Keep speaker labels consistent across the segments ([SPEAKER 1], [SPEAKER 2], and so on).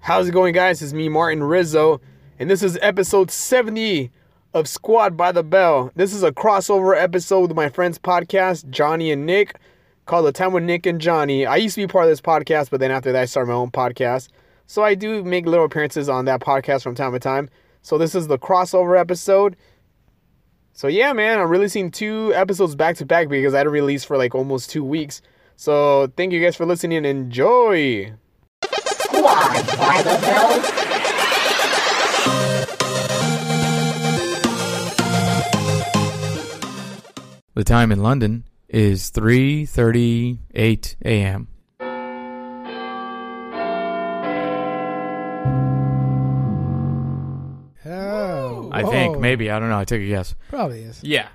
[SPEAKER 1] How's it going, guys? It's me, Martin Rizzo, and this is episode 70 of Squad by the Bell. This is a crossover episode with my friend's podcast, Johnny and Nick, called The Time with Nick and Johnny. I used to be part of this podcast, but then after that, I started my own podcast. So I do make little appearances on that podcast from time to time. So this is the crossover episode. So yeah, man, I'm releasing two episodes back to back because I didn't release for like almost two weeks. So thank you guys for listening and enjoy.
[SPEAKER 2] The time in London is 3:38 a.m.
[SPEAKER 3] Oh,
[SPEAKER 2] I think
[SPEAKER 3] whoa.
[SPEAKER 2] maybe I don't know. I took a guess.
[SPEAKER 3] probably is.
[SPEAKER 2] Yeah.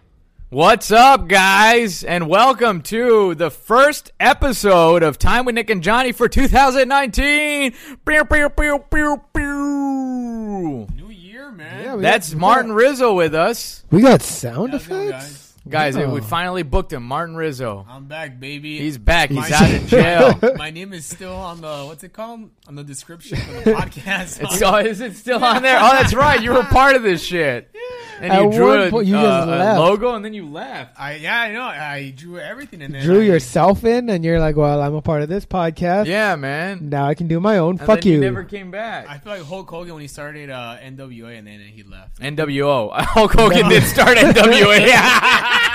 [SPEAKER 2] What's up, guys, and welcome to the first episode of Time with Nick and Johnny for 2019. Pew, pew, pew, pew, pew.
[SPEAKER 3] Yeah, we
[SPEAKER 2] That's
[SPEAKER 3] got, we
[SPEAKER 2] Martin
[SPEAKER 3] Got,
[SPEAKER 2] Rizzo with us,
[SPEAKER 3] we got sound effects.
[SPEAKER 4] guys?
[SPEAKER 2] guys.
[SPEAKER 3] Wow.
[SPEAKER 2] We finally booked him, Martin Rizzo.
[SPEAKER 4] I'm back, baby.
[SPEAKER 2] He's back. He's out of jail.
[SPEAKER 4] My name is still on the what's it called on the description of the podcast.
[SPEAKER 2] It's, oh, is it still on there? Oh, that's right. You were part of this shit. And
[SPEAKER 3] At
[SPEAKER 2] you drew
[SPEAKER 3] one
[SPEAKER 2] a,
[SPEAKER 3] point, you
[SPEAKER 2] uh,
[SPEAKER 3] just
[SPEAKER 2] a
[SPEAKER 3] left.
[SPEAKER 2] logo and then you left.
[SPEAKER 4] I yeah, I know. I drew everything in there.
[SPEAKER 3] Drew
[SPEAKER 4] I-
[SPEAKER 3] yourself in, and you're like, "Well, I'm a part of this podcast.
[SPEAKER 2] Yeah, man.
[SPEAKER 3] Now I can do my own.
[SPEAKER 2] And
[SPEAKER 3] Fuck
[SPEAKER 2] then
[SPEAKER 3] you."
[SPEAKER 2] never came
[SPEAKER 4] I
[SPEAKER 2] back.
[SPEAKER 4] feel like Hulk Hogan when he started uh, NWA and then he left.
[SPEAKER 2] NWO. Hulk Hogan did start NWA.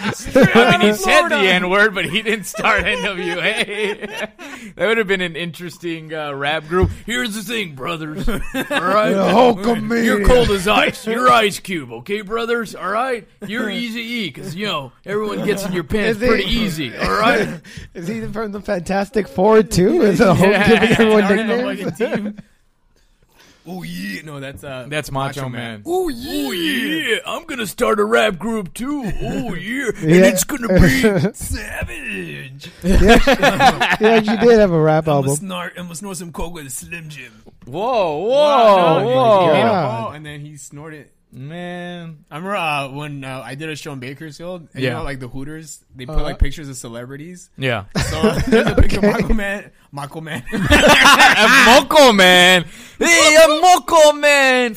[SPEAKER 2] I mean, he said the N word, but he didn't start NWA. that would have been an interesting uh, rap group. Here's the thing, brothers. All right?
[SPEAKER 3] Hulkamania.
[SPEAKER 2] You're cold as ice. You're Ice Cube, okay, brothers? All right? You're Easy E, because, you know, everyone gets in your pants
[SPEAKER 3] Is he-
[SPEAKER 2] pretty easy, all right?
[SPEAKER 3] Is he from the Fantastic Four too? Is the whole giving everyone
[SPEAKER 4] Started the
[SPEAKER 3] nicknames?
[SPEAKER 4] fucking team. Oh yeah, no, that's uh,
[SPEAKER 2] That's Macho, Man. Oh yeah. I'm gonna start a rap group too. Oh yeah, and
[SPEAKER 3] Yeah.
[SPEAKER 2] it's gonna be savage.
[SPEAKER 3] yeah, you did have a rap album.
[SPEAKER 4] snort and snort some coke with a Slim Jim.
[SPEAKER 2] Whoa, whoa,
[SPEAKER 4] Oh,
[SPEAKER 3] whoa.
[SPEAKER 4] He made a
[SPEAKER 3] God.
[SPEAKER 4] ball and then he snorted.
[SPEAKER 2] man.
[SPEAKER 4] I remember uh, when uh, I did a show in Bakersfield. And
[SPEAKER 2] Yeah.
[SPEAKER 4] You know, like the Hooters, they put
[SPEAKER 3] Uh-huh.
[SPEAKER 4] like pictures of celebrities.
[SPEAKER 2] Yeah,
[SPEAKER 4] So there's a picture of Michael Man. Michael Man.
[SPEAKER 2] a moco man. Hey, a moco man.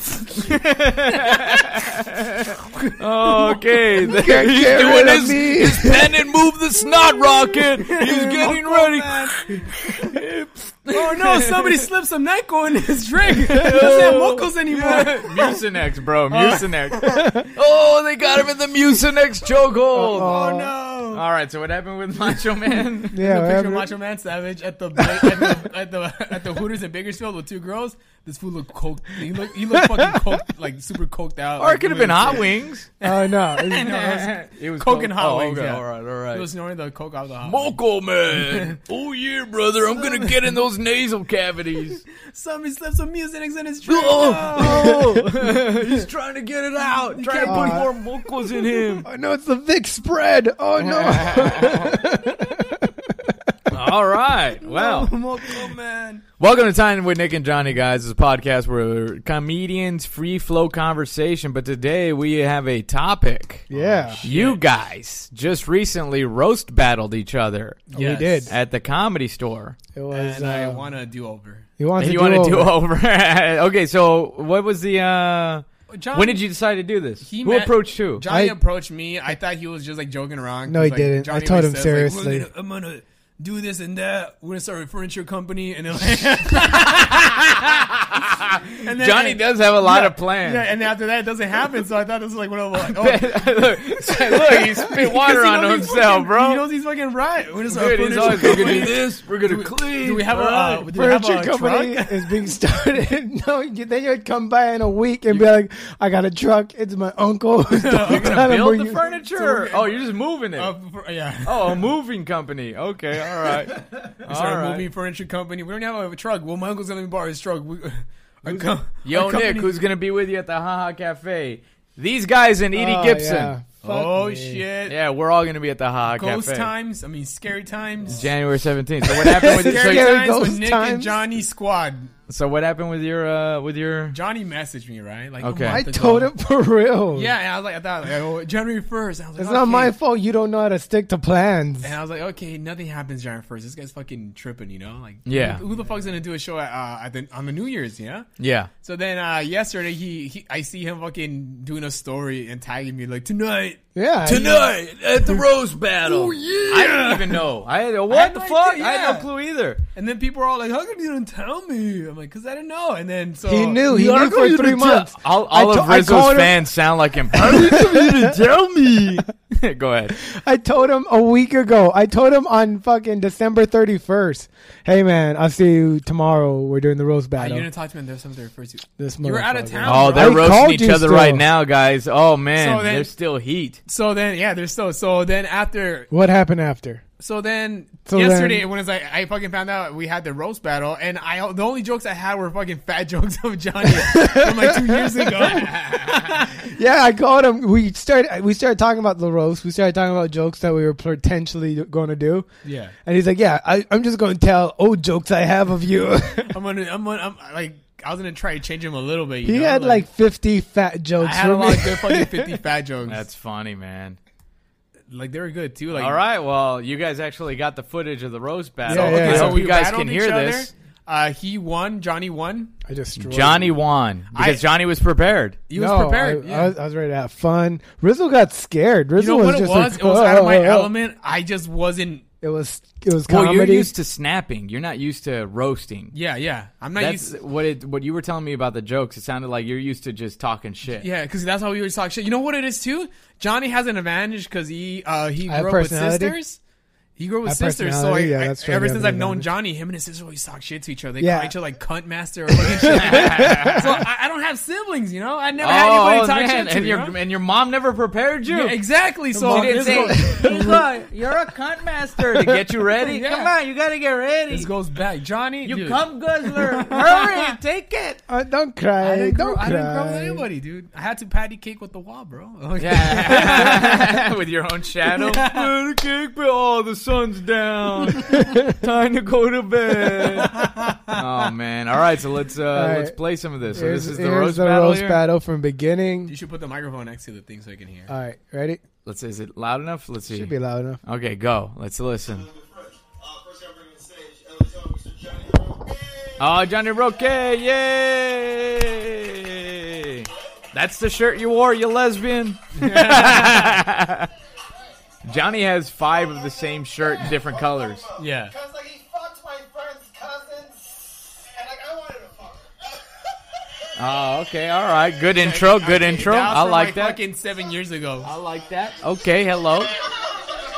[SPEAKER 2] Oh, okay, there he's
[SPEAKER 3] Get
[SPEAKER 2] doing
[SPEAKER 3] rid of
[SPEAKER 2] his,
[SPEAKER 3] me.
[SPEAKER 2] his pen and move the snot rocket. He's getting ready.
[SPEAKER 4] oh no! Somebody slipped some Nyquil in his drink. Doesn't have Mocos anymore.
[SPEAKER 2] Mucinex, bro. Mucinex. oh, they got him in the Mucinex chokehold.
[SPEAKER 3] Uh-oh.
[SPEAKER 4] Oh no!
[SPEAKER 2] All right, so what happened with Macho Man?
[SPEAKER 3] yeah,
[SPEAKER 4] a picture of
[SPEAKER 3] whatever.
[SPEAKER 4] Macho Man Savage at the, at the at the at the Hooters in Bakersfield with two girls. This fool looked coked. He looked he looked fucking coked, like super coked out.
[SPEAKER 2] or it could have been Hot Wings.
[SPEAKER 3] Oh no, It's-
[SPEAKER 2] it was,
[SPEAKER 4] Coke and Hot
[SPEAKER 2] oh,
[SPEAKER 4] Wings,
[SPEAKER 2] Okay,
[SPEAKER 4] yeah.
[SPEAKER 2] All right, all
[SPEAKER 4] He
[SPEAKER 2] right.
[SPEAKER 4] was snorting the coke out of the hot.
[SPEAKER 2] Moco Man. oh yeah, brother. I'm gonna get in those nasal cavities.
[SPEAKER 4] Somebody slipped some Mucinex in his drink.
[SPEAKER 2] oh, oh. he's trying to get it out. Trying to
[SPEAKER 3] Uh,
[SPEAKER 2] put more mocos in him.
[SPEAKER 3] oh no, it's the Vic spread. Oh no.
[SPEAKER 2] All right. Well.
[SPEAKER 4] Moco Oh, man.
[SPEAKER 2] Welcome to Time with Nick and Johnny, guys. This is a podcast where comedians free flow conversation, but today we have a topic.
[SPEAKER 3] yeah,
[SPEAKER 2] You guys just recently roast battled each other
[SPEAKER 4] Yes.
[SPEAKER 3] we did.
[SPEAKER 2] at the comedy store.
[SPEAKER 3] It was.
[SPEAKER 4] And I
[SPEAKER 3] Uh,
[SPEAKER 4] want to do over.
[SPEAKER 3] he
[SPEAKER 2] And
[SPEAKER 3] wants to
[SPEAKER 2] you
[SPEAKER 3] do
[SPEAKER 2] want to
[SPEAKER 3] over.
[SPEAKER 2] do over? okay, so what was the? uh
[SPEAKER 4] John,
[SPEAKER 2] When did you decide to do this?
[SPEAKER 4] Um, He
[SPEAKER 2] who
[SPEAKER 4] met-
[SPEAKER 2] approached who?
[SPEAKER 4] Johnny
[SPEAKER 3] I-
[SPEAKER 4] approached me. I thought he was just like joking around.
[SPEAKER 3] No,
[SPEAKER 4] 'cause,
[SPEAKER 3] he
[SPEAKER 4] like,
[SPEAKER 3] didn't.
[SPEAKER 4] Johnny
[SPEAKER 3] I told
[SPEAKER 4] always
[SPEAKER 3] him
[SPEAKER 4] says, like,
[SPEAKER 3] seriously.
[SPEAKER 4] "We're gonna- I'm gonna do this and that. We're gonna start a furniture company, and then like, and then-
[SPEAKER 2] Johnny does have a lot of plans.
[SPEAKER 4] Yeah, and after that, it doesn't happen. So I thought this was like one of like, oh,
[SPEAKER 2] look, look, he spit water
[SPEAKER 4] 'cause he
[SPEAKER 2] on
[SPEAKER 4] knows he's
[SPEAKER 2] himself,
[SPEAKER 4] fucking- He
[SPEAKER 2] bro.
[SPEAKER 4] knows he's fucking right. We're gonna start a
[SPEAKER 2] Dude, he's
[SPEAKER 4] uh,
[SPEAKER 2] always,
[SPEAKER 4] furniture
[SPEAKER 2] we're gonna do
[SPEAKER 4] company.
[SPEAKER 2] this. We're gonna
[SPEAKER 4] we-
[SPEAKER 2] clean.
[SPEAKER 4] do we have a,
[SPEAKER 2] All
[SPEAKER 4] uh,
[SPEAKER 2] right.
[SPEAKER 4] do we have
[SPEAKER 3] furniture
[SPEAKER 4] a
[SPEAKER 3] company
[SPEAKER 4] truck?
[SPEAKER 3] is being started. no, you, then you'd come by in a week and be like, "I got a truck. It's my uncle." You're
[SPEAKER 2] gonna build the furniture?
[SPEAKER 4] gonna-
[SPEAKER 2] Oh, you're just moving it.
[SPEAKER 4] Uh, for- yeah.
[SPEAKER 2] oh, a moving company. Okay, all right.
[SPEAKER 4] We
[SPEAKER 2] All
[SPEAKER 4] started
[SPEAKER 2] right.
[SPEAKER 4] moving furniture company. We don't have a truck. Well, my uncle's gonna borrow his truck. We, our co- our
[SPEAKER 2] Yo, Nick,
[SPEAKER 4] company-
[SPEAKER 2] who's gonna be with you at the Haha Cafe? These guys and Edie Gibson.
[SPEAKER 3] Oh, Yeah.
[SPEAKER 2] Yeah.
[SPEAKER 3] Fuck
[SPEAKER 4] Oh
[SPEAKER 3] me.
[SPEAKER 4] shit!
[SPEAKER 2] we're all gonna be at the Haha
[SPEAKER 4] Ghost
[SPEAKER 2] Cafe.
[SPEAKER 4] times. I mean, scary times.
[SPEAKER 2] January seventeenth. So what happened with
[SPEAKER 4] Scary
[SPEAKER 2] so,
[SPEAKER 3] Scary
[SPEAKER 4] times
[SPEAKER 3] ghost
[SPEAKER 4] with Nick
[SPEAKER 3] times.
[SPEAKER 4] and Johnny squad.
[SPEAKER 2] So what happened with your uh with your
[SPEAKER 4] Johnny messaged me, right? Like, a
[SPEAKER 2] Okay.
[SPEAKER 4] month
[SPEAKER 3] I
[SPEAKER 4] ago.
[SPEAKER 3] told him for real.
[SPEAKER 4] Yeah, and I was like, I thought, like, oh, January 1st. I was like,
[SPEAKER 3] It's not
[SPEAKER 4] okay.
[SPEAKER 3] my fault you don't know how to stick to plans.
[SPEAKER 4] And I was like, okay, nothing happens January 1st. This guy's fucking tripping, you know? Like,
[SPEAKER 2] Yeah.
[SPEAKER 4] Who, who the fuck's going to do a show at, uh, at the, on the New Year's, you know?
[SPEAKER 2] yeah
[SPEAKER 4] So then uh, yesterday, he, he I see him fucking doing a story and tagging me, like, tonight,
[SPEAKER 3] Yeah.
[SPEAKER 4] tonight at the Rose Battle.
[SPEAKER 2] I didn't even know. I had what
[SPEAKER 4] had
[SPEAKER 2] the
[SPEAKER 4] no
[SPEAKER 2] fuck?
[SPEAKER 4] idea,
[SPEAKER 2] I had no
[SPEAKER 4] yeah.
[SPEAKER 2] clue either.
[SPEAKER 4] And then people are all like, how come you didn't tell me? I'm like, because I didn't know. And then so.
[SPEAKER 3] He knew. He
[SPEAKER 2] How
[SPEAKER 3] knew
[SPEAKER 2] come
[SPEAKER 3] for
[SPEAKER 2] you
[SPEAKER 3] three
[SPEAKER 2] didn't
[SPEAKER 3] months.
[SPEAKER 2] tell- all
[SPEAKER 3] I
[SPEAKER 2] all
[SPEAKER 3] to-
[SPEAKER 2] of
[SPEAKER 3] I
[SPEAKER 2] Rizzo's
[SPEAKER 3] called him-
[SPEAKER 2] fans sound like him. How did you didn't tell me? Go ahead.
[SPEAKER 3] I told him a week ago. I told him on fucking December 31st. Hey, man, I'll see you tomorrow. We're doing the roast
[SPEAKER 4] You're
[SPEAKER 3] battle.
[SPEAKER 4] going to talk to me on December 1st.
[SPEAKER 3] this
[SPEAKER 4] You were out of
[SPEAKER 3] motherfucker.
[SPEAKER 4] town.
[SPEAKER 2] Oh,
[SPEAKER 4] bro.
[SPEAKER 2] they're
[SPEAKER 3] I
[SPEAKER 2] roasting
[SPEAKER 3] called
[SPEAKER 2] each
[SPEAKER 3] you
[SPEAKER 2] other right
[SPEAKER 3] still.
[SPEAKER 2] now, guys. Oh man,
[SPEAKER 4] So then-
[SPEAKER 2] there's still heat.
[SPEAKER 4] So then, yeah, there's still. So then after
[SPEAKER 3] What happened after?
[SPEAKER 4] So then
[SPEAKER 3] So
[SPEAKER 4] yesterday
[SPEAKER 3] then-
[SPEAKER 4] when it's like I fucking found out we had the roast battle and I the only jokes I had were fucking fat jokes of Johnny from like two years ago.
[SPEAKER 3] Yeah, I called him. We started. We started talking about the roast. We started talking about jokes that we were potentially going to do.
[SPEAKER 4] yeah,
[SPEAKER 3] And he's like, "Yeah, I, I'm just going to tell old jokes I have of you."
[SPEAKER 4] I'm gonna I'm gonna I'm like I was gonna try to change him a little bit. You
[SPEAKER 3] he
[SPEAKER 4] know?
[SPEAKER 3] had like 50 fat jokes.
[SPEAKER 4] I had
[SPEAKER 3] for
[SPEAKER 4] a lot of
[SPEAKER 3] me.
[SPEAKER 4] good fucking fifty fat jokes.
[SPEAKER 2] That's funny, man.
[SPEAKER 4] like they were good too. Like
[SPEAKER 2] All right, well, you guys actually got the footage of the roast battle.
[SPEAKER 3] Yeah, yeah,
[SPEAKER 2] I
[SPEAKER 4] okay,
[SPEAKER 3] yeah.
[SPEAKER 2] hope
[SPEAKER 4] so we
[SPEAKER 2] you guys
[SPEAKER 4] battled
[SPEAKER 2] can
[SPEAKER 4] each
[SPEAKER 2] hear
[SPEAKER 4] other.
[SPEAKER 2] this.
[SPEAKER 4] Uh, he won. Johnny won.
[SPEAKER 3] I just destroyed
[SPEAKER 2] Johnny
[SPEAKER 3] him.
[SPEAKER 2] won because
[SPEAKER 4] I-
[SPEAKER 2] Johnny was prepared.
[SPEAKER 4] He was
[SPEAKER 3] No,
[SPEAKER 4] prepared.
[SPEAKER 3] I,
[SPEAKER 4] yeah.
[SPEAKER 3] I, was, I was ready to have fun. Rizzo got scared.
[SPEAKER 4] you
[SPEAKER 3] Rizzo
[SPEAKER 4] know what
[SPEAKER 3] was
[SPEAKER 4] it was?
[SPEAKER 3] just like,
[SPEAKER 4] it was out of my
[SPEAKER 3] "Oh, oh, oh."
[SPEAKER 4] element. I just wasn't.
[SPEAKER 3] It was it was
[SPEAKER 2] Well,
[SPEAKER 3] comedy.
[SPEAKER 2] you're used to snapping. You're not used to roasting.
[SPEAKER 4] Yeah, yeah. I'm not
[SPEAKER 2] That's
[SPEAKER 4] used.
[SPEAKER 2] what it. What you were telling me about the jokes. It sounded like you're used to just talking shit.
[SPEAKER 4] Yeah, because that's how we always talk shit. You know what it is too? Johnny has an advantage because he uh, he
[SPEAKER 3] I have
[SPEAKER 4] grew up with
[SPEAKER 3] personality.
[SPEAKER 4] sisters. He grew up with
[SPEAKER 3] I have
[SPEAKER 4] sisters, so I,
[SPEAKER 3] personality, yeah,
[SPEAKER 4] I-
[SPEAKER 3] that's true,
[SPEAKER 4] ever
[SPEAKER 3] you have
[SPEAKER 4] since
[SPEAKER 3] an
[SPEAKER 4] I've known
[SPEAKER 3] advantage.
[SPEAKER 4] Johnny, him and his sister always talk shit to each other. They
[SPEAKER 3] Yeah.
[SPEAKER 4] call each other like cunt master or fucking shit. so I, I don't have siblings, you know. I never had
[SPEAKER 2] Oh,
[SPEAKER 4] anybody talk
[SPEAKER 2] man.
[SPEAKER 4] shit to
[SPEAKER 2] and
[SPEAKER 4] me.
[SPEAKER 2] your
[SPEAKER 4] you know?
[SPEAKER 2] and your mom never prepared you.
[SPEAKER 4] Yeah, exactly. So this goes,
[SPEAKER 2] you're a cunt master to get you ready.
[SPEAKER 4] Yeah.
[SPEAKER 2] Come on, you gotta get ready.
[SPEAKER 4] this goes back, Johnny. dude,
[SPEAKER 2] guzzler. Hurry, take it.
[SPEAKER 3] Uh, don't cry.
[SPEAKER 4] I didn't,
[SPEAKER 3] don't cry.
[SPEAKER 4] grow, I didn't grow with anybody, dude. I had to patty cake with the wall, bro.
[SPEAKER 2] Yeah, with your own shadow. Little cake, but oh, the sun's down. Time to go to bed. oh man! All right, so let's uh,
[SPEAKER 3] right.
[SPEAKER 2] let's play some of this. So
[SPEAKER 3] Here's,
[SPEAKER 2] this is the
[SPEAKER 3] here's
[SPEAKER 2] roast battle. here?
[SPEAKER 3] battle from
[SPEAKER 4] You
[SPEAKER 3] beginning.
[SPEAKER 4] should put the microphone next to the thing so I can hear.
[SPEAKER 3] All right, ready?
[SPEAKER 2] Let's. Is it loud enough? Let's see.
[SPEAKER 3] Should be loud enough.
[SPEAKER 2] Okay, go. Let's listen.
[SPEAKER 5] uh,
[SPEAKER 2] Oh, Johnny Roque! Yay! That's the shirt you wore, you lesbian. Johnny has five of the same shirt, in different colors.
[SPEAKER 4] Yeah.
[SPEAKER 5] Cause like he fucked my friend's cousins, and like I wanted to fuck her.
[SPEAKER 2] Oh, okay, all right. Good intro, good intro.
[SPEAKER 4] That was
[SPEAKER 2] I
[SPEAKER 4] from,
[SPEAKER 2] like that.
[SPEAKER 4] Fucking seven years ago.
[SPEAKER 2] I like that. Okay, hello.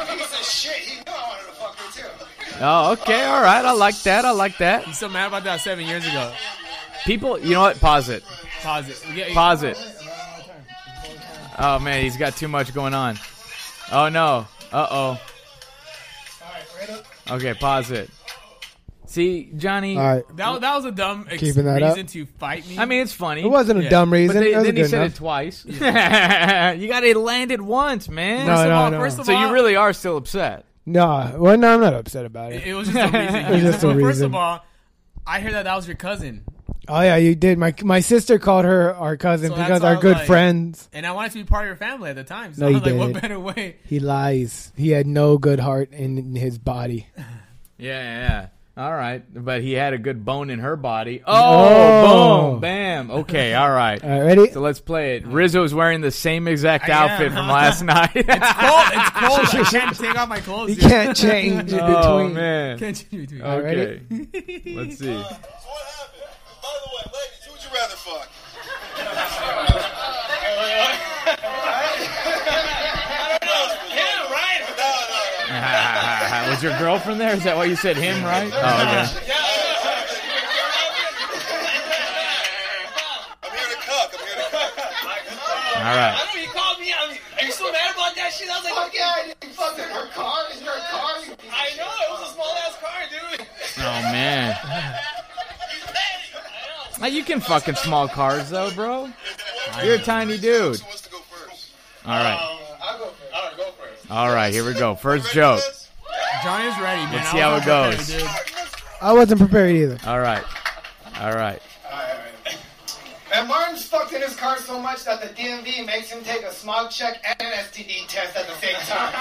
[SPEAKER 5] Piece of shit. He knew I wanted to fuck her too.
[SPEAKER 2] Oh, okay, all right. I like that. I like that.
[SPEAKER 4] He's so mad about that seven years ago.
[SPEAKER 2] People, you know what? Pause it.
[SPEAKER 4] Pause it. We get-
[SPEAKER 2] Pause it. Oh man, he's got too much going on. Oh no. Uh oh.
[SPEAKER 5] Alright, we're gonna.
[SPEAKER 2] Okay, pause it. See, Johnny.
[SPEAKER 3] All right.
[SPEAKER 4] That, that was a dumb ex-
[SPEAKER 3] Keeping that
[SPEAKER 4] reason
[SPEAKER 3] up.
[SPEAKER 4] to fight me.
[SPEAKER 2] I mean, it's funny.
[SPEAKER 3] It wasn't a
[SPEAKER 4] Yeah.
[SPEAKER 3] dumb
[SPEAKER 2] But
[SPEAKER 3] reason.
[SPEAKER 2] they,
[SPEAKER 3] it was
[SPEAKER 2] then he
[SPEAKER 3] good
[SPEAKER 2] said
[SPEAKER 3] enough.
[SPEAKER 2] it twice. you got to land it once, man.
[SPEAKER 3] No,
[SPEAKER 4] first
[SPEAKER 3] no,
[SPEAKER 4] of all,
[SPEAKER 3] no.
[SPEAKER 4] first of
[SPEAKER 2] so
[SPEAKER 4] all,
[SPEAKER 2] you really are still upset.
[SPEAKER 3] No, well, no, I'm not upset about it.
[SPEAKER 4] it was just a reason.
[SPEAKER 3] was just a
[SPEAKER 4] Well, First
[SPEAKER 3] reason.
[SPEAKER 4] of all, I heard that that was your cousin,
[SPEAKER 3] Oh yeah, you did. My my sister called her our cousin
[SPEAKER 4] So that's
[SPEAKER 3] because our
[SPEAKER 4] how,
[SPEAKER 3] good
[SPEAKER 4] like-
[SPEAKER 3] friends.
[SPEAKER 4] and I wanted to be part of your family at the time. So
[SPEAKER 3] No,
[SPEAKER 4] I
[SPEAKER 3] you
[SPEAKER 4] was like, what
[SPEAKER 3] didn't.
[SPEAKER 4] better way?
[SPEAKER 3] He lies. He had no good heart in his body.
[SPEAKER 2] Yeah, yeah. yeah. All right, but he had a good bone in her body.
[SPEAKER 3] Oh.
[SPEAKER 2] Oh, boom, bam. Okay, all right.
[SPEAKER 3] All right, ready?
[SPEAKER 2] So let's play it. Rizzo's wearing the same exact outfit from last night.
[SPEAKER 4] Cold, it's cold. I can't take off my clothes.
[SPEAKER 3] You
[SPEAKER 4] dude.
[SPEAKER 3] can't change in between.
[SPEAKER 2] oh man.
[SPEAKER 4] Can't change between.
[SPEAKER 3] right.
[SPEAKER 2] Okay.
[SPEAKER 3] ready?
[SPEAKER 2] let's see.
[SPEAKER 5] So what happened? By the way, ladies, who would you rather fuck?
[SPEAKER 6] Yeah, right.
[SPEAKER 5] No, no, no.
[SPEAKER 2] Ah, was your girlfriend there? Is that why you said him, right? Oh, okay.
[SPEAKER 5] I'm here to cuck. I'm here to cuck.
[SPEAKER 2] All right.
[SPEAKER 6] I know you called me. I'm, are you so mad about that shit? I was like,
[SPEAKER 5] Fuck yeah, I didn't fuck in her car. In her car. You piece of
[SPEAKER 6] I
[SPEAKER 5] shit.
[SPEAKER 6] know it was a small ass car, dude.
[SPEAKER 2] Oh man.
[SPEAKER 5] He's petty.
[SPEAKER 2] Like, you can fucking small cars though, bro. You're a tiny dude.
[SPEAKER 5] Who wants to go first?
[SPEAKER 2] All right.
[SPEAKER 5] I'll go first. All right, go first.
[SPEAKER 2] All right, here we go. First
[SPEAKER 5] Ready
[SPEAKER 2] joke.
[SPEAKER 5] for this?
[SPEAKER 4] Johnny's ready, man.
[SPEAKER 2] Let's
[SPEAKER 4] I
[SPEAKER 2] see how
[SPEAKER 4] was
[SPEAKER 2] it
[SPEAKER 4] not
[SPEAKER 2] goes.
[SPEAKER 4] prepared, dude.
[SPEAKER 3] I wasn't prepared either.
[SPEAKER 2] All right. All right.
[SPEAKER 5] And Martin's fucked in his car so much that the DMV makes him take a smog check and an STD test at the same time.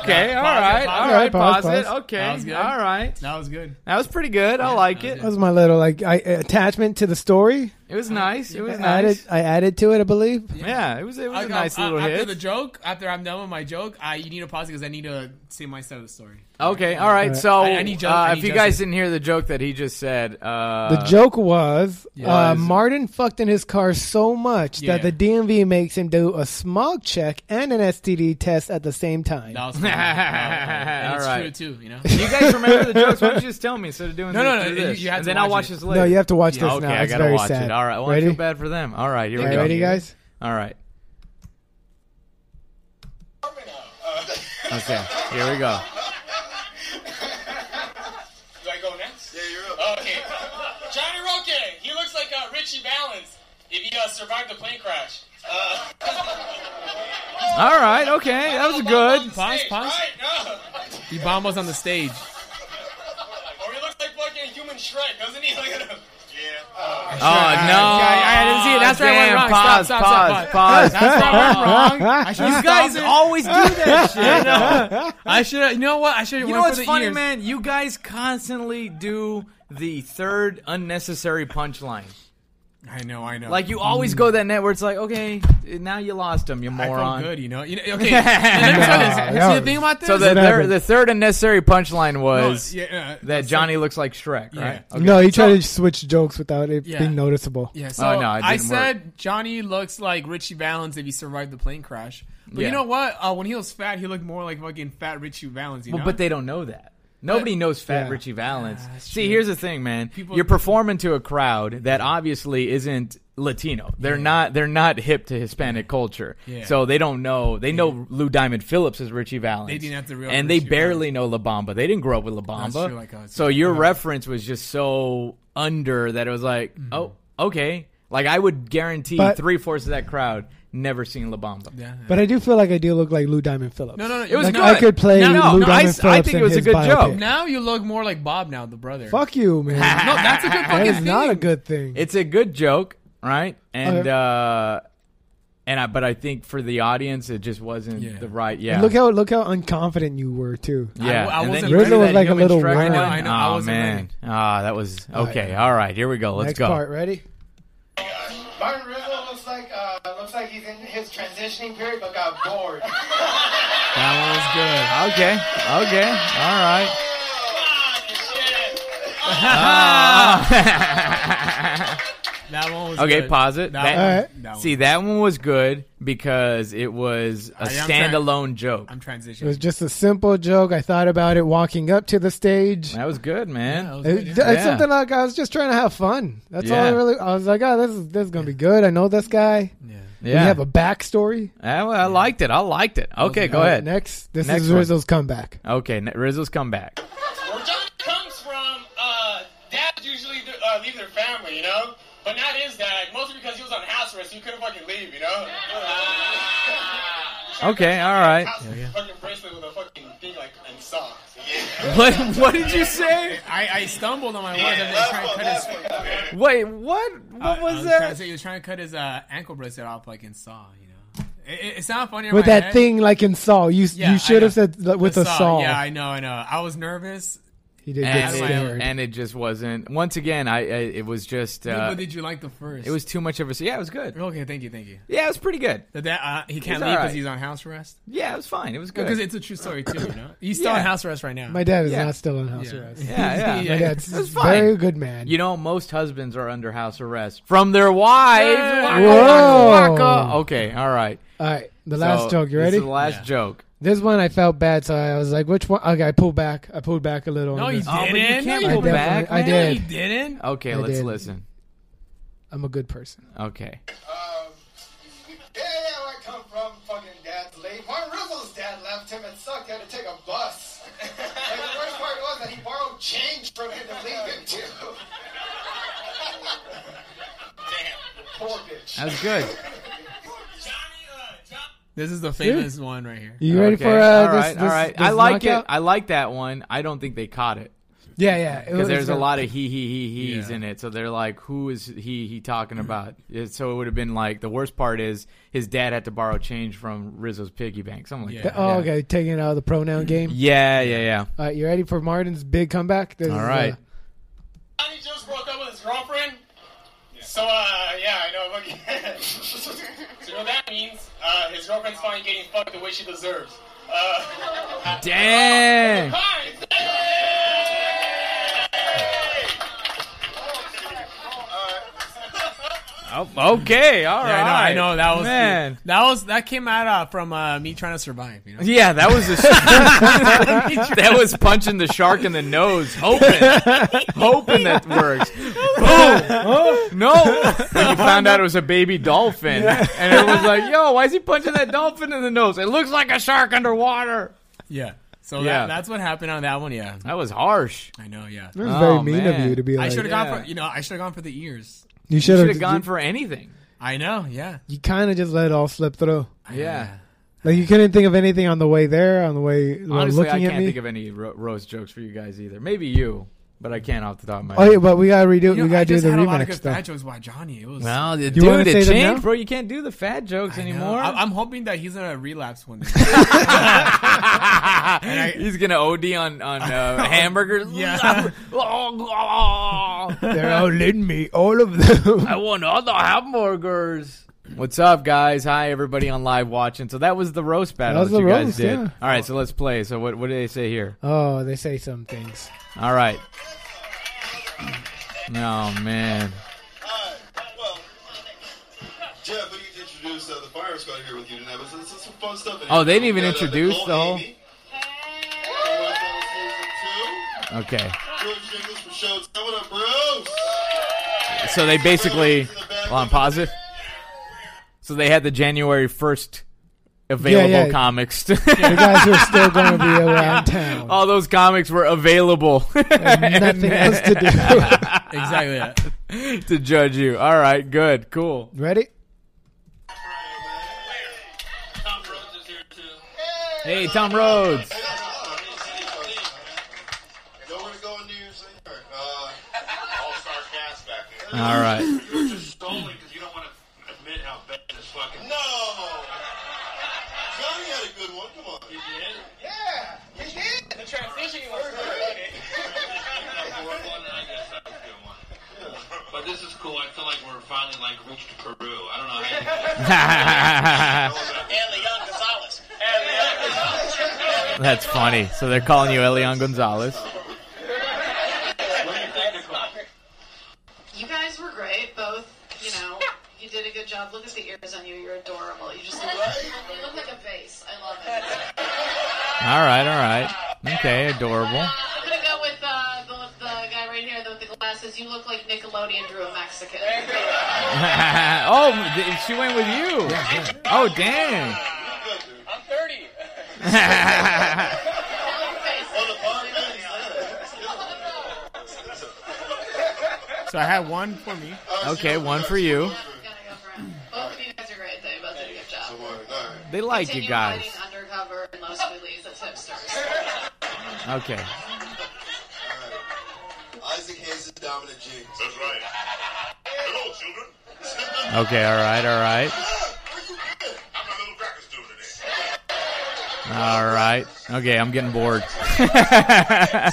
[SPEAKER 2] Okay. all right.
[SPEAKER 4] pause it,
[SPEAKER 2] all
[SPEAKER 4] pause
[SPEAKER 2] right.
[SPEAKER 3] it,
[SPEAKER 2] Pause,
[SPEAKER 3] pause,
[SPEAKER 2] it.
[SPEAKER 3] pause.
[SPEAKER 2] Okay.
[SPEAKER 4] That was good.
[SPEAKER 2] All right.
[SPEAKER 4] That was good.
[SPEAKER 2] That was pretty good. I like it.
[SPEAKER 3] That was my little like I, attachment to the story.
[SPEAKER 2] It was nice. It was
[SPEAKER 3] I added
[SPEAKER 2] nice.
[SPEAKER 3] I added to it, I believe.
[SPEAKER 2] Yeah. It was. It was
[SPEAKER 4] I
[SPEAKER 2] a
[SPEAKER 4] got-
[SPEAKER 2] nice
[SPEAKER 4] uh,
[SPEAKER 2] little
[SPEAKER 4] after the
[SPEAKER 2] hit.
[SPEAKER 4] joke, after I'm done with my joke, I you need to pause because I need to say my side of the story.
[SPEAKER 2] Okay. All right. So,
[SPEAKER 4] I- I need Jus-
[SPEAKER 2] uh,
[SPEAKER 4] I
[SPEAKER 2] if
[SPEAKER 4] need
[SPEAKER 2] you guys
[SPEAKER 4] Justin.
[SPEAKER 2] didn't hear the joke that he just said, uh,
[SPEAKER 3] The joke was, uh,
[SPEAKER 2] Was-
[SPEAKER 3] Martin fucked in his car so much that the
[SPEAKER 4] Yeah.
[SPEAKER 3] DMV makes him do a smog check and an STD test at the same time.
[SPEAKER 4] That was funny. and Oh, it's
[SPEAKER 2] All right.
[SPEAKER 4] true too, you know.
[SPEAKER 2] You guys remember the jokes? Why don't you just tell me instead of doing
[SPEAKER 4] No, no,
[SPEAKER 2] this-
[SPEAKER 4] no,
[SPEAKER 2] do
[SPEAKER 4] you-
[SPEAKER 2] this?
[SPEAKER 4] you have
[SPEAKER 2] and
[SPEAKER 4] to
[SPEAKER 2] then I'll
[SPEAKER 4] watch
[SPEAKER 2] watch
[SPEAKER 4] it.
[SPEAKER 2] this later.
[SPEAKER 3] no, you have to watch this
[SPEAKER 2] okay,
[SPEAKER 3] now.
[SPEAKER 2] I
[SPEAKER 3] It's
[SPEAKER 2] gotta
[SPEAKER 3] very
[SPEAKER 2] watch
[SPEAKER 3] sad.
[SPEAKER 2] it. All right, well,
[SPEAKER 3] ready?
[SPEAKER 2] I feel bad for them. All right, here
[SPEAKER 3] All
[SPEAKER 2] we
[SPEAKER 3] right,
[SPEAKER 2] go.
[SPEAKER 3] ready, guys?
[SPEAKER 2] All right, okay, here we go.
[SPEAKER 6] Do I go next? Oh,
[SPEAKER 5] yeah, you're up.
[SPEAKER 6] Okay. Johnny Roque, he looks like uh, Richie Valens if he uh, survived the plane crash. Uh,
[SPEAKER 2] All right, okay, that was good.
[SPEAKER 4] Pause,
[SPEAKER 6] stage,
[SPEAKER 4] pause.
[SPEAKER 6] Right? No.
[SPEAKER 4] He bombed us on the stage.
[SPEAKER 6] Or he looks like fucking human Shrek, doesn't he? Look at him.
[SPEAKER 2] Oh no, I
[SPEAKER 4] didn't see it. That's where I went
[SPEAKER 2] Damn,
[SPEAKER 4] wrong. Stop,
[SPEAKER 2] Pause,
[SPEAKER 4] stop,
[SPEAKER 2] pause,
[SPEAKER 4] stop,
[SPEAKER 2] pause.
[SPEAKER 4] That's not wrong. I should
[SPEAKER 2] You guys always do that shit.
[SPEAKER 4] I should. You know what? I should.
[SPEAKER 2] You know what's funny, man? You guys constantly do the third unnecessary punchline.
[SPEAKER 4] I know. I know.
[SPEAKER 2] Like you always go that net where it's like, okay, now you lost him, you
[SPEAKER 4] Hmm. I feel
[SPEAKER 2] moron.
[SPEAKER 4] good. You know. You know okay. Let me tell you this.
[SPEAKER 3] Yeah.
[SPEAKER 4] See the thing about this.
[SPEAKER 2] So the,
[SPEAKER 3] What
[SPEAKER 2] thir-
[SPEAKER 3] happened?
[SPEAKER 2] the third unnecessary punchline
[SPEAKER 4] No,
[SPEAKER 2] was
[SPEAKER 4] yeah, uh,
[SPEAKER 2] that
[SPEAKER 4] so-
[SPEAKER 2] Johnny looks like Shrek,
[SPEAKER 4] Yeah.
[SPEAKER 2] right?
[SPEAKER 3] No, he tried to switch jokes without it
[SPEAKER 4] Yeah.
[SPEAKER 3] being noticeable.
[SPEAKER 4] Yeah,
[SPEAKER 2] Oh,
[SPEAKER 4] so
[SPEAKER 2] no, it
[SPEAKER 4] I
[SPEAKER 2] didn't
[SPEAKER 4] said Johnny looks like Richie Valens if he survived the plane crash. But
[SPEAKER 2] Yeah.
[SPEAKER 4] you know what? Uh, when he was fat, he looked more like fucking fat Richie Valens. You
[SPEAKER 2] Well,
[SPEAKER 4] know? Ah,
[SPEAKER 2] but they don't know that. Nobody knows Fat
[SPEAKER 3] Yeah.
[SPEAKER 2] Richie Valens. See, here's the thing, man.
[SPEAKER 4] People-
[SPEAKER 2] You're performing to a crowd that obviously isn't Latino. They're not. They're not hip to Hispanic culture.
[SPEAKER 4] Yeah.
[SPEAKER 2] So they don't know. They know Lou Diamond Phillips is Richie Valens.
[SPEAKER 4] They didn't have the real
[SPEAKER 2] And
[SPEAKER 4] Richie
[SPEAKER 2] they barely know La Bamba. They didn't grow up with La Bamba.
[SPEAKER 4] That's true, like uh, us.
[SPEAKER 2] so your reference was just so under that it was like,
[SPEAKER 4] Mm-hmm.
[SPEAKER 2] oh, okay. Like I would guarantee
[SPEAKER 3] But-
[SPEAKER 2] three fourths of that crowd never seen La Bamba.
[SPEAKER 4] yeah.
[SPEAKER 3] But I do feel like I do look like Lou Diamond Phillips.
[SPEAKER 4] no, no, no.
[SPEAKER 2] It was
[SPEAKER 3] Like,
[SPEAKER 2] good.
[SPEAKER 3] I could play
[SPEAKER 2] No, no,
[SPEAKER 3] Lou
[SPEAKER 2] no, I,
[SPEAKER 3] Diamond
[SPEAKER 2] s- I
[SPEAKER 3] Phillips
[SPEAKER 2] think
[SPEAKER 3] in
[SPEAKER 2] it was a
[SPEAKER 3] his
[SPEAKER 2] good
[SPEAKER 3] biopic.
[SPEAKER 2] joke.
[SPEAKER 4] now you look more like Bob now, the brother.
[SPEAKER 3] Fuck you, man.
[SPEAKER 4] No, that's a good
[SPEAKER 3] that
[SPEAKER 4] fucking
[SPEAKER 3] is
[SPEAKER 4] thing.
[SPEAKER 3] not a good thing.
[SPEAKER 2] It's a good joke, right? And
[SPEAKER 3] Okay.
[SPEAKER 2] uh and I but I think for the audience it just wasn't
[SPEAKER 4] Yeah.
[SPEAKER 2] the right yeah.
[SPEAKER 3] Look how look how unconfident you were too.
[SPEAKER 2] yeah,
[SPEAKER 4] I- I
[SPEAKER 2] and then
[SPEAKER 4] wasn't
[SPEAKER 2] you
[SPEAKER 4] ready.
[SPEAKER 2] do
[SPEAKER 4] Rizzo
[SPEAKER 2] that
[SPEAKER 4] was
[SPEAKER 3] like a
[SPEAKER 2] human
[SPEAKER 3] little
[SPEAKER 2] Shrek
[SPEAKER 3] wine.
[SPEAKER 2] again?
[SPEAKER 3] No,
[SPEAKER 4] I know,
[SPEAKER 2] oh,
[SPEAKER 4] I wasn't
[SPEAKER 2] man.
[SPEAKER 4] ready.
[SPEAKER 2] Ah, that was okay. All right, here we go. Let's
[SPEAKER 3] Next
[SPEAKER 2] go.
[SPEAKER 3] part, ready?
[SPEAKER 5] Martin Rizzo looks like uh, looks like he's in his transitioning period but got bored.
[SPEAKER 4] That
[SPEAKER 2] Okay. Okay. All right.
[SPEAKER 4] one was good. That one was
[SPEAKER 2] Okay,
[SPEAKER 4] good.
[SPEAKER 2] pause it.
[SPEAKER 4] Oh, That
[SPEAKER 2] That-
[SPEAKER 4] one-
[SPEAKER 3] All right.
[SPEAKER 4] that one.
[SPEAKER 2] See, that one was good because it was a
[SPEAKER 4] I am trying-
[SPEAKER 2] standalone joke.
[SPEAKER 4] I'm
[SPEAKER 3] It was
[SPEAKER 4] transitioning.
[SPEAKER 3] just a simple joke. I thought about it walking up to the stage.
[SPEAKER 2] That was good, man.
[SPEAKER 4] That was
[SPEAKER 3] It-
[SPEAKER 4] good, yeah.
[SPEAKER 3] It's
[SPEAKER 2] Yeah.
[SPEAKER 3] something like I was just trying to have fun. That's all I
[SPEAKER 2] Yeah.
[SPEAKER 3] really. I was like, oh, this is this is gonna be good. I know this guy.
[SPEAKER 2] yeah.
[SPEAKER 3] We have a backstory.
[SPEAKER 2] I, Eh, I liked it. I liked it. Okay, go
[SPEAKER 3] All right,
[SPEAKER 2] ahead.
[SPEAKER 3] Next, this
[SPEAKER 2] Next
[SPEAKER 3] is
[SPEAKER 2] one.
[SPEAKER 3] Rizzo's comeback.
[SPEAKER 2] Okay, n- Rizzo's comeback.
[SPEAKER 6] Where Johnny comes from, uh, dads usually uh, leave their family, you know? But not his dad, mostly because he was on house arrest, so he couldn't fucking leave, you know?
[SPEAKER 2] Okay, all right.
[SPEAKER 6] House Fucking bracelet with a fucking thing like and socks.
[SPEAKER 2] What what did you say?
[SPEAKER 4] I, I stumbled on my words. I was
[SPEAKER 5] Last
[SPEAKER 4] trying to
[SPEAKER 5] one,
[SPEAKER 4] cut
[SPEAKER 5] last
[SPEAKER 4] his.
[SPEAKER 5] one, last one.
[SPEAKER 2] Wait, what? What
[SPEAKER 4] I
[SPEAKER 2] was
[SPEAKER 4] was trying to
[SPEAKER 2] that?
[SPEAKER 4] say- he was trying to cut his uh, ankle bracelet off like in Saw, you know. It, it, it sounded funny. in
[SPEAKER 3] With
[SPEAKER 4] my
[SPEAKER 3] that
[SPEAKER 4] head.
[SPEAKER 3] thing like in Saw, you
[SPEAKER 4] Yeah,
[SPEAKER 3] you
[SPEAKER 4] I
[SPEAKER 3] should
[SPEAKER 4] know.
[SPEAKER 3] have said like, with a saw.
[SPEAKER 4] Yeah, I know, I know. I was nervous.
[SPEAKER 3] He did get
[SPEAKER 2] And
[SPEAKER 4] That's my
[SPEAKER 3] scared.
[SPEAKER 2] it, and it just wasn't. Once again, I, I it was just
[SPEAKER 4] Dude,
[SPEAKER 2] uh,
[SPEAKER 4] what did you like the first?
[SPEAKER 2] it was too much of a. Yeah, it was good.
[SPEAKER 4] okay. Thank you, thank you.
[SPEAKER 2] Yeah, it was pretty good.
[SPEAKER 4] That, that uh, he
[SPEAKER 2] It's
[SPEAKER 4] can't
[SPEAKER 2] all
[SPEAKER 4] leave because
[SPEAKER 2] right.
[SPEAKER 4] he's on house arrest.
[SPEAKER 2] Yeah, it was fine. It was good.
[SPEAKER 4] Because it's a true story too. You know, he's still
[SPEAKER 2] Yeah.
[SPEAKER 4] on house arrest right now.
[SPEAKER 3] My dad is
[SPEAKER 2] Yeah.
[SPEAKER 3] not still on house arrest.
[SPEAKER 2] yeah, yeah.
[SPEAKER 3] My
[SPEAKER 4] Yeah.
[SPEAKER 3] dad's
[SPEAKER 2] It was
[SPEAKER 3] a
[SPEAKER 2] fine.
[SPEAKER 3] very good man.
[SPEAKER 2] you know, most husbands are under house arrest from their wives.
[SPEAKER 4] Yeah.
[SPEAKER 2] Waka,
[SPEAKER 3] Whoa.
[SPEAKER 2] waka, waka. Okay, all right.
[SPEAKER 3] All right, the last
[SPEAKER 2] So,
[SPEAKER 3] joke. You
[SPEAKER 2] this
[SPEAKER 3] ready?
[SPEAKER 2] is the last
[SPEAKER 4] Yeah.
[SPEAKER 2] joke.
[SPEAKER 3] This one I felt bad, so I was like, "Which one?" Okay, I pulled back. I pulled back a little.
[SPEAKER 4] no,
[SPEAKER 3] on
[SPEAKER 4] you
[SPEAKER 3] this.
[SPEAKER 4] didn't.
[SPEAKER 2] Oh, but you can't
[SPEAKER 4] no,
[SPEAKER 3] I
[SPEAKER 2] pull
[SPEAKER 3] definitely-
[SPEAKER 2] back,
[SPEAKER 3] I
[SPEAKER 2] man.
[SPEAKER 4] No, you
[SPEAKER 3] did.
[SPEAKER 4] didn't.
[SPEAKER 2] Okay,
[SPEAKER 3] I
[SPEAKER 2] let's
[SPEAKER 3] did.
[SPEAKER 2] listen.
[SPEAKER 3] I'm a good person.
[SPEAKER 2] Okay.
[SPEAKER 5] Um, yeah, yeah, where I come from, fucking dad's late. Martin Rizzo's dad left him and sucked. He had to take a bus. and the worst part was that he borrowed change from him to leave him too. Damn, poor bitch.
[SPEAKER 2] That was good.
[SPEAKER 6] uh,
[SPEAKER 4] This is the famous one right here.
[SPEAKER 3] You ready
[SPEAKER 2] Okay,
[SPEAKER 3] for uh,
[SPEAKER 2] all right,
[SPEAKER 3] this,
[SPEAKER 2] all
[SPEAKER 3] this-
[SPEAKER 2] right.
[SPEAKER 3] this
[SPEAKER 2] I like
[SPEAKER 3] knockout?
[SPEAKER 2] it. I like that one. I don't think they caught it.
[SPEAKER 3] Yeah, yeah.
[SPEAKER 2] because there's a lot of he he he he's
[SPEAKER 4] Yeah.
[SPEAKER 2] in it. So they're like, who is he he talking about? It- So it would have been like the worst part is his dad had to borrow change from Rizzo's piggy bank, something like
[SPEAKER 4] Yeah.
[SPEAKER 2] that.
[SPEAKER 3] Oh, okay. Taking it out of the pronoun game.
[SPEAKER 2] Yeah, yeah, yeah.
[SPEAKER 3] All right, you ready for Martin's big comeback? This
[SPEAKER 2] Mm-hmm. All
[SPEAKER 3] is,
[SPEAKER 2] right.
[SPEAKER 3] uh,
[SPEAKER 6] Johnny just broke up with his girlfriend. So, uh, yeah, I know. fucking- so, you know what that means? Uh, his girlfriend's finally getting fucked the way she deserves. Uh,
[SPEAKER 2] Dang.
[SPEAKER 6] Hi!
[SPEAKER 2] Oh, okay, all right.
[SPEAKER 4] Yeah, I know. I know that was
[SPEAKER 2] man.
[SPEAKER 4] that was that came out uh, from uh, me trying to survive. You know,
[SPEAKER 2] Yeah, that was a, that was punching the shark in the nose, hoping, hoping that works. Boom! No, and you found out it was a baby dolphin, and everyone's like, "Yo, why is he punching that dolphin in the nose? It looks like a shark underwater."
[SPEAKER 4] yeah. So
[SPEAKER 2] Yeah.
[SPEAKER 4] That, that's what happened on that one. Yeah,
[SPEAKER 2] That was harsh.
[SPEAKER 4] I know. Yeah,
[SPEAKER 3] That was
[SPEAKER 2] Oh,
[SPEAKER 3] very mean
[SPEAKER 2] man.
[SPEAKER 3] of you to be
[SPEAKER 4] I
[SPEAKER 3] like.
[SPEAKER 4] should have
[SPEAKER 2] yeah.
[SPEAKER 4] gone for you know I should have gone for the ears.
[SPEAKER 3] you should
[SPEAKER 2] Should
[SPEAKER 3] have
[SPEAKER 2] have gone for anything.
[SPEAKER 4] I know. Yeah,
[SPEAKER 3] You kind of just let it all slip through.
[SPEAKER 2] Yeah.
[SPEAKER 3] Like you couldn't think of anything on the way there, on the way while
[SPEAKER 2] Honestly, I
[SPEAKER 3] looking
[SPEAKER 2] can't
[SPEAKER 3] at me.
[SPEAKER 2] think of any ro- roast jokes for you guys either. Maybe you, but I can't off the top of my head.
[SPEAKER 3] oh yeah, but we gotta redo. it.
[SPEAKER 4] You know,
[SPEAKER 3] we gotta
[SPEAKER 4] I
[SPEAKER 3] do
[SPEAKER 4] just
[SPEAKER 3] the
[SPEAKER 4] had a lot of
[SPEAKER 3] remix
[SPEAKER 4] good
[SPEAKER 3] stuff.
[SPEAKER 4] fat jokes by Johnny. It was
[SPEAKER 2] Well, dude,
[SPEAKER 3] you wanna
[SPEAKER 2] it
[SPEAKER 3] say them
[SPEAKER 2] changed,
[SPEAKER 3] now?
[SPEAKER 2] bro. You can't do the fat jokes
[SPEAKER 4] I know.
[SPEAKER 2] anymore.
[SPEAKER 4] I, am hoping that he's gonna relapse one day. I-
[SPEAKER 2] He's gonna OD on on uh, hamburgers.
[SPEAKER 4] Yeah.
[SPEAKER 3] They're outletting me, all of them.
[SPEAKER 2] I want other hamburgers. What's up, guys? Hi, everybody on live watching. So that was the roast battle
[SPEAKER 3] That was
[SPEAKER 2] that
[SPEAKER 3] the
[SPEAKER 2] you guys
[SPEAKER 3] roast,
[SPEAKER 2] did.
[SPEAKER 3] yeah.
[SPEAKER 2] All right, so let's play. So what what do they say here?
[SPEAKER 3] oh, they say some things.
[SPEAKER 2] All right. Oh man.
[SPEAKER 5] Alright, well, Jeff, we need to introduce uh, the fire squad here with you tonight. But it's, it's some fun stuff. in here.
[SPEAKER 2] Oh, they didn't even
[SPEAKER 5] We got,
[SPEAKER 2] introduce
[SPEAKER 5] Nicole
[SPEAKER 2] the whole-
[SPEAKER 5] Amy. Everyone's on season
[SPEAKER 2] Okay.
[SPEAKER 5] two. George Jingles from Showtime. What up, Bruce?
[SPEAKER 2] So they basically hold on pause it. So they had the January first available
[SPEAKER 3] yeah.
[SPEAKER 2] comics.
[SPEAKER 3] The guys who are still going to be around town.
[SPEAKER 2] All those comics were available.
[SPEAKER 3] Nothing else to
[SPEAKER 4] exactly. Yeah.
[SPEAKER 2] to judge you. All right, good, cool.
[SPEAKER 3] do. Ready?
[SPEAKER 6] Tom Rhodes is here too.
[SPEAKER 2] Hey, Tom Rhodes.
[SPEAKER 5] Nowhere to go in New Year's Eve. Uh,
[SPEAKER 6] All-star cast back here.
[SPEAKER 2] All right.
[SPEAKER 6] You were just stalling because you don't want to admit how bad this fucking.
[SPEAKER 5] no. Johnny had a good one. Come on. He did. Yeah, he did.
[SPEAKER 6] The transition was good.
[SPEAKER 7] I guess that was a good one. But this is cool. I feel like we're finally like reached Peru. I don't know. How you
[SPEAKER 2] That's
[SPEAKER 6] And Leon Gonzalez. And Leon Gonzalez.
[SPEAKER 2] funny. So they're calling you Elian Gonzalez.
[SPEAKER 8] You guys were great, both. You know, you did a good job. Look at the ears on you; you're adorable. You just look, you look like a vase. I love it.
[SPEAKER 2] All right, all right. Okay, adorable.
[SPEAKER 8] I'm gonna go with uh, the, the guy right here with the glasses. You look like Nickelodeon drew a Mexican.
[SPEAKER 2] oh, th- she went with you. Oh, dang.
[SPEAKER 6] I'm 30.
[SPEAKER 4] So I had one for me.
[SPEAKER 2] okay, one for you.
[SPEAKER 8] Gotta go for him. Both of you guys are great. They both did a good job.
[SPEAKER 2] They like you
[SPEAKER 8] Continue
[SPEAKER 2] guys.
[SPEAKER 8] hiding undercover in Los Feliz. That's hipsters.
[SPEAKER 2] Okay.
[SPEAKER 5] Isaac Hayes and Dominic James.
[SPEAKER 7] That's right. Hello, children.
[SPEAKER 2] Okay, all right, all right.
[SPEAKER 7] I'm a little cracker student today.
[SPEAKER 2] All right. Okay, I'm getting bored.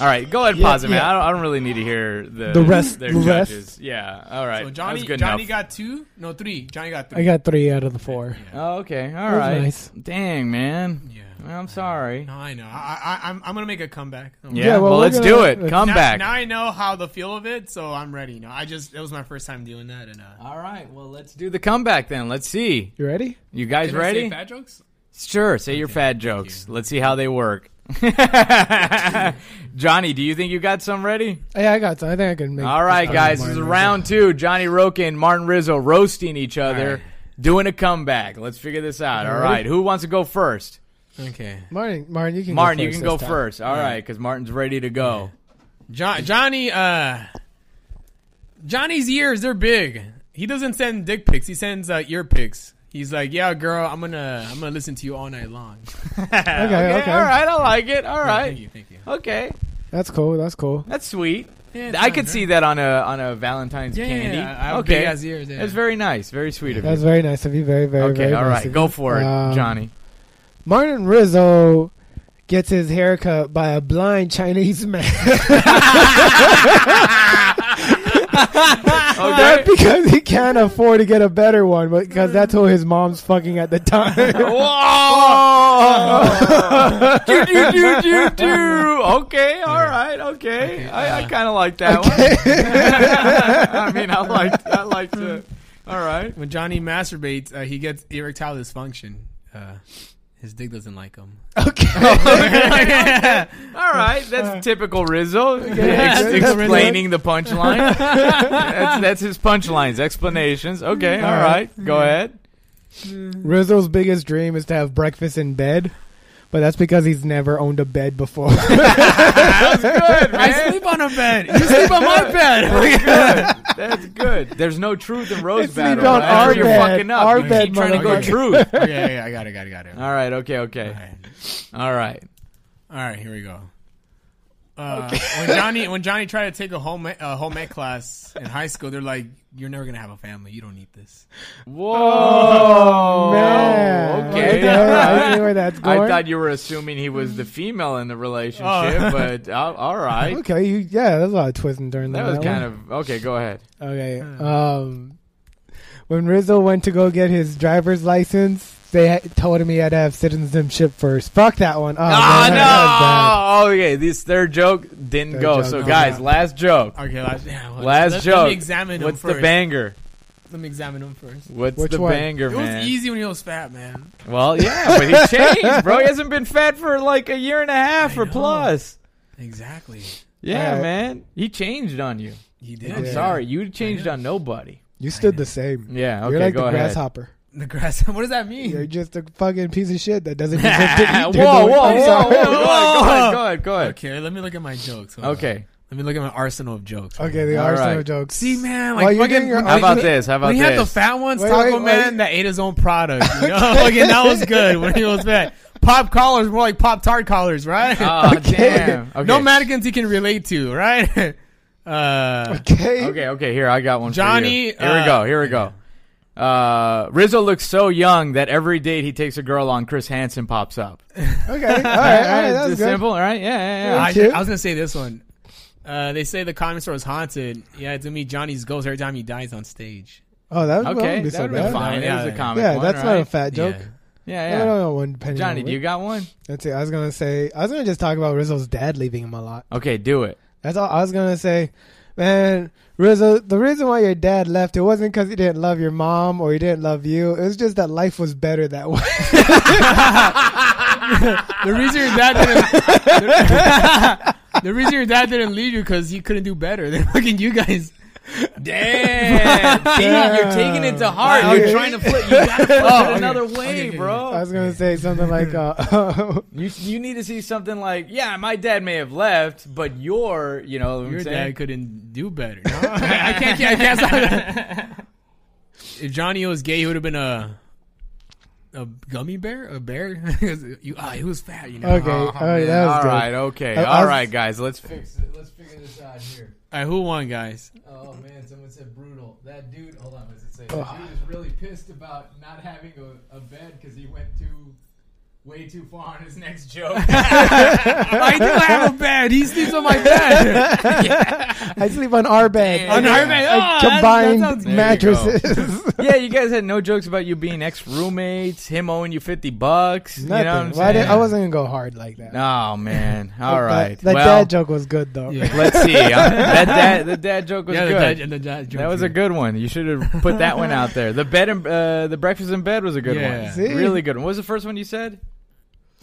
[SPEAKER 2] all right, go ahead and pause it, man.
[SPEAKER 3] yeah.
[SPEAKER 2] I, don't, I don't really need to hear the,
[SPEAKER 3] The rest-
[SPEAKER 2] Their
[SPEAKER 3] the rest.
[SPEAKER 2] judges. Yeah. All right.
[SPEAKER 4] So
[SPEAKER 2] that was
[SPEAKER 4] Johnny
[SPEAKER 2] good
[SPEAKER 4] Johnny
[SPEAKER 2] enough.
[SPEAKER 4] got two, no three. Johnny got three.
[SPEAKER 3] I got three out of the four.
[SPEAKER 2] Oh, okay. All
[SPEAKER 3] was
[SPEAKER 2] right.
[SPEAKER 3] nice.
[SPEAKER 2] Dang, man.
[SPEAKER 4] Yeah.
[SPEAKER 2] Well, I'm sorry.
[SPEAKER 4] No, I know. I, I, I'm I'm gonna make a comeback. I'm-
[SPEAKER 2] Yeah,
[SPEAKER 3] Yeah, well,
[SPEAKER 2] well,
[SPEAKER 3] we're
[SPEAKER 2] let's
[SPEAKER 3] gonna-
[SPEAKER 2] do it. Come
[SPEAKER 4] now,
[SPEAKER 2] back.
[SPEAKER 4] Now I know how the feel of it, so I'm ready. You know, I just it was my first time doing that, and uh,
[SPEAKER 2] All right. Well, let's do the comeback then. Let's see.
[SPEAKER 3] You ready?
[SPEAKER 2] You guys
[SPEAKER 4] Can I
[SPEAKER 2] ready?
[SPEAKER 4] say fat jokes?
[SPEAKER 2] Sure. Say your fad jokes. Let's see how they work. Johnny, do you think you got some ready?
[SPEAKER 3] Yeah, I got some. I think I can make.
[SPEAKER 2] All right,
[SPEAKER 3] this
[SPEAKER 2] guys.
[SPEAKER 3] one
[SPEAKER 2] This is
[SPEAKER 3] tomorrow.
[SPEAKER 2] round two. Johnny Roca and Martin Rizzo roasting each other, doing a comeback. Let's figure this out. All
[SPEAKER 3] Alright.
[SPEAKER 2] right. Who wants to go first?
[SPEAKER 4] Okay,
[SPEAKER 3] Martin, Martin, you can.
[SPEAKER 2] Martin,
[SPEAKER 3] go
[SPEAKER 2] you
[SPEAKER 3] first
[SPEAKER 2] can
[SPEAKER 3] this
[SPEAKER 2] go
[SPEAKER 3] time.
[SPEAKER 2] first. All right, because Martin's ready to go.
[SPEAKER 4] John, Johnny. Uh, Johnny's ears—they're big. He doesn't send dick pics. He sends uh, ear pics. He's like, "Yeah, girl, I'm gonna I'm gonna listen to you all night long."
[SPEAKER 2] okay,
[SPEAKER 3] okay.
[SPEAKER 2] All right, I like it. All right.
[SPEAKER 4] Thank you, thank you.
[SPEAKER 2] Okay,
[SPEAKER 3] That's cool. That's cool.
[SPEAKER 2] that's sweet.
[SPEAKER 4] Yeah, it's
[SPEAKER 2] I
[SPEAKER 4] fine,
[SPEAKER 2] could
[SPEAKER 4] right?
[SPEAKER 2] see that on a on a Valentine's
[SPEAKER 4] Yeah, yeah,
[SPEAKER 2] candy.
[SPEAKER 4] yeah, I have
[SPEAKER 2] okay,
[SPEAKER 4] big ass ears, yeah.
[SPEAKER 2] that's very nice. Very sweet of
[SPEAKER 3] That's
[SPEAKER 2] you.
[SPEAKER 3] very nice of you. Very, very,
[SPEAKER 2] okay,
[SPEAKER 3] very
[SPEAKER 2] all
[SPEAKER 3] nice
[SPEAKER 2] right,
[SPEAKER 3] of
[SPEAKER 2] go
[SPEAKER 3] you.
[SPEAKER 2] for it,
[SPEAKER 3] Um,
[SPEAKER 2] Johnny.
[SPEAKER 3] Martin Rizzo gets his haircut by a blind Chinese man. Not
[SPEAKER 2] Okay.
[SPEAKER 3] because he can't afford to get a better one, but because that's who his mom's fucking at the time.
[SPEAKER 2] Whoa! do, do, do, do, do. Okay, all right, okay. I, I kind of like that one. I mean, I like I like to. All right.
[SPEAKER 4] When Johnny masturbates, uh, he gets erectile dysfunction. Uh, his dick doesn't like him.
[SPEAKER 2] All right, that's typical Rizzo. Ex-
[SPEAKER 3] Rizzo.
[SPEAKER 2] explaining the punchline. that's, that's his punchlines, explanations. Okay, all right, go ahead.
[SPEAKER 3] Rizzo's biggest dream is to have breakfast in bed, but that's because he's never owned a bed before.
[SPEAKER 2] Oh,
[SPEAKER 4] I sleep on a bed. You sleep on my bed.
[SPEAKER 2] That's good. There's no truth in
[SPEAKER 3] It's
[SPEAKER 2] rose
[SPEAKER 3] me
[SPEAKER 2] battle.
[SPEAKER 3] down
[SPEAKER 2] right?
[SPEAKER 3] our
[SPEAKER 2] You're
[SPEAKER 3] bed,
[SPEAKER 2] fucking up.
[SPEAKER 3] our
[SPEAKER 2] you
[SPEAKER 3] bed,
[SPEAKER 2] keep trying to go
[SPEAKER 4] motherfucker.
[SPEAKER 2] truth.
[SPEAKER 4] yeah, yeah, yeah, I got it, got it, got it.
[SPEAKER 2] All right, okay, okay. All right.
[SPEAKER 4] All right, here we go. Uh, when Johnny when Johnny tried to take a home ec- uh, home ec class in high school, they're like, "You're never gonna have a family. You don't need this."
[SPEAKER 2] Whoa.
[SPEAKER 3] Oh,
[SPEAKER 2] Oh,
[SPEAKER 3] man.
[SPEAKER 2] Okay.
[SPEAKER 3] I know- I see where that's
[SPEAKER 2] I
[SPEAKER 3] going.
[SPEAKER 2] thought you were assuming he was the female in the relationship,
[SPEAKER 4] Oh.
[SPEAKER 2] but uh, all right.
[SPEAKER 3] okay, you, yeah, there's a lot of twisting during
[SPEAKER 2] That
[SPEAKER 3] that.
[SPEAKER 2] was kind of Hmm. okay. Go ahead.
[SPEAKER 3] Okay. Um, when Rizzo went to go get his driver's license, they had told him he had to have citizenship first. Fuck that one. Oh,
[SPEAKER 2] Ah
[SPEAKER 3] man, that- that was
[SPEAKER 2] no! Okay, this third joke didn't
[SPEAKER 3] Third
[SPEAKER 2] go.
[SPEAKER 3] joke
[SPEAKER 2] so
[SPEAKER 3] didn't
[SPEAKER 2] guys,
[SPEAKER 3] go.
[SPEAKER 2] last joke,
[SPEAKER 4] Okay, last, yeah, well,
[SPEAKER 2] last
[SPEAKER 4] let,
[SPEAKER 2] joke.
[SPEAKER 4] Let me examine him
[SPEAKER 2] What's
[SPEAKER 4] first.
[SPEAKER 2] the banger?
[SPEAKER 4] Let me examine him first.
[SPEAKER 2] What's
[SPEAKER 3] Which
[SPEAKER 2] the
[SPEAKER 3] one?
[SPEAKER 2] banger,
[SPEAKER 4] It
[SPEAKER 2] man?
[SPEAKER 4] was easy when he was fat, man.
[SPEAKER 2] Well, yeah, but he changed, bro. He hasn't been fat for like a year and a half
[SPEAKER 4] I
[SPEAKER 2] or
[SPEAKER 4] know.
[SPEAKER 2] plus.
[SPEAKER 4] Exactly.
[SPEAKER 2] Yeah,
[SPEAKER 3] Alright.
[SPEAKER 2] man, he changed on you.
[SPEAKER 4] He did.
[SPEAKER 2] I'm
[SPEAKER 3] Yeah.
[SPEAKER 2] sorry, you changed on nobody.
[SPEAKER 3] bad. You stood the same.
[SPEAKER 2] Yeah, okay,
[SPEAKER 3] You're like
[SPEAKER 2] go
[SPEAKER 3] the
[SPEAKER 2] ahead.
[SPEAKER 3] grasshopper.
[SPEAKER 4] The grass. What does that mean?
[SPEAKER 3] You're just a fucking piece of shit that doesn't.
[SPEAKER 2] whoa,
[SPEAKER 3] deserve
[SPEAKER 2] whoa,
[SPEAKER 3] to eat.
[SPEAKER 2] whoa, whoa,
[SPEAKER 3] I'm sorry.
[SPEAKER 2] whoa, Go ahead, go ahead, go ahead.
[SPEAKER 4] Okay, let me look at my jokes. Hold on.
[SPEAKER 2] Okay.
[SPEAKER 4] Let me look at my arsenal of jokes.
[SPEAKER 3] Okay, the
[SPEAKER 2] All
[SPEAKER 3] Arsenal
[SPEAKER 2] right.
[SPEAKER 3] jokes.
[SPEAKER 4] See, man,
[SPEAKER 3] While
[SPEAKER 4] like
[SPEAKER 3] you're
[SPEAKER 4] fucking.
[SPEAKER 3] doing your-
[SPEAKER 2] How about this? How about
[SPEAKER 4] when he
[SPEAKER 2] this?
[SPEAKER 4] had the fat ones,
[SPEAKER 3] Wait,
[SPEAKER 4] Taco
[SPEAKER 3] wait, wait.
[SPEAKER 4] Man that ate his own product. You know? Fucking that was good when he was fat. Pop collars, more like pop tart collars, right?
[SPEAKER 2] Oh, damn. Okay.
[SPEAKER 4] No mannequins he can relate to, right? Uh,
[SPEAKER 3] Okay.
[SPEAKER 2] Okay, okay, here I got one. for you.
[SPEAKER 4] Johnny,
[SPEAKER 2] here we
[SPEAKER 4] uh,
[SPEAKER 2] go. Here we go. Uh, Rizzo looks so young that every date he takes a girl on, Chris Hansen pops up.
[SPEAKER 3] Okay. All right. All right.
[SPEAKER 2] Is
[SPEAKER 3] That's
[SPEAKER 2] this
[SPEAKER 3] good.
[SPEAKER 2] simple. All right. Yeah. Yeah. yeah.
[SPEAKER 4] I,
[SPEAKER 3] cute.
[SPEAKER 4] I was gonna say this one. Uh, they say the comic store is haunted. Yeah, it's gonna be Johnny's ghost every time he dies on stage.
[SPEAKER 3] Oh, that was
[SPEAKER 2] okay.
[SPEAKER 3] okay.
[SPEAKER 2] That
[SPEAKER 3] so
[SPEAKER 2] would have been
[SPEAKER 3] bad.
[SPEAKER 2] fine.
[SPEAKER 4] Yeah,
[SPEAKER 2] It was a
[SPEAKER 4] yeah.
[SPEAKER 2] comic.
[SPEAKER 3] Yeah,
[SPEAKER 2] one,
[SPEAKER 3] that's
[SPEAKER 2] right?
[SPEAKER 3] not a fat joke.
[SPEAKER 4] Yeah.
[SPEAKER 3] I
[SPEAKER 2] Yeah.
[SPEAKER 3] don't
[SPEAKER 2] Yeah.
[SPEAKER 3] know one penny.
[SPEAKER 2] Johnny, do you got one?
[SPEAKER 3] That's it. I was gonna say. I was gonna just talk about Rizzo's dad leaving him a lot.
[SPEAKER 2] Okay, do it.
[SPEAKER 3] That's all I was gonna say, man. Rizzo, the reason why your dad left it wasn't because he didn't love your mom or he didn't love you. It was just that life was better that way.
[SPEAKER 4] The reason your dad didn't. the reason your dad didn't leave you because he couldn't do better than fucking you guys.
[SPEAKER 2] Damn,
[SPEAKER 3] Damn.
[SPEAKER 2] you're taking it to heart.
[SPEAKER 3] Wow,
[SPEAKER 2] You're
[SPEAKER 3] okay.
[SPEAKER 2] trying to flip. You gotta flip
[SPEAKER 4] Oh,
[SPEAKER 2] it
[SPEAKER 4] okay.
[SPEAKER 2] another
[SPEAKER 4] Okay,
[SPEAKER 2] way,
[SPEAKER 4] okay, okay.
[SPEAKER 2] bro.
[SPEAKER 3] I was gonna say something like, uh,
[SPEAKER 2] You you need to see something like, yeah, my dad may have left, but your, you know, what I'm
[SPEAKER 4] Your
[SPEAKER 2] saying?
[SPEAKER 4] dad couldn't do better. No, I can't. I can't stop that. If Johnny was gay, he would have been a a gummy bear, a bear. you, ah, he was fat, you know.
[SPEAKER 3] okay, all right, Oh, that was
[SPEAKER 2] All
[SPEAKER 3] good.
[SPEAKER 2] right, okay,
[SPEAKER 3] I- I
[SPEAKER 2] all
[SPEAKER 3] was-
[SPEAKER 2] right, guys, let's fix it. Let's figure this out here.
[SPEAKER 4] All right, who won, guys?
[SPEAKER 2] Oh man, someone said brutal. That dude, hold on, what does it say? That dude is really pissed about not having a, a bed because he went too, way too far on his next joke.
[SPEAKER 4] I do have a bed. He sleeps on my bed.
[SPEAKER 3] I sleep on our bed.
[SPEAKER 2] Damn. On our
[SPEAKER 4] bed. Oh,
[SPEAKER 3] I
[SPEAKER 4] that-
[SPEAKER 3] combined
[SPEAKER 4] that sounds
[SPEAKER 2] good.
[SPEAKER 3] mattresses.
[SPEAKER 2] yeah, you guys had no jokes about you being ex roommates, him owing you fifty bucks. You know what I'm
[SPEAKER 3] Nothing. Why did,
[SPEAKER 2] saying?
[SPEAKER 3] I wasn't gonna go hard like that.
[SPEAKER 2] Oh man, all
[SPEAKER 3] That-
[SPEAKER 2] right.
[SPEAKER 3] That,
[SPEAKER 2] well,
[SPEAKER 3] dad joke was good though.
[SPEAKER 4] Yeah.
[SPEAKER 2] Let's see. Uh, that dad, the dad joke was
[SPEAKER 4] yeah,
[SPEAKER 2] good.
[SPEAKER 4] the dad, and the dad
[SPEAKER 2] That was a good one. You should have put that one out there. The bed and uh, the breakfast in bed was a good
[SPEAKER 4] Yeah.
[SPEAKER 2] one.
[SPEAKER 3] See?
[SPEAKER 2] Really good one. What was the first one you said?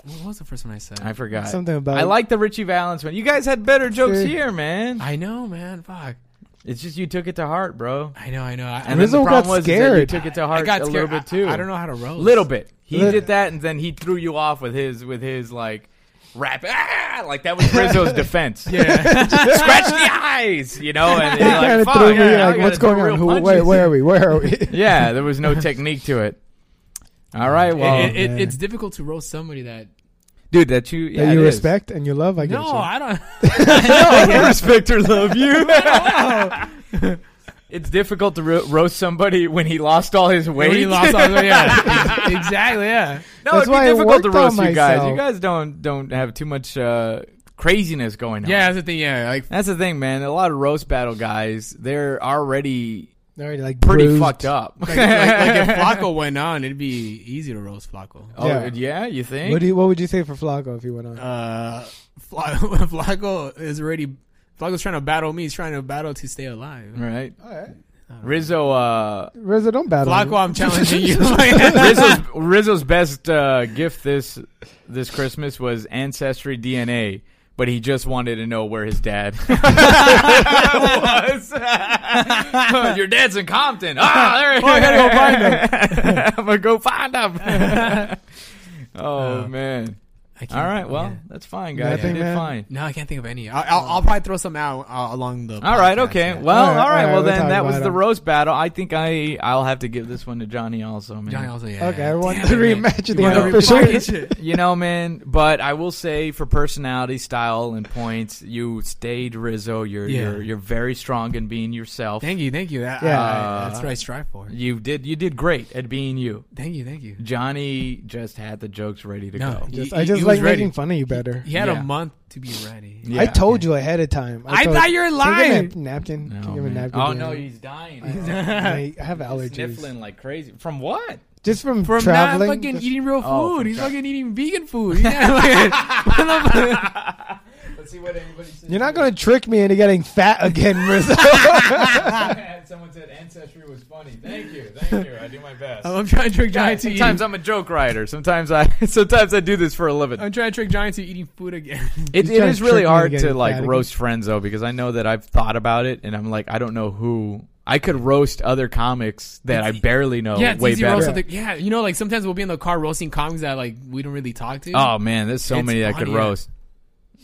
[SPEAKER 4] What was the first one I said?
[SPEAKER 2] I forgot.
[SPEAKER 3] Something about
[SPEAKER 2] I like the Richie Valens one. You guys had better jokes
[SPEAKER 3] See?
[SPEAKER 2] here, man.
[SPEAKER 4] I know, man. Fuck.
[SPEAKER 2] It's just you took it to heart, bro.
[SPEAKER 4] I know. I know. I,
[SPEAKER 2] And then
[SPEAKER 3] Rizzo
[SPEAKER 2] the problem
[SPEAKER 3] got
[SPEAKER 2] was is that
[SPEAKER 3] scared.
[SPEAKER 2] you took it to
[SPEAKER 4] I
[SPEAKER 2] heart
[SPEAKER 4] got
[SPEAKER 2] a
[SPEAKER 4] scared.
[SPEAKER 2] little bit too.
[SPEAKER 4] I, I don't know how to roast.
[SPEAKER 2] Little bit. He
[SPEAKER 3] Lit-
[SPEAKER 2] did that, and then he threw you off with his with his like rap. Ah! Like that was Rizzo's defense.
[SPEAKER 4] Yeah.
[SPEAKER 2] Scratch the eyes, you know. And,
[SPEAKER 3] It
[SPEAKER 2] you're
[SPEAKER 3] kind
[SPEAKER 2] like,
[SPEAKER 3] of
[SPEAKER 2] "Fuck,
[SPEAKER 3] threw me
[SPEAKER 2] yeah, I
[SPEAKER 3] like,
[SPEAKER 2] gotta
[SPEAKER 3] what's
[SPEAKER 2] throw
[SPEAKER 3] going
[SPEAKER 2] real
[SPEAKER 3] on? Who,
[SPEAKER 2] punches
[SPEAKER 3] wait,
[SPEAKER 2] here."
[SPEAKER 3] where are we? Where are we?
[SPEAKER 2] Yeah, there was no technique to it. All right, well,
[SPEAKER 4] it, it,
[SPEAKER 3] man.
[SPEAKER 4] it's difficult to roast somebody that.
[SPEAKER 2] dude, that you yeah,
[SPEAKER 3] that you
[SPEAKER 2] it is.
[SPEAKER 3] respect and you love. I guess.
[SPEAKER 4] No, I don't.
[SPEAKER 3] respect or love you.
[SPEAKER 2] It's difficult to ro- roast somebody when he lost all his weight.
[SPEAKER 4] When he lost all the yeah, exactly. Yeah,
[SPEAKER 2] no,
[SPEAKER 3] That's
[SPEAKER 2] it'd
[SPEAKER 3] why I
[SPEAKER 2] be difficult to
[SPEAKER 3] worked on
[SPEAKER 2] roast you guys.
[SPEAKER 3] myself.
[SPEAKER 2] You guys don't don't have too much uh, craziness going on.
[SPEAKER 4] yeah. That's the thing. Yeah, like
[SPEAKER 2] that's the thing, man. A lot of roast battle guys, they're already
[SPEAKER 3] Already like
[SPEAKER 2] pretty
[SPEAKER 3] bruised.
[SPEAKER 2] fucked up.
[SPEAKER 4] like, like, like if Flacco went on, it'd be easy to roast Flacco.
[SPEAKER 2] oh,
[SPEAKER 3] Yeah.
[SPEAKER 2] yeah. you think?
[SPEAKER 3] What do you, What would you say for Flacco if he went on?
[SPEAKER 4] Uh, Fla- Flacco is already. Flacco's trying to battle me. He's trying to battle to stay alive.
[SPEAKER 2] right,
[SPEAKER 3] All right,
[SPEAKER 2] Rizzo. Uh,
[SPEAKER 3] Rizzo, don't battle.
[SPEAKER 4] Flacco,
[SPEAKER 3] me.
[SPEAKER 4] I'm challenging you.
[SPEAKER 2] Rizzo's, Rizzo's best uh, gift this this Christmas was ancestry DNA, but he just wanted to know where his dad was. Your dad's in Compton. Ah, there. I gotta go find him. I'm gonna go find him. oh man!
[SPEAKER 4] I can't-
[SPEAKER 2] All right, well
[SPEAKER 4] yeah.
[SPEAKER 2] that's fine, guys.
[SPEAKER 3] Nothing,
[SPEAKER 2] you did
[SPEAKER 3] man.
[SPEAKER 2] fine.
[SPEAKER 4] no, I can't think of any. I- I'll, I'll, probably throw some out uh, along the.
[SPEAKER 2] All right,
[SPEAKER 4] podcast,
[SPEAKER 2] okay.
[SPEAKER 4] yeah.
[SPEAKER 2] Well, all
[SPEAKER 3] All
[SPEAKER 2] right.
[SPEAKER 3] right, all right,
[SPEAKER 2] well,
[SPEAKER 3] we're
[SPEAKER 2] then
[SPEAKER 3] talking
[SPEAKER 2] that was
[SPEAKER 3] about
[SPEAKER 2] the
[SPEAKER 3] him.
[SPEAKER 2] roast battle. I think I I'll have to give this one to Johnny also, man.
[SPEAKER 4] Johnny also, yeah.
[SPEAKER 3] Okay, I want
[SPEAKER 4] Damn
[SPEAKER 3] the
[SPEAKER 4] it, man.
[SPEAKER 3] rematch of
[SPEAKER 4] You
[SPEAKER 3] the
[SPEAKER 4] want a
[SPEAKER 3] unofficial.
[SPEAKER 4] rematch?
[SPEAKER 2] you know, man. But I will say, for personality, style, and points, you stayed Rizzo. You're
[SPEAKER 4] Yeah.
[SPEAKER 2] you're, you're very strong in being yourself.
[SPEAKER 4] Thank you, thank you. That,
[SPEAKER 3] Yeah.
[SPEAKER 4] I- I- that's what I strive for.
[SPEAKER 2] You did you did great at being you.
[SPEAKER 4] Thank you, thank you.
[SPEAKER 2] Johnny just had the jokes ready to
[SPEAKER 4] No,
[SPEAKER 2] go.
[SPEAKER 4] he-
[SPEAKER 3] I
[SPEAKER 4] he-
[SPEAKER 3] just
[SPEAKER 4] he was
[SPEAKER 3] like
[SPEAKER 4] ready.
[SPEAKER 3] making fun of you better.
[SPEAKER 4] He had
[SPEAKER 2] Yeah.
[SPEAKER 4] a month to be ready.
[SPEAKER 2] Yeah.
[SPEAKER 3] I told you ahead of time.
[SPEAKER 4] I
[SPEAKER 3] told-
[SPEAKER 4] thought you were
[SPEAKER 3] Can give me a
[SPEAKER 4] lying.
[SPEAKER 3] napkin.
[SPEAKER 2] No,
[SPEAKER 3] Can you give me a
[SPEAKER 2] man.
[SPEAKER 3] napkin.
[SPEAKER 2] oh
[SPEAKER 3] Yeah.
[SPEAKER 2] no, he's dying. Oh,
[SPEAKER 3] I I have allergies.
[SPEAKER 2] Sniffling like crazy. From what?
[SPEAKER 3] Just from,
[SPEAKER 4] From
[SPEAKER 3] traveling.
[SPEAKER 4] not fucking
[SPEAKER 3] just-
[SPEAKER 4] eating real food.
[SPEAKER 2] Oh, from
[SPEAKER 4] He's
[SPEAKER 2] tra-
[SPEAKER 4] fucking eating vegan food. He's not fucking-
[SPEAKER 2] Let's see what everybody says.
[SPEAKER 3] You're not going to trick me into getting fat again, Rizzo.
[SPEAKER 4] Ah.
[SPEAKER 2] Someone said ancestry was funny. Thank you, thank you. I do my best.
[SPEAKER 4] I'm trying to trick Johnny to eating.
[SPEAKER 2] Sometimes I'm a joke writer. Sometimes I sometimes I do this for a living.
[SPEAKER 4] I'm trying to trick Giants to eating food again.
[SPEAKER 2] It,
[SPEAKER 3] He's
[SPEAKER 2] it
[SPEAKER 3] trying
[SPEAKER 2] is
[SPEAKER 3] to
[SPEAKER 2] really
[SPEAKER 3] trick me
[SPEAKER 2] hard
[SPEAKER 3] into
[SPEAKER 2] to
[SPEAKER 3] getting
[SPEAKER 2] like
[SPEAKER 3] fat again.
[SPEAKER 2] roast friends though because I know that I've thought about it and I'm like I don't know who I could roast other comics that I barely know
[SPEAKER 4] yeah, it's
[SPEAKER 2] Oh, way
[SPEAKER 4] easy to roast
[SPEAKER 2] better.
[SPEAKER 4] something. Yeah, you know, like sometimes we'll be in the car roasting comics that like we don't really talk to.
[SPEAKER 2] Oh man, there's so
[SPEAKER 4] It's
[SPEAKER 2] many that I could
[SPEAKER 4] funny, yeah.
[SPEAKER 2] roast.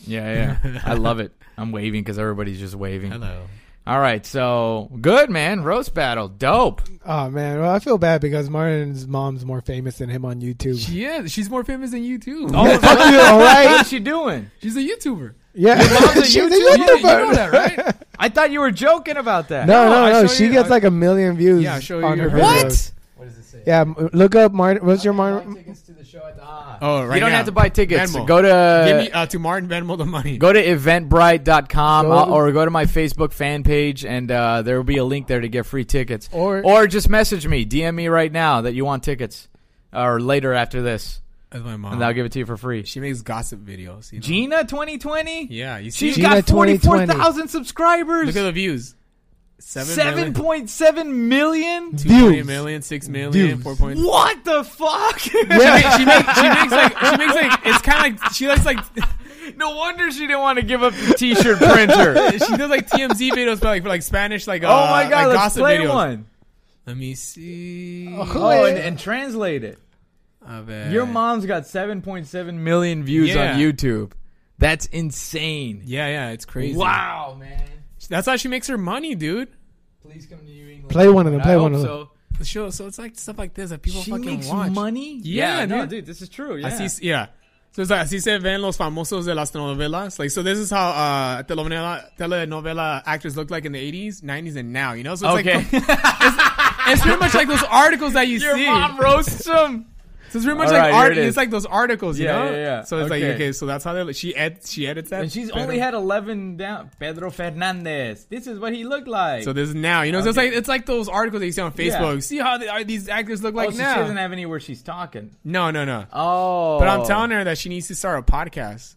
[SPEAKER 2] Yeah, yeah. I love it. I'm waving because everybody's just waving.
[SPEAKER 4] hello.
[SPEAKER 2] All right, so good man, roast battle, dope.
[SPEAKER 3] oh, man. Well, I feel bad because Martin's mom's more famous than him on YouTube.
[SPEAKER 4] She is. She's more famous than you too.
[SPEAKER 2] Oh,
[SPEAKER 3] Fuck you, all right?
[SPEAKER 2] What's she doing?
[SPEAKER 4] she's a YouTuber.
[SPEAKER 3] Yeah.
[SPEAKER 2] mom's a
[SPEAKER 3] She's
[SPEAKER 2] YouTuber.
[SPEAKER 4] You, you know
[SPEAKER 3] YouTuber.
[SPEAKER 4] that, right?
[SPEAKER 2] I thought you were joking about that.
[SPEAKER 3] No,
[SPEAKER 4] No,
[SPEAKER 3] no,
[SPEAKER 4] I
[SPEAKER 3] no.
[SPEAKER 4] show
[SPEAKER 3] She
[SPEAKER 4] you-
[SPEAKER 3] gets
[SPEAKER 4] I-
[SPEAKER 3] like a million views
[SPEAKER 4] Yeah, I'll show you
[SPEAKER 3] on her
[SPEAKER 4] your
[SPEAKER 3] videos.
[SPEAKER 4] videos.
[SPEAKER 2] What does it say?
[SPEAKER 3] Yeah, m- look up Martin. What's your Martin?
[SPEAKER 2] tickets to the show at the
[SPEAKER 4] Oh, right
[SPEAKER 2] you don't
[SPEAKER 4] now.
[SPEAKER 2] have to buy tickets.
[SPEAKER 4] Venmo.
[SPEAKER 2] Go to
[SPEAKER 4] Give me uh, to Martin Venmo the money.
[SPEAKER 2] go to eventbrite.com
[SPEAKER 3] Go-
[SPEAKER 2] uh, or go to my Facebook fan page and uh, there will be a link there to get free tickets.
[SPEAKER 3] Or-
[SPEAKER 2] or just message me, DM me right now that you want tickets or later after this
[SPEAKER 4] That's my mom.
[SPEAKER 2] and I'll give it to you for free.
[SPEAKER 4] she makes gossip videos. You know?
[SPEAKER 2] Gina 2020?
[SPEAKER 4] Yeah, you see.
[SPEAKER 2] She's
[SPEAKER 3] Gina
[SPEAKER 2] got 44,000 subscribers.
[SPEAKER 4] Look at the views. Seven, million,
[SPEAKER 2] 7.7 million?
[SPEAKER 4] two million,
[SPEAKER 3] Views.
[SPEAKER 4] million, six million,
[SPEAKER 3] Views.
[SPEAKER 4] four point.
[SPEAKER 2] What the fuck?
[SPEAKER 3] Yeah.
[SPEAKER 4] She makes, she makes like she makes like it's kind of like she looks like
[SPEAKER 2] no wonder she didn't want to give up the t-shirt printer.
[SPEAKER 4] she does like TMZ videos but like for like Spanish like uh,
[SPEAKER 2] Oh my god,
[SPEAKER 4] like
[SPEAKER 2] let's
[SPEAKER 4] gossip
[SPEAKER 2] play
[SPEAKER 4] videos.
[SPEAKER 2] one.
[SPEAKER 4] Let me see.
[SPEAKER 2] Oh, and, and translate it.
[SPEAKER 4] A ver.
[SPEAKER 2] Your mom's got 7.7 million views
[SPEAKER 4] Yeah.
[SPEAKER 2] on YouTube. That's insane.
[SPEAKER 4] Yeah, yeah, it's crazy.
[SPEAKER 2] Wow, man.
[SPEAKER 4] that's how she makes her money, dude.
[SPEAKER 2] Please come to New England.
[SPEAKER 3] Play one of them, play
[SPEAKER 2] I
[SPEAKER 3] one
[SPEAKER 2] hope
[SPEAKER 3] of them.
[SPEAKER 4] Sure. So it's like stuff like this that people
[SPEAKER 2] So. She
[SPEAKER 4] fucking
[SPEAKER 2] makes
[SPEAKER 4] watch.
[SPEAKER 2] money?
[SPEAKER 4] Yeah,
[SPEAKER 2] no,
[SPEAKER 4] dude.
[SPEAKER 2] dude, this is true. Yeah.
[SPEAKER 4] Así, yeah. So it's like, así se ven los famosos de las telenovelas. Like, so this is how uh, telenovela, telenovela actors look like in the 80s, 90s, and now, you know? So it's
[SPEAKER 2] okay.
[SPEAKER 4] like, it's pretty much like those articles that you
[SPEAKER 2] Your
[SPEAKER 4] see.
[SPEAKER 2] mom roasts him.
[SPEAKER 4] So it's pretty much
[SPEAKER 2] All
[SPEAKER 4] like
[SPEAKER 2] right,
[SPEAKER 4] art.
[SPEAKER 2] here it is.
[SPEAKER 4] It's like those articles, you
[SPEAKER 2] Yeah,
[SPEAKER 4] know?
[SPEAKER 2] yeah, yeah.
[SPEAKER 4] So it's
[SPEAKER 2] Okay.
[SPEAKER 4] like, okay, so that's how they look. She, ed- she edits that.
[SPEAKER 2] And she's
[SPEAKER 4] better.
[SPEAKER 2] only had 11 down. Pedro Fernandez. This is what he looked like.
[SPEAKER 4] So this is now, you know? So it's like, it's like those articles that you see on Facebook.
[SPEAKER 2] Yeah.
[SPEAKER 4] See how they, are these actors look
[SPEAKER 2] oh,
[SPEAKER 4] like
[SPEAKER 2] so she
[SPEAKER 4] now?
[SPEAKER 2] doesn't have any where she's talking.
[SPEAKER 4] no, no, no.
[SPEAKER 2] Oh.
[SPEAKER 4] But I'm telling her that she needs to start a podcast.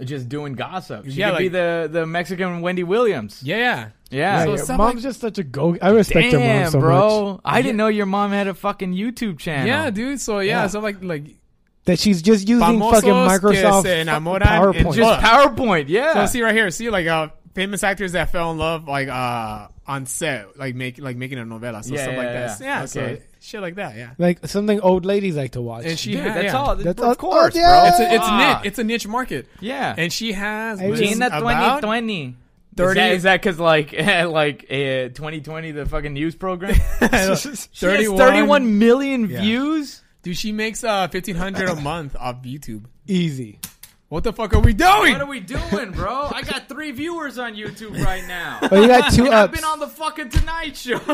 [SPEAKER 2] Just doing gossip. She
[SPEAKER 4] Yeah,
[SPEAKER 2] could be
[SPEAKER 4] like-
[SPEAKER 2] the, the Mexican Wendy Williams.
[SPEAKER 4] Yeah, yeah.
[SPEAKER 2] Yeah.
[SPEAKER 4] So
[SPEAKER 3] Yeah,
[SPEAKER 4] stuff
[SPEAKER 3] mom's
[SPEAKER 4] like-
[SPEAKER 3] just such a go. I respect your mom
[SPEAKER 2] Damn,
[SPEAKER 3] so
[SPEAKER 2] bro.
[SPEAKER 3] much
[SPEAKER 2] I didn't know your mom had a fucking YouTube channel.
[SPEAKER 4] Yeah, dude. So yeah,
[SPEAKER 3] Yeah.
[SPEAKER 4] so like, like,
[SPEAKER 3] that she's just using
[SPEAKER 4] Famosos
[SPEAKER 3] fucking
[SPEAKER 4] que se
[SPEAKER 3] Microsoft fucking
[SPEAKER 4] enamoran
[SPEAKER 3] PowerPoint.
[SPEAKER 4] and
[SPEAKER 2] Just PowerPoint, yeah.
[SPEAKER 4] So see right here, see like uh famous actors that fell in love like uh on set, like make like making a novela, so
[SPEAKER 2] Yeah,
[SPEAKER 4] stuff
[SPEAKER 2] yeah,
[SPEAKER 4] like that.
[SPEAKER 2] yeah.
[SPEAKER 4] Yeah,
[SPEAKER 2] Okay.
[SPEAKER 4] so shit like that, yeah.
[SPEAKER 3] like something old ladies like to watch.
[SPEAKER 4] And she
[SPEAKER 2] Dude,
[SPEAKER 4] had-
[SPEAKER 2] that's
[SPEAKER 4] yeah.
[SPEAKER 2] all.
[SPEAKER 3] That's
[SPEAKER 2] of
[SPEAKER 3] all-
[SPEAKER 2] course, bro.
[SPEAKER 3] oh, yeah.
[SPEAKER 4] It's a, it's
[SPEAKER 2] Ah.
[SPEAKER 4] niche. It's a niche market.
[SPEAKER 2] Yeah.
[SPEAKER 4] And she has
[SPEAKER 3] Hey,
[SPEAKER 4] was
[SPEAKER 3] Gina
[SPEAKER 4] about
[SPEAKER 2] 2020.
[SPEAKER 4] 30
[SPEAKER 2] Is that because like like eh, uh, 2020 the fucking news program? she has
[SPEAKER 4] 31
[SPEAKER 2] 31 million
[SPEAKER 4] Yeah.
[SPEAKER 2] views.
[SPEAKER 4] Dude, she makes uh fifteen hundred a month off YouTube.
[SPEAKER 3] Easy.
[SPEAKER 4] What the fuck are we doing?
[SPEAKER 2] What are we doing, bro? I got three viewers on YouTube right now.
[SPEAKER 3] But Oh, you got two
[SPEAKER 2] I've
[SPEAKER 3] ups.
[SPEAKER 2] been on the fucking Tonight Show.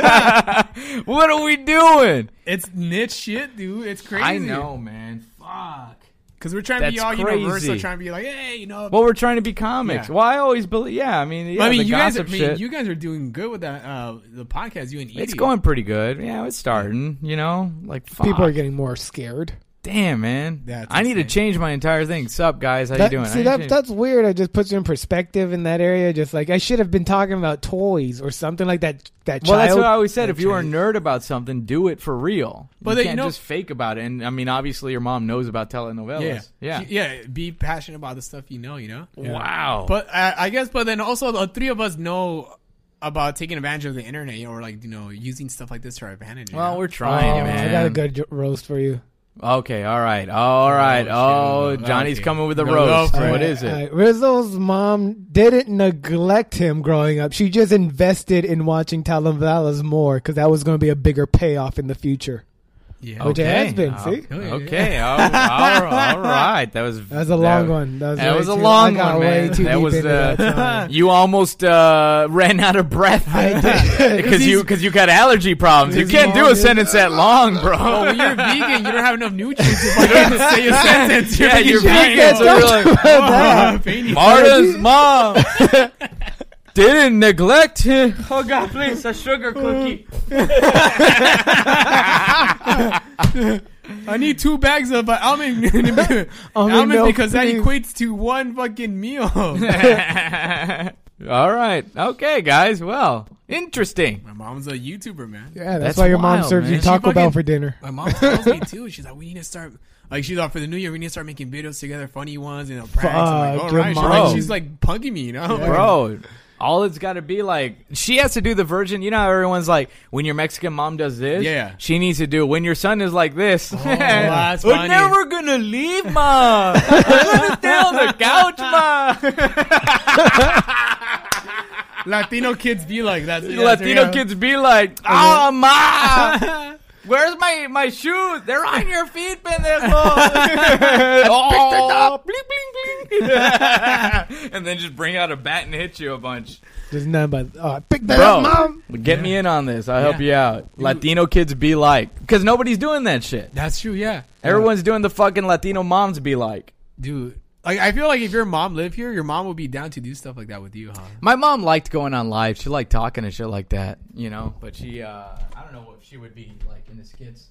[SPEAKER 2] what are we doing?
[SPEAKER 4] it's niche shit, dude. It's crazy.
[SPEAKER 2] I know, man. Fuck.
[SPEAKER 4] because we're trying to be
[SPEAKER 2] That's
[SPEAKER 4] all universal,
[SPEAKER 2] crazy.
[SPEAKER 4] trying to be like, hey, you know.
[SPEAKER 2] Well, we're trying to be comics.
[SPEAKER 4] Yeah.
[SPEAKER 2] Well, I always believe. Yeah, I mean, yeah,
[SPEAKER 4] I mean,
[SPEAKER 2] the
[SPEAKER 4] you guys, I
[SPEAKER 2] gossip
[SPEAKER 4] mean,
[SPEAKER 2] shit.
[SPEAKER 4] you guys are doing good with that. Uh, the podcast, you and Edie.
[SPEAKER 2] it's going pretty good. Yeah, it's starting. You know, like fuck.
[SPEAKER 3] People are getting more scared.
[SPEAKER 2] Damn, man.
[SPEAKER 4] That's
[SPEAKER 2] I need to
[SPEAKER 4] insane.
[SPEAKER 2] change my entire thing. Sup, guys? How
[SPEAKER 3] That-
[SPEAKER 2] you doing? I
[SPEAKER 3] See,
[SPEAKER 2] need to
[SPEAKER 3] that,
[SPEAKER 2] change-
[SPEAKER 3] that's weird. It just puts you in perspective in that area. Just like I should have been talking about toys or something like that. That
[SPEAKER 2] well, that's
[SPEAKER 3] child.
[SPEAKER 2] what I always said. If you were a nerd about something, do it for real.
[SPEAKER 4] But
[SPEAKER 2] you
[SPEAKER 4] they-
[SPEAKER 2] can't
[SPEAKER 4] you know-
[SPEAKER 2] just fake about it. And I mean, obviously, your mom knows about telenovelas.
[SPEAKER 4] Yeah,
[SPEAKER 2] yeah.
[SPEAKER 4] She- yeah. Be passionate about the stuff you know. You know.
[SPEAKER 2] Wow.
[SPEAKER 4] But I, I guess, but then also the three of us know about taking advantage of the internet, you know, or like you know using stuff like this to our advantage. you
[SPEAKER 2] well,
[SPEAKER 4] know?
[SPEAKER 2] we're
[SPEAKER 3] Oh,
[SPEAKER 2] trying, man.
[SPEAKER 3] I got a good jo- roast for you.
[SPEAKER 2] Okay, all right, all right.
[SPEAKER 4] Oh,
[SPEAKER 2] Oh,
[SPEAKER 4] shit.
[SPEAKER 2] Johnny's
[SPEAKER 4] Okay.
[SPEAKER 2] coming with a
[SPEAKER 4] Go
[SPEAKER 2] roast.
[SPEAKER 4] for it.
[SPEAKER 2] What
[SPEAKER 4] All
[SPEAKER 2] is
[SPEAKER 3] Uh,
[SPEAKER 2] it?
[SPEAKER 3] Rizzo's mom didn't neglect him growing up. She just invested in watching telenovelas more because that was going to be a bigger payoff in the future.
[SPEAKER 4] yeah.
[SPEAKER 3] Which it
[SPEAKER 2] Okay.
[SPEAKER 3] has been.
[SPEAKER 2] Oh,
[SPEAKER 3] see,
[SPEAKER 4] yeah.
[SPEAKER 2] Okay, all, all, all right. That was
[SPEAKER 3] that was a long one. That was,
[SPEAKER 2] That
[SPEAKER 3] way
[SPEAKER 2] was a
[SPEAKER 3] too-
[SPEAKER 2] long
[SPEAKER 3] I got
[SPEAKER 2] one,
[SPEAKER 3] way
[SPEAKER 2] man.
[SPEAKER 3] Too
[SPEAKER 2] That
[SPEAKER 3] deep
[SPEAKER 2] was
[SPEAKER 3] into that
[SPEAKER 2] uh,
[SPEAKER 3] song.
[SPEAKER 2] you almost uh, ran out of breath because you because you got allergy problems. You
[SPEAKER 3] These
[SPEAKER 2] can't do a
[SPEAKER 3] mornings-
[SPEAKER 2] sentence that long, bro.
[SPEAKER 9] Oh,
[SPEAKER 4] When you're vegan, you don't have enough nutrients. If you don't even say a sentence,
[SPEAKER 2] yeah, you're
[SPEAKER 4] vegan.
[SPEAKER 2] vegan. So you're like,
[SPEAKER 4] Oh, vegan.
[SPEAKER 2] Marta's mom didn't neglect him.
[SPEAKER 9] Oh God, please, a sugar cookie.
[SPEAKER 4] I need two bags of uh, almond, almond,
[SPEAKER 3] Almond milk,
[SPEAKER 4] because that
[SPEAKER 3] please.
[SPEAKER 4] equates to one fucking meal.
[SPEAKER 2] All right, okay, guys. Well, interesting.
[SPEAKER 4] My mom's a YouTuber, man.
[SPEAKER 3] Yeah, that's,
[SPEAKER 2] That's
[SPEAKER 3] why your mom
[SPEAKER 2] wild,
[SPEAKER 3] serves
[SPEAKER 2] man.
[SPEAKER 3] you
[SPEAKER 2] She
[SPEAKER 3] Taco Bell
[SPEAKER 4] fucking-
[SPEAKER 3] for dinner.
[SPEAKER 4] My mom tells me too. She's like, we need to start. Like she's like, for the new year, we need to start making videos together, funny ones, and you know, pranks.
[SPEAKER 3] Fuck,
[SPEAKER 4] I'm like, all
[SPEAKER 3] your
[SPEAKER 4] right. She's
[SPEAKER 3] mom.
[SPEAKER 4] like, she's like punking me, you know,
[SPEAKER 2] bro. All it's got to be like she has to do the virgin. You know, how everyone's like when your Mexican mom does this.
[SPEAKER 4] Yeah. Oh,
[SPEAKER 2] she needs to do when your son is like this.
[SPEAKER 4] that's
[SPEAKER 2] We're
[SPEAKER 4] funny.
[SPEAKER 2] never gonna leave, ma. I'm gonna stay on the couch, ma.
[SPEAKER 4] Latino kids be like that.
[SPEAKER 2] The Latino kids be like, ah, ma. Where's my, my shoes? They're on your feet, pendejo. oh, bling, bling,
[SPEAKER 4] Oh.
[SPEAKER 2] bling. and then just bring out a bat and hit you a bunch.
[SPEAKER 3] There's none but oh, pick that
[SPEAKER 2] Bro,
[SPEAKER 3] up, mom.
[SPEAKER 2] get me in on this. I'll help you out. Latino kids be like, because nobody's doing that shit.
[SPEAKER 4] That's true. Yeah,
[SPEAKER 2] Everyone's doing the fucking Latino moms be like.
[SPEAKER 4] dude. Like I feel like if your mom lived here, your mom would be down to do stuff like that with you, huh?
[SPEAKER 2] My mom liked going on live. She liked talking and shit like that, you know. But she, uh, I don't know what she would be like in the skits.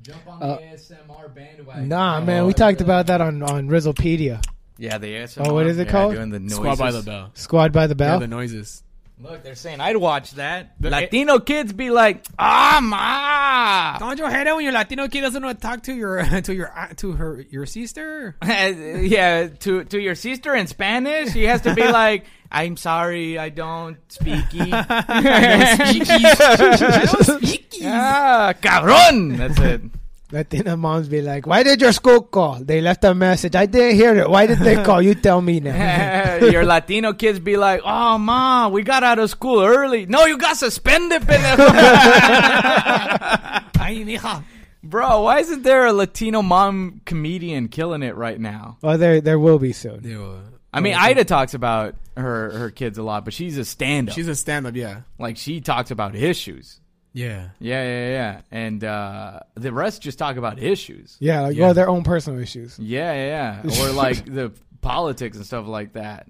[SPEAKER 2] Jump on
[SPEAKER 3] Uh,
[SPEAKER 2] the ASMR bandwagon.
[SPEAKER 3] Nah,
[SPEAKER 4] Oh,
[SPEAKER 2] Oh,
[SPEAKER 3] man, we talked about that on on Rizzlepedia.
[SPEAKER 2] Yeah, the ASMR.
[SPEAKER 3] Oh, what is it
[SPEAKER 2] yeah,
[SPEAKER 3] called?
[SPEAKER 2] Doing the noises.
[SPEAKER 4] Squad by the bell.
[SPEAKER 3] Squad by the
[SPEAKER 4] Yeah,
[SPEAKER 3] Bell.
[SPEAKER 4] the noises.
[SPEAKER 2] Look, they're saying I'd watch that. Latino kids be like, ah, ma.
[SPEAKER 4] Don't your head out when your Latino kid doesn't want to talk to your to your uh, to her your sister.
[SPEAKER 2] yeah, to to your sister in Spanish, she has to be like, I'm sorry, I don't speaky. ah, cabron. That's it.
[SPEAKER 3] Latina moms be like, "Why did your school call? They left a message. I didn't hear it. Why did they call? You tell me now."
[SPEAKER 2] Your Latino kids be like, "Oh, ma, we got out of school early. No, you got suspended, pendejo."
[SPEAKER 4] Ay, mija.
[SPEAKER 2] Bro, why isn't there a Latino mom comedian killing it right now?
[SPEAKER 3] well, there there will be soon.
[SPEAKER 2] I
[SPEAKER 4] Oh,
[SPEAKER 2] mean, Ida talks about her her kids a lot, but she's a stand-up.
[SPEAKER 4] She's a stand-up, yeah,
[SPEAKER 2] like she talks about issues.
[SPEAKER 4] yeah.
[SPEAKER 2] Yeah, yeah, yeah. And uh, the rest just talk about issues.
[SPEAKER 3] Yeah, like well, their own personal issues.
[SPEAKER 2] Yeah, yeah, yeah. Or like the politics and stuff like that.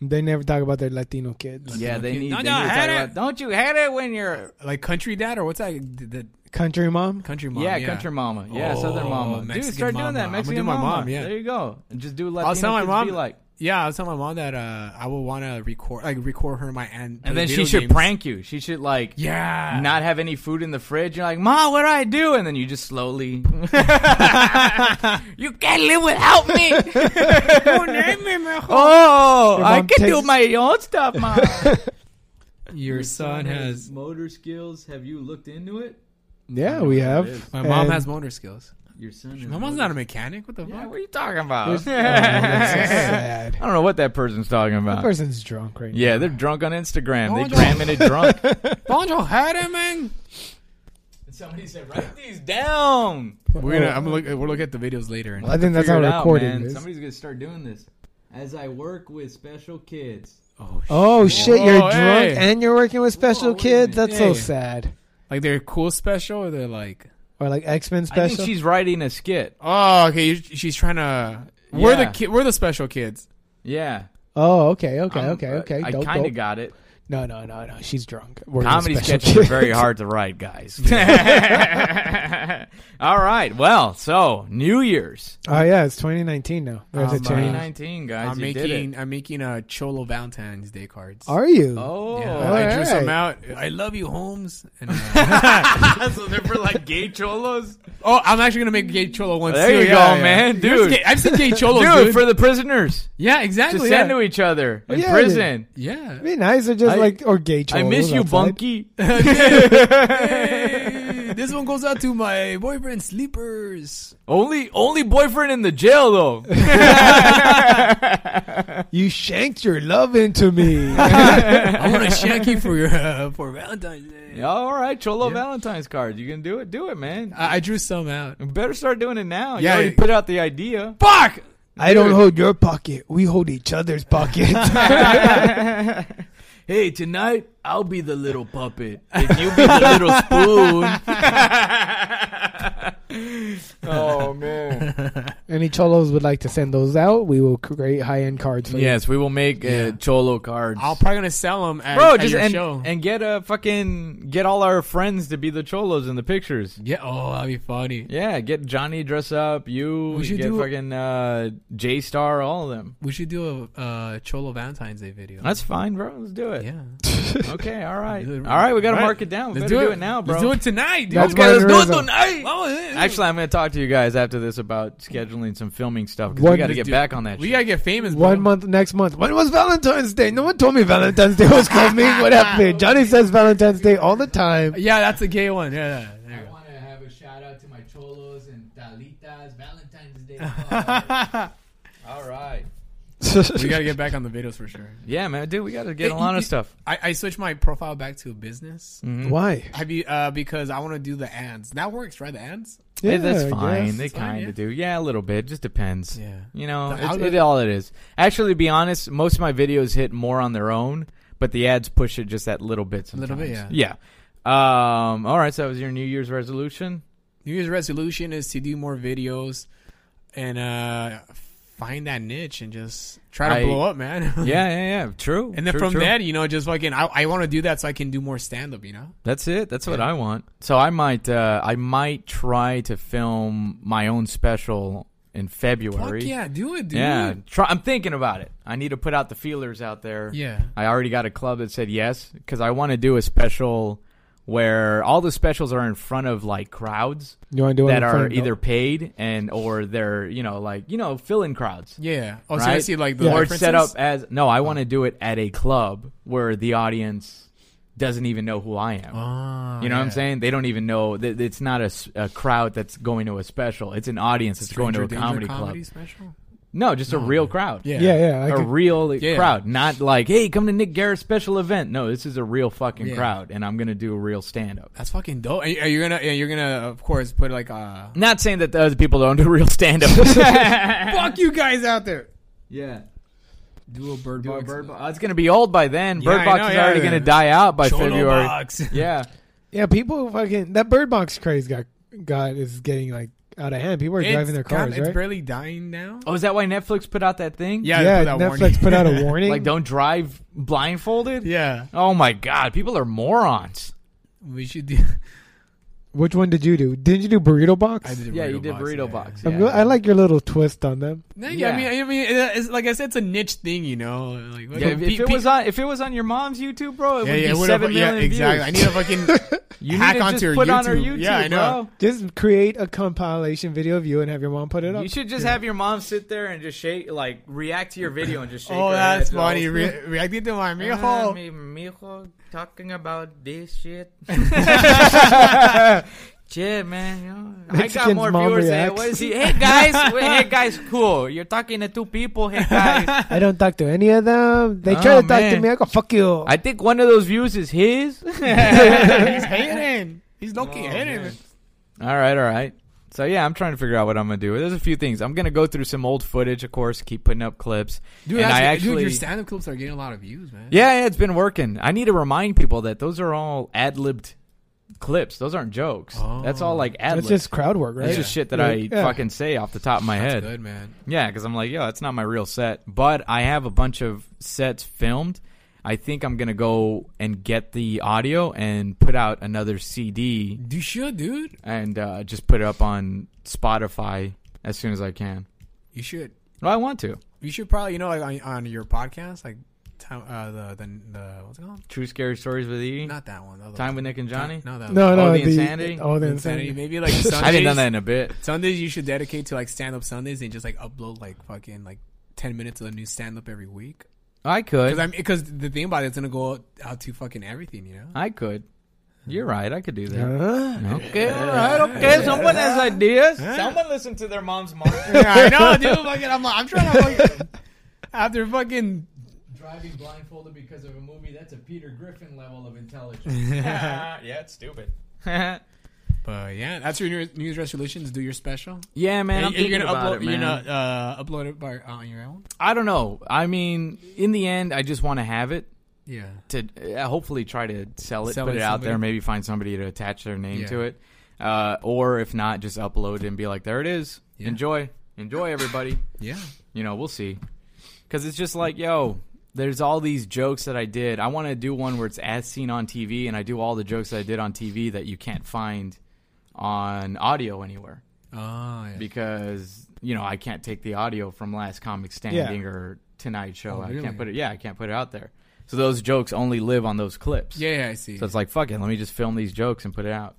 [SPEAKER 3] They never talk about their Latino kids.
[SPEAKER 2] Yeah, they need,
[SPEAKER 4] Don't
[SPEAKER 2] they
[SPEAKER 4] you
[SPEAKER 2] need to talk
[SPEAKER 4] hate it?
[SPEAKER 2] about. Don't you hate it when you're
[SPEAKER 4] Like country dad or what's that? The
[SPEAKER 3] Country mom.
[SPEAKER 4] country mom.
[SPEAKER 2] yeah, country mama. Yeah, southern
[SPEAKER 4] Oh,
[SPEAKER 2] mama. Dude,
[SPEAKER 4] Mexican
[SPEAKER 2] start doing
[SPEAKER 4] mama.
[SPEAKER 2] that.
[SPEAKER 4] I'm gonna
[SPEAKER 2] Mexican
[SPEAKER 4] do my
[SPEAKER 2] mama.
[SPEAKER 4] mom, yeah.
[SPEAKER 2] There you go. And just do
[SPEAKER 4] I'll
[SPEAKER 2] Latino
[SPEAKER 4] tell my
[SPEAKER 2] kids
[SPEAKER 4] mom
[SPEAKER 2] be like.
[SPEAKER 4] Yeah, I was telling my mom that uh, I would want to record, like record her and my aunt, play
[SPEAKER 2] And then she
[SPEAKER 4] video
[SPEAKER 2] should
[SPEAKER 4] games.
[SPEAKER 2] prank you. She should like
[SPEAKER 4] Yeah,
[SPEAKER 2] not have any food in the fridge. You're like, Ma, what do I do? And then you just slowly. you can't live without me. oh, I
[SPEAKER 3] mom
[SPEAKER 2] can do
[SPEAKER 3] takes-
[SPEAKER 2] my own stuff, Ma.
[SPEAKER 4] your son has.
[SPEAKER 2] motor skills. Have you looked into it?
[SPEAKER 3] Yeah, we have.
[SPEAKER 4] My mom
[SPEAKER 3] And-
[SPEAKER 4] has motor skills.
[SPEAKER 2] Your son.
[SPEAKER 4] My mom's not a mechanic. What the
[SPEAKER 2] What
[SPEAKER 4] fuck?
[SPEAKER 2] are you talking about?
[SPEAKER 3] Oh, that's so sad.
[SPEAKER 2] I don't know what that person's talking about.
[SPEAKER 3] That person's drunk right
[SPEAKER 2] Yeah, they're drunk on Instagram.
[SPEAKER 4] No,
[SPEAKER 2] they
[SPEAKER 4] I
[SPEAKER 2] gramming it drunk.
[SPEAKER 4] Bonjour, Harry, man. Somebody said, write these down. We're gonna. I'm gonna look. We'll look at the videos later. And,
[SPEAKER 3] I think that's how
[SPEAKER 2] Figure it out,
[SPEAKER 3] recording
[SPEAKER 2] man.
[SPEAKER 3] is.
[SPEAKER 2] Somebody's gonna start doing this. As I work with special kids.
[SPEAKER 4] oh, sh-
[SPEAKER 3] Oh shit! You're
[SPEAKER 4] Whoa,
[SPEAKER 3] drunk
[SPEAKER 4] hey.
[SPEAKER 3] and you're working with special
[SPEAKER 2] Whoa, wait a
[SPEAKER 3] kids.
[SPEAKER 2] minute.
[SPEAKER 3] That's
[SPEAKER 4] Yeah.
[SPEAKER 3] so sad.
[SPEAKER 4] like they're cool special or they're like.
[SPEAKER 3] Or like X Men
[SPEAKER 2] I think
[SPEAKER 3] special.
[SPEAKER 2] she's writing a skit.
[SPEAKER 4] Oh, okay. you- She's trying to. We're the
[SPEAKER 2] Yeah.
[SPEAKER 4] ki- we're the special kids.
[SPEAKER 2] Yeah.
[SPEAKER 3] Oh, okay, okay,
[SPEAKER 2] I'm-
[SPEAKER 3] okay,
[SPEAKER 2] uh,
[SPEAKER 3] okay.
[SPEAKER 2] I
[SPEAKER 3] Dope,
[SPEAKER 2] kind
[SPEAKER 3] dope.
[SPEAKER 2] of got it.
[SPEAKER 3] No, no, no, no. She's drunk. We're
[SPEAKER 2] Comedy sketches are very hard to write, guys. All right. Well, so New Year's
[SPEAKER 3] Oh yeah, it's 2019 now.
[SPEAKER 2] Oh,
[SPEAKER 3] There's
[SPEAKER 4] Um,
[SPEAKER 3] a change.
[SPEAKER 2] 2019, guys.
[SPEAKER 4] I'm
[SPEAKER 2] you did it.
[SPEAKER 4] making I'm making uh, Cholo Valentine's Day cards.
[SPEAKER 3] Are you?
[SPEAKER 2] Oh,
[SPEAKER 4] Yeah,
[SPEAKER 3] all
[SPEAKER 4] I drew some
[SPEAKER 3] right.
[SPEAKER 4] out. I love you, Holmes. And, uh,
[SPEAKER 2] oh. so they're for like gay cholos.
[SPEAKER 4] oh, I'm actually gonna make gay cholo ones.
[SPEAKER 2] There
[SPEAKER 4] too.
[SPEAKER 2] you
[SPEAKER 4] Yeah,
[SPEAKER 2] go,
[SPEAKER 4] yeah.
[SPEAKER 2] man,
[SPEAKER 4] There's
[SPEAKER 2] dude.
[SPEAKER 4] gay- I've seen gay cholos,
[SPEAKER 2] Dude,
[SPEAKER 4] dude.
[SPEAKER 2] for the prisoners
[SPEAKER 4] yeah,
[SPEAKER 2] to
[SPEAKER 4] exactly. yeah.
[SPEAKER 2] send to each other in
[SPEAKER 3] Yeah,
[SPEAKER 2] prison.
[SPEAKER 4] yeah.
[SPEAKER 3] Be nice or just
[SPEAKER 2] I-
[SPEAKER 3] like or gay
[SPEAKER 2] I miss
[SPEAKER 3] trolls
[SPEAKER 2] you,
[SPEAKER 3] outside.
[SPEAKER 2] Bunky.
[SPEAKER 4] Hey, this one goes out to my boyfriend Sleepers.
[SPEAKER 2] only, only boyfriend in the jail though.
[SPEAKER 3] You shanked your love into me.
[SPEAKER 4] I want to shank you for your uh, for Valentine's Day.
[SPEAKER 2] All right, Cholo Valentine's card. You can do it. Do it, man.
[SPEAKER 4] I, I drew some out.
[SPEAKER 2] You better start doing it now. you
[SPEAKER 4] Yeah,
[SPEAKER 2] already
[SPEAKER 4] I-
[SPEAKER 2] put out the idea.
[SPEAKER 4] Fuck.
[SPEAKER 3] I don't hold your pocket. We hold each other's pockets.
[SPEAKER 2] hey, tonight I'll be the little puppet, and you be the little spoon. oh man!
[SPEAKER 3] Any cholos would like to send those out? We will create high end cards for
[SPEAKER 2] Yes, we will make uh, cholo cards.
[SPEAKER 4] I'll probably gonna sell them at,
[SPEAKER 2] Bro,
[SPEAKER 4] at
[SPEAKER 2] just
[SPEAKER 4] your
[SPEAKER 2] and,
[SPEAKER 4] show.
[SPEAKER 2] and get a fucking get all our friends to be the cholos in the pictures.
[SPEAKER 4] yeah, oh, that'd be funny.
[SPEAKER 2] Yeah, get Johnny dress up. You
[SPEAKER 4] We should
[SPEAKER 2] get
[SPEAKER 4] do-
[SPEAKER 2] fucking uh, J Star, all of them.
[SPEAKER 4] We should do a uh, Cholo Valentine's Day video.
[SPEAKER 2] That's fine, bro. Let's do it.
[SPEAKER 4] yeah.
[SPEAKER 2] Okay, all right, all
[SPEAKER 4] Dude,
[SPEAKER 2] right. We gotta
[SPEAKER 4] right.
[SPEAKER 2] mark it down. We
[SPEAKER 4] Let's
[SPEAKER 2] better
[SPEAKER 4] do it.
[SPEAKER 2] now, bro.
[SPEAKER 4] Let's do it tonight, dude.
[SPEAKER 3] That's
[SPEAKER 2] Okay, let's
[SPEAKER 3] Martin
[SPEAKER 2] do it
[SPEAKER 3] Rizzo.
[SPEAKER 2] tonight.
[SPEAKER 4] Oh, yeah.
[SPEAKER 2] Actually, I'm going to talk to you guys after this about scheduling some filming stuff 'cause we
[SPEAKER 3] What
[SPEAKER 2] got to
[SPEAKER 3] is
[SPEAKER 2] get
[SPEAKER 4] Dude,
[SPEAKER 2] back on that.
[SPEAKER 4] We
[SPEAKER 2] shit.
[SPEAKER 4] gotta get famous.
[SPEAKER 3] you.
[SPEAKER 4] Bro.
[SPEAKER 3] One month next month. When was Valentine's Day? No one told me Valentine's Day was coming. What happened? Johnny says Valentine's Day all the time.
[SPEAKER 4] Yeah, that's a gay one. Yeah, yeah, there you go.
[SPEAKER 2] want to have a shout out to my cholos and dalitas Valentine's Day. All right.
[SPEAKER 4] we gotta get back on the videos for sure.
[SPEAKER 2] Yeah, man, dude, we got to get a
[SPEAKER 4] Hey,
[SPEAKER 2] lot
[SPEAKER 4] you-
[SPEAKER 2] of stuff.
[SPEAKER 4] I, I switched my profile back to a business.
[SPEAKER 2] Mm.
[SPEAKER 3] Why?
[SPEAKER 4] Have you? Uh, because I want to do the ads. That works, right? The ads.
[SPEAKER 2] Hey,
[SPEAKER 3] Yeah,
[SPEAKER 2] that's
[SPEAKER 3] I
[SPEAKER 2] fine.
[SPEAKER 3] guess.
[SPEAKER 2] They
[SPEAKER 4] fine,
[SPEAKER 2] kind of
[SPEAKER 4] yeah.
[SPEAKER 2] do. Yeah, a little bit. Just depends.
[SPEAKER 4] Yeah.
[SPEAKER 2] You know, it's,
[SPEAKER 4] algorithm-
[SPEAKER 2] it all it is. Actually, to be honest, most of my videos hit more on their own, but the ads push it just that little bit. Sometimes.
[SPEAKER 4] little bit,
[SPEAKER 2] Yeah. Um. All right. So that was your New Year's resolution.
[SPEAKER 4] New Year's resolution is to do more videos and uh, find that niche and just try to
[SPEAKER 2] I-
[SPEAKER 4] blow up, man.
[SPEAKER 2] Yeah. Yeah. Yeah. True.
[SPEAKER 4] And then
[SPEAKER 2] true,
[SPEAKER 4] from
[SPEAKER 2] true.
[SPEAKER 4] that, you know, just fucking, I, I want to do that so I can do more stand up, you know?
[SPEAKER 2] That's it. That's what I want. So I might uh, I might try to film my own special in February.
[SPEAKER 4] Fuck yeah, do it, dude.
[SPEAKER 2] Yeah. Try, I'm thinking about it. I need to put out the feelers out there.
[SPEAKER 4] Yeah.
[SPEAKER 2] I already got a club that said yes cuz I want to do a special where all the specials are in front of like crowds
[SPEAKER 3] You want to do it
[SPEAKER 2] that
[SPEAKER 3] in front
[SPEAKER 2] are
[SPEAKER 3] of-
[SPEAKER 2] either paid and or they're, you know, like, you know, fill in crowds.
[SPEAKER 4] Yeah. Oh, so I
[SPEAKER 2] Right?
[SPEAKER 4] see like the
[SPEAKER 3] Yeah.
[SPEAKER 2] Or it's
[SPEAKER 4] differences?
[SPEAKER 2] set up as no, I want to do it at a club where the audience doesn't even know who I am.
[SPEAKER 4] Ah,
[SPEAKER 2] You know what I'm
[SPEAKER 4] yeah.
[SPEAKER 2] saying? They don't even know. that It's not a, s- a crowd that's going to a special. It's an audience that's going to a
[SPEAKER 4] Stranger Danger
[SPEAKER 2] comedy,
[SPEAKER 4] comedy
[SPEAKER 2] club.
[SPEAKER 4] special?
[SPEAKER 2] No, just a real crowd.
[SPEAKER 4] Yeah.
[SPEAKER 3] Yeah, yeah. I
[SPEAKER 2] a
[SPEAKER 3] could-
[SPEAKER 2] real
[SPEAKER 4] Yeah.
[SPEAKER 2] crowd. Not like, hey, come to Nick Garrett's special event. No, this is a real fucking
[SPEAKER 4] Yeah.
[SPEAKER 2] crowd, and I'm going to do a real stand up.
[SPEAKER 4] That's fucking dope. And and you're gonna, and you're gonna, of course, put like uh
[SPEAKER 2] Not saying that the other people don't do real stand up.
[SPEAKER 4] Fuck you guys out there.
[SPEAKER 2] yeah.
[SPEAKER 4] Do a bird
[SPEAKER 2] Do a
[SPEAKER 4] box.
[SPEAKER 2] bird bo- It's going to be old by then.
[SPEAKER 4] Yeah,
[SPEAKER 2] bird
[SPEAKER 4] I
[SPEAKER 2] Box
[SPEAKER 4] know,
[SPEAKER 2] is
[SPEAKER 4] yeah,
[SPEAKER 2] already
[SPEAKER 4] yeah.
[SPEAKER 2] going to die out by
[SPEAKER 4] Cholo
[SPEAKER 2] February.
[SPEAKER 4] box.
[SPEAKER 2] Yeah.
[SPEAKER 3] Yeah, people fucking that bird box craze got got is getting like out of hand. People are
[SPEAKER 4] It's
[SPEAKER 3] driving their
[SPEAKER 4] kind-
[SPEAKER 3] cars,
[SPEAKER 4] It's
[SPEAKER 3] right?
[SPEAKER 4] barely dying now.
[SPEAKER 2] Oh, is that why Netflix put out that thing?
[SPEAKER 4] Yeah,
[SPEAKER 3] yeah,
[SPEAKER 4] put that
[SPEAKER 3] Netflix
[SPEAKER 4] warning.
[SPEAKER 3] put out a warning.
[SPEAKER 2] Like, don't drive blindfolded?
[SPEAKER 4] Yeah,
[SPEAKER 2] Oh my god, people are morons.
[SPEAKER 4] we should do.
[SPEAKER 3] Which one did you do? Didn't you do burrito box?
[SPEAKER 4] I did
[SPEAKER 2] Yeah, you did
[SPEAKER 4] box,
[SPEAKER 2] burrito
[SPEAKER 4] yeah.
[SPEAKER 2] box.
[SPEAKER 3] I'm
[SPEAKER 2] yeah.
[SPEAKER 3] go- I like your little twist on them.
[SPEAKER 4] No, yeah, I
[SPEAKER 2] Yeah.
[SPEAKER 4] mean, I mean, it's, like I said, it's a niche thing, you know. Like,
[SPEAKER 2] Yeah, if, if it was on if it was on your mom's YouTube, bro, it
[SPEAKER 4] yeah,
[SPEAKER 2] would
[SPEAKER 4] yeah,
[SPEAKER 2] be
[SPEAKER 4] what
[SPEAKER 2] seven
[SPEAKER 4] if- yeah,
[SPEAKER 2] million
[SPEAKER 4] exactly. I need
[SPEAKER 2] views.
[SPEAKER 4] to fucking
[SPEAKER 2] you
[SPEAKER 4] hack
[SPEAKER 2] need to
[SPEAKER 4] onto
[SPEAKER 2] just
[SPEAKER 4] your
[SPEAKER 2] put on her
[SPEAKER 4] YouTube.
[SPEAKER 2] YouTube.
[SPEAKER 4] Yeah, I know.
[SPEAKER 2] bro.
[SPEAKER 3] Just create a compilation video of you and have your mom put it up.
[SPEAKER 2] You should just have your mom sit there and just shake, like react to your video and just shake.
[SPEAKER 4] Oh,
[SPEAKER 2] her
[SPEAKER 4] that's
[SPEAKER 2] head the whole
[SPEAKER 4] funny.
[SPEAKER 2] time.
[SPEAKER 4] Re- reacting to my
[SPEAKER 2] Uh,
[SPEAKER 3] Uh-huh,
[SPEAKER 4] mijo.
[SPEAKER 2] mi- mijo, talking about this shit. Shit, man. you know, I got
[SPEAKER 3] Mexican's
[SPEAKER 2] more
[SPEAKER 3] mom
[SPEAKER 2] viewers than
[SPEAKER 3] reacts.
[SPEAKER 2] what is he? Hey guys, wait, hey guys, cool. You're talking to two people. Hey guys,
[SPEAKER 3] I don't talk to any of them. They
[SPEAKER 2] Oh,
[SPEAKER 3] try to talk to
[SPEAKER 2] man.
[SPEAKER 3] me. I go fuck you.
[SPEAKER 2] I think one of those views is his.
[SPEAKER 4] He's hating. He's low
[SPEAKER 2] Oh,
[SPEAKER 4] key ahead of it.
[SPEAKER 2] All right, all right. So yeah, I'm trying to figure out what I'm gonna do. There's a few things. I'm gonna go through some old footage, of course. Keep putting up clips.
[SPEAKER 4] Dude,
[SPEAKER 2] and
[SPEAKER 4] actually,
[SPEAKER 2] I
[SPEAKER 4] dude,
[SPEAKER 2] actually,
[SPEAKER 4] your stand up clips are getting a lot of views, man.
[SPEAKER 2] yeah, yeah, it's been working. I need to remind people that those are all ad libbed clips. Those aren't jokes. That's all like ad
[SPEAKER 3] Oh. That's
[SPEAKER 2] libbed.
[SPEAKER 3] just crowd work, right?
[SPEAKER 2] That's just shit that I
[SPEAKER 3] Like, yeah.
[SPEAKER 2] fucking say off the top of my head.
[SPEAKER 4] Good, man.
[SPEAKER 2] Yeah, because I'm like, yo, that's not my real set. But I have a bunch of sets filmed. I think I'm gonna go and get the audio and put out another CD
[SPEAKER 4] You should, dude.
[SPEAKER 2] and uh, just put it up on Spotify as soon as I can.
[SPEAKER 4] You should.
[SPEAKER 2] Well, I want to.
[SPEAKER 4] You should probably, you know, like on, on your podcast, like time, uh, the, the the what's it called?
[SPEAKER 2] True scary stories with E.
[SPEAKER 4] Not that one. the other
[SPEAKER 2] Time
[SPEAKER 4] one.
[SPEAKER 2] with Nick and Johnny.
[SPEAKER 4] No, that
[SPEAKER 3] No,
[SPEAKER 4] one.
[SPEAKER 3] no,
[SPEAKER 2] the insanity?
[SPEAKER 3] Oh, the
[SPEAKER 4] Insanity.
[SPEAKER 3] insanity.
[SPEAKER 4] Maybe like Sundays.
[SPEAKER 2] I haven't done that in a bit.
[SPEAKER 4] Sundays you should dedicate to like stand up Sundays and just like upload like fucking like ten minutes of a new stand up every week.
[SPEAKER 2] I could.
[SPEAKER 4] Because I'm because the thing about it, it's gonna go out to fucking everything, you know.
[SPEAKER 2] I could. You're right. I could do that.
[SPEAKER 3] Huh?
[SPEAKER 2] Okay. All right. Okay. Someone has ideas. Someone listen to their mom's mom.
[SPEAKER 4] I know, dude. Fucking, I'm, I'm trying to fucking after fucking
[SPEAKER 2] Driving blindfolded because of a movie. That's a Peter Griffin level of intelligence. yeah, it's stupid. yeah,
[SPEAKER 4] But yeah, that's your New New Year's resolutions. Do your special.
[SPEAKER 2] man. I'm
[SPEAKER 4] And you're
[SPEAKER 2] thinking
[SPEAKER 4] gonna
[SPEAKER 2] about
[SPEAKER 4] upload.
[SPEAKER 2] it,
[SPEAKER 4] you're
[SPEAKER 2] man.
[SPEAKER 4] gonna uh, upload it by on your own.
[SPEAKER 2] I don't know. I mean, in the end, I just want to have it
[SPEAKER 4] Yeah.
[SPEAKER 2] to uh, hopefully try to sell it,
[SPEAKER 4] Sell
[SPEAKER 2] put
[SPEAKER 4] it
[SPEAKER 2] it
[SPEAKER 4] to
[SPEAKER 2] out
[SPEAKER 4] somebody.
[SPEAKER 2] there, maybe find somebody to attach their name
[SPEAKER 4] Yeah.
[SPEAKER 2] to it, uh, or if not, just upload it and be like, there it is.
[SPEAKER 4] Yeah.
[SPEAKER 2] Enjoy, enjoy, everybody.
[SPEAKER 4] Yeah.
[SPEAKER 2] you know, we'll see. Because it's just like, yo, there's all these jokes that I did. I want to do one where it's as seen on TV, and I do all the jokes that I did on TV that you can't find on audio anywhere Ah,
[SPEAKER 4] Oh yeah.
[SPEAKER 2] because you know I can't take the audio from Last Comic Standing
[SPEAKER 3] Yeah.
[SPEAKER 2] or Tonight Show.
[SPEAKER 4] Oh,
[SPEAKER 2] I
[SPEAKER 4] really?
[SPEAKER 2] can't put it. Yeah, I can't put it out there. So those jokes only live on those clips.
[SPEAKER 4] yeah, yeah, I see.
[SPEAKER 2] So it's like, fuck it, let me just film these jokes and put it out,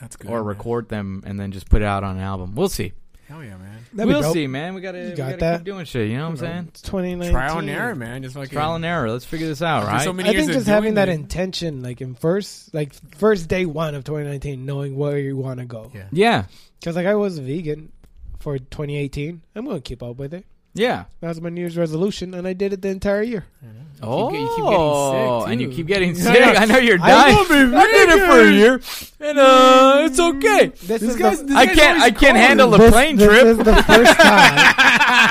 [SPEAKER 4] That's good.
[SPEAKER 2] or
[SPEAKER 4] man.
[SPEAKER 2] record them and then just put it out on an album. We'll see.
[SPEAKER 4] Hell yeah, man.
[SPEAKER 3] That'd be
[SPEAKER 2] we'll
[SPEAKER 3] dope.
[SPEAKER 2] see, man. We gotta, we
[SPEAKER 3] got
[SPEAKER 2] gotta
[SPEAKER 3] that?
[SPEAKER 2] keep doing shit. You know what I'm saying?
[SPEAKER 3] It's 2019.
[SPEAKER 4] Trial and error, man. Just fucking
[SPEAKER 2] Trial and error. Let's figure this out,
[SPEAKER 4] There's
[SPEAKER 2] right?
[SPEAKER 4] so many
[SPEAKER 3] I
[SPEAKER 4] years
[SPEAKER 3] think
[SPEAKER 4] of
[SPEAKER 3] just having
[SPEAKER 4] doing
[SPEAKER 3] that
[SPEAKER 4] it.
[SPEAKER 3] intention, like in first, like first day one of 2019, knowing where you want to go.
[SPEAKER 4] Yeah.
[SPEAKER 2] yeah,
[SPEAKER 3] Because like I was vegan for 2018, I'm gonna keep up with it.
[SPEAKER 2] yeah.
[SPEAKER 3] That was my New Year's resolution, and I did it the entire year.
[SPEAKER 2] Oh,
[SPEAKER 4] get-
[SPEAKER 2] and you
[SPEAKER 4] you keep getting sick, too.
[SPEAKER 2] keep getting sick. I know you're dying.
[SPEAKER 3] will be
[SPEAKER 2] I did it for a year, and uh, it's okay.
[SPEAKER 3] Mm. This, is the,
[SPEAKER 2] I can't. I can't handle the
[SPEAKER 3] this-
[SPEAKER 2] plane
[SPEAKER 3] this
[SPEAKER 2] trip.
[SPEAKER 3] is the first time.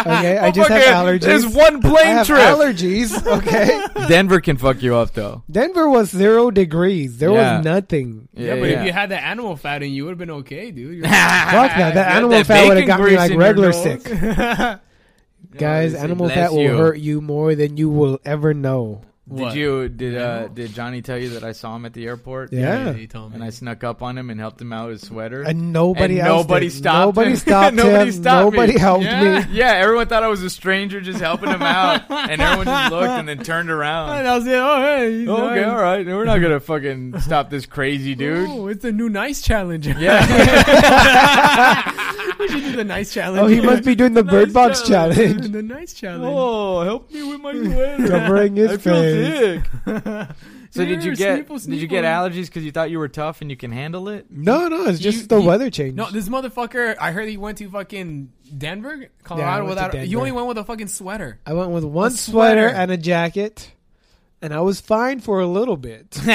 [SPEAKER 3] Okay, I just have
[SPEAKER 2] Motherfucker,
[SPEAKER 3] allergies.
[SPEAKER 2] There's one
[SPEAKER 3] I
[SPEAKER 2] plane
[SPEAKER 3] have
[SPEAKER 2] trip.
[SPEAKER 3] allergies. Okay,
[SPEAKER 2] Denver can fuck you up though.
[SPEAKER 3] Denver was zero degrees. There
[SPEAKER 2] Yeah.
[SPEAKER 3] was nothing.
[SPEAKER 4] Yeah, but if you had that animal fat in you, would have been okay, dude. You're-
[SPEAKER 3] Fuck that. That animal fat would have got me like regular sick. Guys,
[SPEAKER 2] it's-
[SPEAKER 3] animal
[SPEAKER 2] bless
[SPEAKER 3] fat will
[SPEAKER 2] you.
[SPEAKER 3] hurt you more than you will ever know.
[SPEAKER 4] What?
[SPEAKER 2] Did you did uh, did Johnny tell you that I saw him at the airport?
[SPEAKER 3] Yeah.
[SPEAKER 4] You told me.
[SPEAKER 2] And I snuck up on him and helped him out with his sweater.
[SPEAKER 3] And nobody
[SPEAKER 2] And
[SPEAKER 3] else.
[SPEAKER 2] nobody
[SPEAKER 3] did.
[SPEAKER 2] stopped
[SPEAKER 3] Nobody
[SPEAKER 2] him.
[SPEAKER 3] stopped
[SPEAKER 2] Nobody
[SPEAKER 3] him.
[SPEAKER 2] stopped me.
[SPEAKER 3] nobody helped
[SPEAKER 4] Yeah.
[SPEAKER 3] me.
[SPEAKER 2] yeah, everyone thought I was a stranger just helping him out, and everyone just looked and then turned around.
[SPEAKER 4] And I was like, oh hey, he's
[SPEAKER 2] Okay,
[SPEAKER 4] nice.
[SPEAKER 2] all right, we're not gonna fucking stop this crazy dude.
[SPEAKER 4] Oh, it's the new nice challenge.
[SPEAKER 2] Yeah,
[SPEAKER 4] we should do the nice challenge.
[SPEAKER 3] Oh, he must be doing the bird box challenge.
[SPEAKER 4] the nice challenge.
[SPEAKER 2] Oh, help me with my sweater.
[SPEAKER 3] Covering his face.
[SPEAKER 2] so did you
[SPEAKER 4] Here,
[SPEAKER 2] get
[SPEAKER 4] sneeple,
[SPEAKER 2] did you get
[SPEAKER 4] sneeple.
[SPEAKER 2] allergies because you thought you were tough and you can handle it?
[SPEAKER 3] No, no, it's just
[SPEAKER 4] You-
[SPEAKER 3] the
[SPEAKER 4] you-
[SPEAKER 3] weather change.
[SPEAKER 4] No, this motherfucker. I heard he went to fucking Denver,
[SPEAKER 3] Yeah, I
[SPEAKER 4] Colorado
[SPEAKER 3] went to
[SPEAKER 4] without.
[SPEAKER 3] Denver.
[SPEAKER 4] You only went with a fucking sweater.
[SPEAKER 3] I went with one
[SPEAKER 4] sweater.
[SPEAKER 3] sweater and a jacket, and I was fine for a little bit.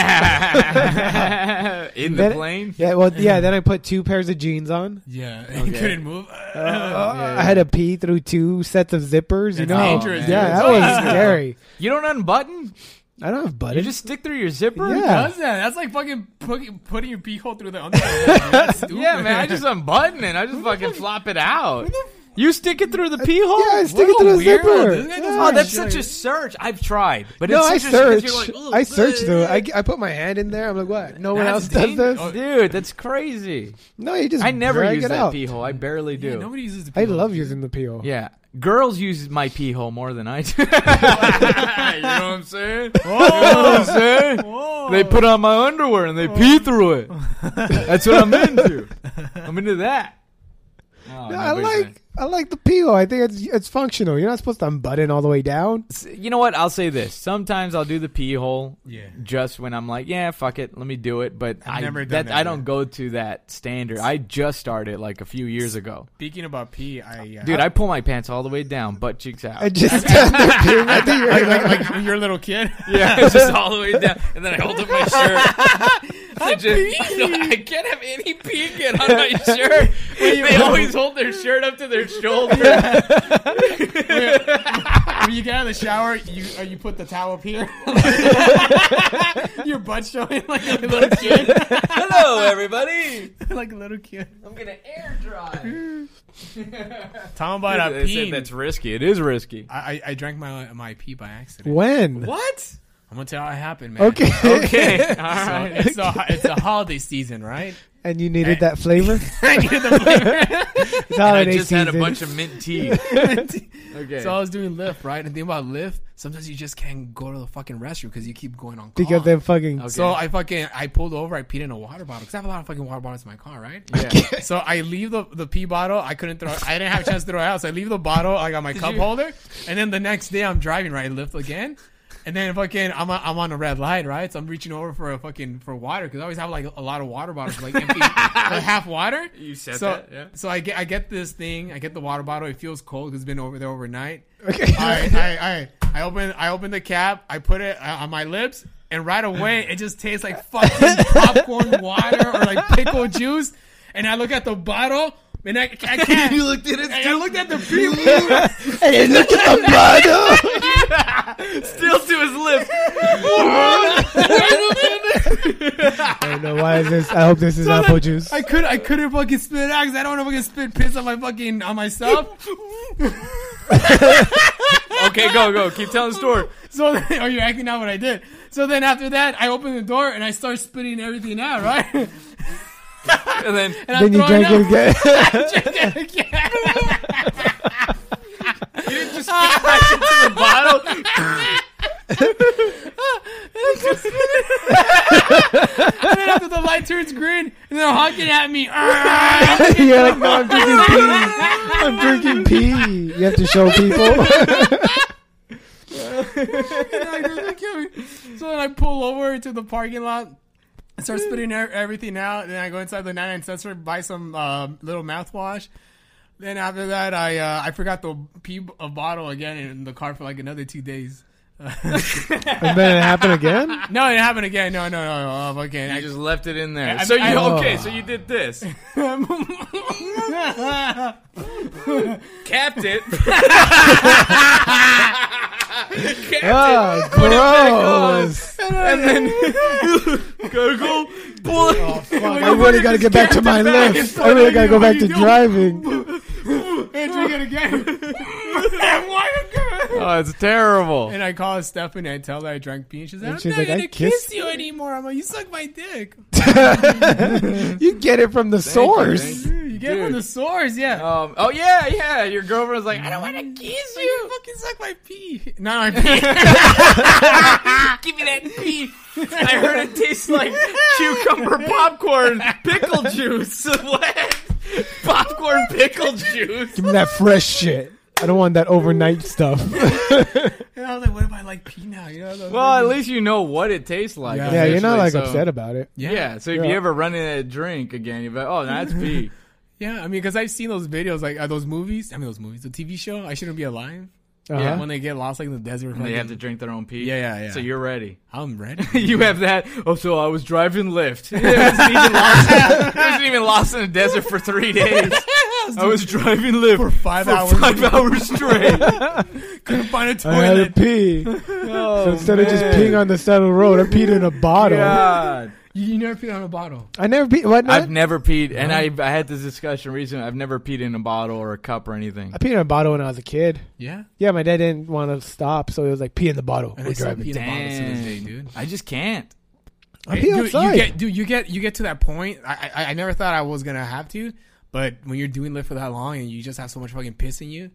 [SPEAKER 2] In the
[SPEAKER 3] Then-
[SPEAKER 2] plane?
[SPEAKER 3] Yeah, well, yeah. Then I put two pairs of jeans on.
[SPEAKER 4] Yeah, he couldn't move.
[SPEAKER 2] Oh,
[SPEAKER 4] Uh,
[SPEAKER 3] I had to pee through two sets of zippers. You
[SPEAKER 4] That's
[SPEAKER 3] know,
[SPEAKER 4] dangerous,
[SPEAKER 3] yeah,
[SPEAKER 4] dude.
[SPEAKER 3] that was scary.
[SPEAKER 2] You don't unbutton?
[SPEAKER 3] I don't
[SPEAKER 2] You
[SPEAKER 3] have buttons.
[SPEAKER 2] just stick through your zipper?
[SPEAKER 3] yeah,
[SPEAKER 4] Does that? That's like fucking put, putting your pee hole through the underwear. man. That's stupid.
[SPEAKER 2] Yeah, man, I just unbutton it. I just fucking flop it out. You stick it through the pee hole?
[SPEAKER 3] yeah, I stick it
[SPEAKER 4] a
[SPEAKER 3] through the
[SPEAKER 4] weirdo,
[SPEAKER 3] zipper.
[SPEAKER 4] dude. That doesn't
[SPEAKER 3] Yeah.
[SPEAKER 2] Oh, that's such a search. I've tried, but
[SPEAKER 3] No,
[SPEAKER 2] it's
[SPEAKER 3] I
[SPEAKER 2] such a- 'cause
[SPEAKER 3] search.
[SPEAKER 2] you're like, "Ugh,
[SPEAKER 3] I search
[SPEAKER 2] ugh."
[SPEAKER 3] though. I, I put my hand in there. I'm like, what? No one else
[SPEAKER 2] That's
[SPEAKER 3] does
[SPEAKER 2] dangerous.
[SPEAKER 3] this.
[SPEAKER 2] dude. That's crazy.
[SPEAKER 3] No, you just
[SPEAKER 2] I never
[SPEAKER 3] drag
[SPEAKER 2] use
[SPEAKER 3] it
[SPEAKER 2] that
[SPEAKER 3] out.
[SPEAKER 2] pee hole. I barely do.
[SPEAKER 4] Yeah, nobody uses the. Pee
[SPEAKER 3] I
[SPEAKER 4] hole.
[SPEAKER 3] love using the peel.
[SPEAKER 2] Yeah. Girls use my pee hole more than I do. you know what I'm saying? You know what I'm saying? They put on my underwear and they pee through it. That's what I'm into. I'm into that. Oh,
[SPEAKER 3] No, I
[SPEAKER 2] nobody's
[SPEAKER 3] like I like the peel. I think it's it's functional. You're not supposed to unbutton all the way down.
[SPEAKER 2] gonna- You know what? I'll say this. Sometimes I'll do the pee hole
[SPEAKER 4] Yeah.
[SPEAKER 2] just when I'm like, yeah, fuck it, let me do it. But I
[SPEAKER 4] never done
[SPEAKER 2] that,
[SPEAKER 4] that
[SPEAKER 2] I don't
[SPEAKER 4] yet.
[SPEAKER 2] go to that standard. I just started like a few years ago.
[SPEAKER 4] Speaking about pee, I uh,
[SPEAKER 2] Dude, I pull my pants all the way down, butt cheeks out.
[SPEAKER 3] I just stand there peeing. I think you're
[SPEAKER 4] like, like when you're a little kid.
[SPEAKER 2] yeah,
[SPEAKER 9] Just all the way down, and then I hold up my shirt.
[SPEAKER 2] I can't have any pee get on my shirt. they always hold their shirt up to their shoulder.
[SPEAKER 4] When you get out of the shower, you or you put the towel up here. Your butt showing like a little kid,
[SPEAKER 9] Hello, everybody.
[SPEAKER 4] like a little kid.
[SPEAKER 9] I'm gonna air dry.
[SPEAKER 4] Talking about a
[SPEAKER 2] They said
[SPEAKER 4] pee.
[SPEAKER 2] that's risky. It is risky.
[SPEAKER 4] I, I I drank my my pee by accident.
[SPEAKER 3] When?
[SPEAKER 2] What?
[SPEAKER 4] I'm gonna tell you how it happened, man.
[SPEAKER 3] Okay.
[SPEAKER 2] Okay. All
[SPEAKER 4] So
[SPEAKER 2] right.
[SPEAKER 4] it's the it's the holiday season, right?
[SPEAKER 3] and you needed that flavor.
[SPEAKER 4] I needed the flavor.
[SPEAKER 3] It's
[SPEAKER 2] I
[SPEAKER 3] holiday
[SPEAKER 2] just had a
[SPEAKER 3] season.
[SPEAKER 2] bunch of mint tea. okay.
[SPEAKER 4] So I was doing Lyft, right? And the thing about Lyft, sometimes you just can't go to the fucking restroom because you keep going on.
[SPEAKER 3] because
[SPEAKER 4] call.
[SPEAKER 3] they're fucking.
[SPEAKER 4] So I fucking I pulled over. I peed in a water bottle because I have a lot of fucking water bottles in my car, right?
[SPEAKER 2] Yeah.
[SPEAKER 4] so I leave the, the pee bottle. I couldn't throw. I didn't have a chance to throw it out. So I leave the bottle. I got my cup holder, and then the next day I'm driving right lift again, and then fucking I'm on- I'm on a red light, right? So I'm reaching over for a fucking for water because I always have like a lot of water bottles, like empty, like half water.
[SPEAKER 2] You said
[SPEAKER 4] so,
[SPEAKER 2] that, yeah.
[SPEAKER 4] So I get I get this thing. I get the water bottle. It feels cold because it's been over there overnight.
[SPEAKER 3] Okay.
[SPEAKER 4] I, I, I, I open, I open the cap. I put it uh, on my lips, and right away, it just tastes like fucking popcorn water or like pickle juice. And I look at the bottle, and I, I can't. you looked at it. I looked at the preview.
[SPEAKER 3] Hey, look at the bottle.
[SPEAKER 2] Still to his lips.
[SPEAKER 3] I don't know why is this. I hope this is apple juice.
[SPEAKER 4] I could, I couldn't fucking spit it out because I don't want to fucking spit piss on my fucking on myself.
[SPEAKER 2] Okay, go, go. Keep telling the story.
[SPEAKER 4] So, then, oh, you're acting out what I did. So then after that, I open the door and I start spitting everything out, right? And
[SPEAKER 2] And then
[SPEAKER 4] I'm
[SPEAKER 3] then you
[SPEAKER 4] throwing
[SPEAKER 3] drank it
[SPEAKER 4] up.
[SPEAKER 3] again.
[SPEAKER 2] the bottle.
[SPEAKER 4] and then after the light turns green, and they're honking at me. Arrgh.
[SPEAKER 3] You're like, no, I'm drinking pee. I'm drinking pee. You have to show people.
[SPEAKER 4] I go, "Don't kill me." So then I pull over to the parking lot, I start spitting e- everything out, and then I go inside the 99 sensor, buy some uh, little mouthwash. Then after that, I uh, I forgot the pee b- a bottle again in the car for like another two days.
[SPEAKER 3] and then it happened again.
[SPEAKER 4] No, it happened again. No, no, no, no. Okay,
[SPEAKER 2] I
[SPEAKER 4] I
[SPEAKER 2] just left it in there.
[SPEAKER 4] I-
[SPEAKER 2] so you
[SPEAKER 4] I-
[SPEAKER 2] okay? So you did this. Capped it.
[SPEAKER 3] Oh, gross.
[SPEAKER 2] and then gurgle. Oh,
[SPEAKER 3] I really gotta get back to my lift. I really gotta go back to driving.
[SPEAKER 4] and drink it again.
[SPEAKER 2] oh, it's terrible.
[SPEAKER 4] Uh, and I call Stephanie. I tell her I drank pee, and she's like,
[SPEAKER 3] And
[SPEAKER 4] "I'm
[SPEAKER 3] she's
[SPEAKER 4] not
[SPEAKER 3] like, I
[SPEAKER 4] gonna kiss
[SPEAKER 3] kissed
[SPEAKER 4] you anymore." I'm like, "You suck my dick."
[SPEAKER 3] You get it from the source.
[SPEAKER 4] You get it from the source, yeah.
[SPEAKER 2] Um, oh yeah, yeah. Your girlfriend was like, I don't want to
[SPEAKER 4] kiss you. Fucking suck my pee. Not my pee.
[SPEAKER 2] give me that pee. I heard it tastes like cucumber popcorn pickle juice. what? Popcorn pickle juice.
[SPEAKER 3] Give me that fresh shit. I don't want that overnight stuff.
[SPEAKER 4] and I was like, what if I like pee now? You know.
[SPEAKER 2] Well, at least you know what it tastes like.
[SPEAKER 3] yeah, you're not like
[SPEAKER 2] officially, so-
[SPEAKER 3] upset about it.
[SPEAKER 2] Yeah. so if you
[SPEAKER 3] Yeah.
[SPEAKER 2] ever run into a drink again, you're like, oh, that's pee.
[SPEAKER 4] yeah. I mean, because I've seen those videos, like uh, those movies. I mean, those movies, the TV show. I shouldn't be alive. Yeah.
[SPEAKER 3] Uh-huh.
[SPEAKER 4] When they get lost, like in the desert,
[SPEAKER 2] and they
[SPEAKER 4] fucking-
[SPEAKER 2] have to drink their own pee.
[SPEAKER 4] Yeah, yeah, yeah.
[SPEAKER 2] So you're ready.
[SPEAKER 4] I'm ready.
[SPEAKER 2] You have that. Oh, so I was driving Lyft. It wasn't even lost, it wasn't even lost in the desert for three days. I was driving Lyft for
[SPEAKER 4] Five hours.
[SPEAKER 2] five hours straight.
[SPEAKER 4] Couldn't find a
[SPEAKER 3] I had to
[SPEAKER 4] toilet.
[SPEAKER 3] pee.
[SPEAKER 4] Oh,
[SPEAKER 3] so instead of just
[SPEAKER 2] man.
[SPEAKER 3] peeing on the side of the road, I peed in a bottle.
[SPEAKER 2] God.
[SPEAKER 4] You, you never peed on a bottle.
[SPEAKER 3] I never peed. What?
[SPEAKER 2] I've
[SPEAKER 3] Not?
[SPEAKER 2] never peed, and I I had this discussion recently. I've never peed in a bottle or a cup or anything.
[SPEAKER 3] I peed in a bottle when I was a kid.
[SPEAKER 4] Yeah.
[SPEAKER 3] Yeah, my dad didn't want to stop, so he was like, "Pee in the bottle."
[SPEAKER 4] And
[SPEAKER 3] We're
[SPEAKER 4] I still
[SPEAKER 3] driving.
[SPEAKER 4] pee in a bottle to this day,
[SPEAKER 2] Dang.
[SPEAKER 4] dude.
[SPEAKER 2] I just can't.
[SPEAKER 3] I pee
[SPEAKER 4] dude,
[SPEAKER 3] outside.
[SPEAKER 4] You get, dude, you get you get to that point. I, I I never thought I was gonna have to, but when you're doing lift for that long and you just have so much fucking piss in you,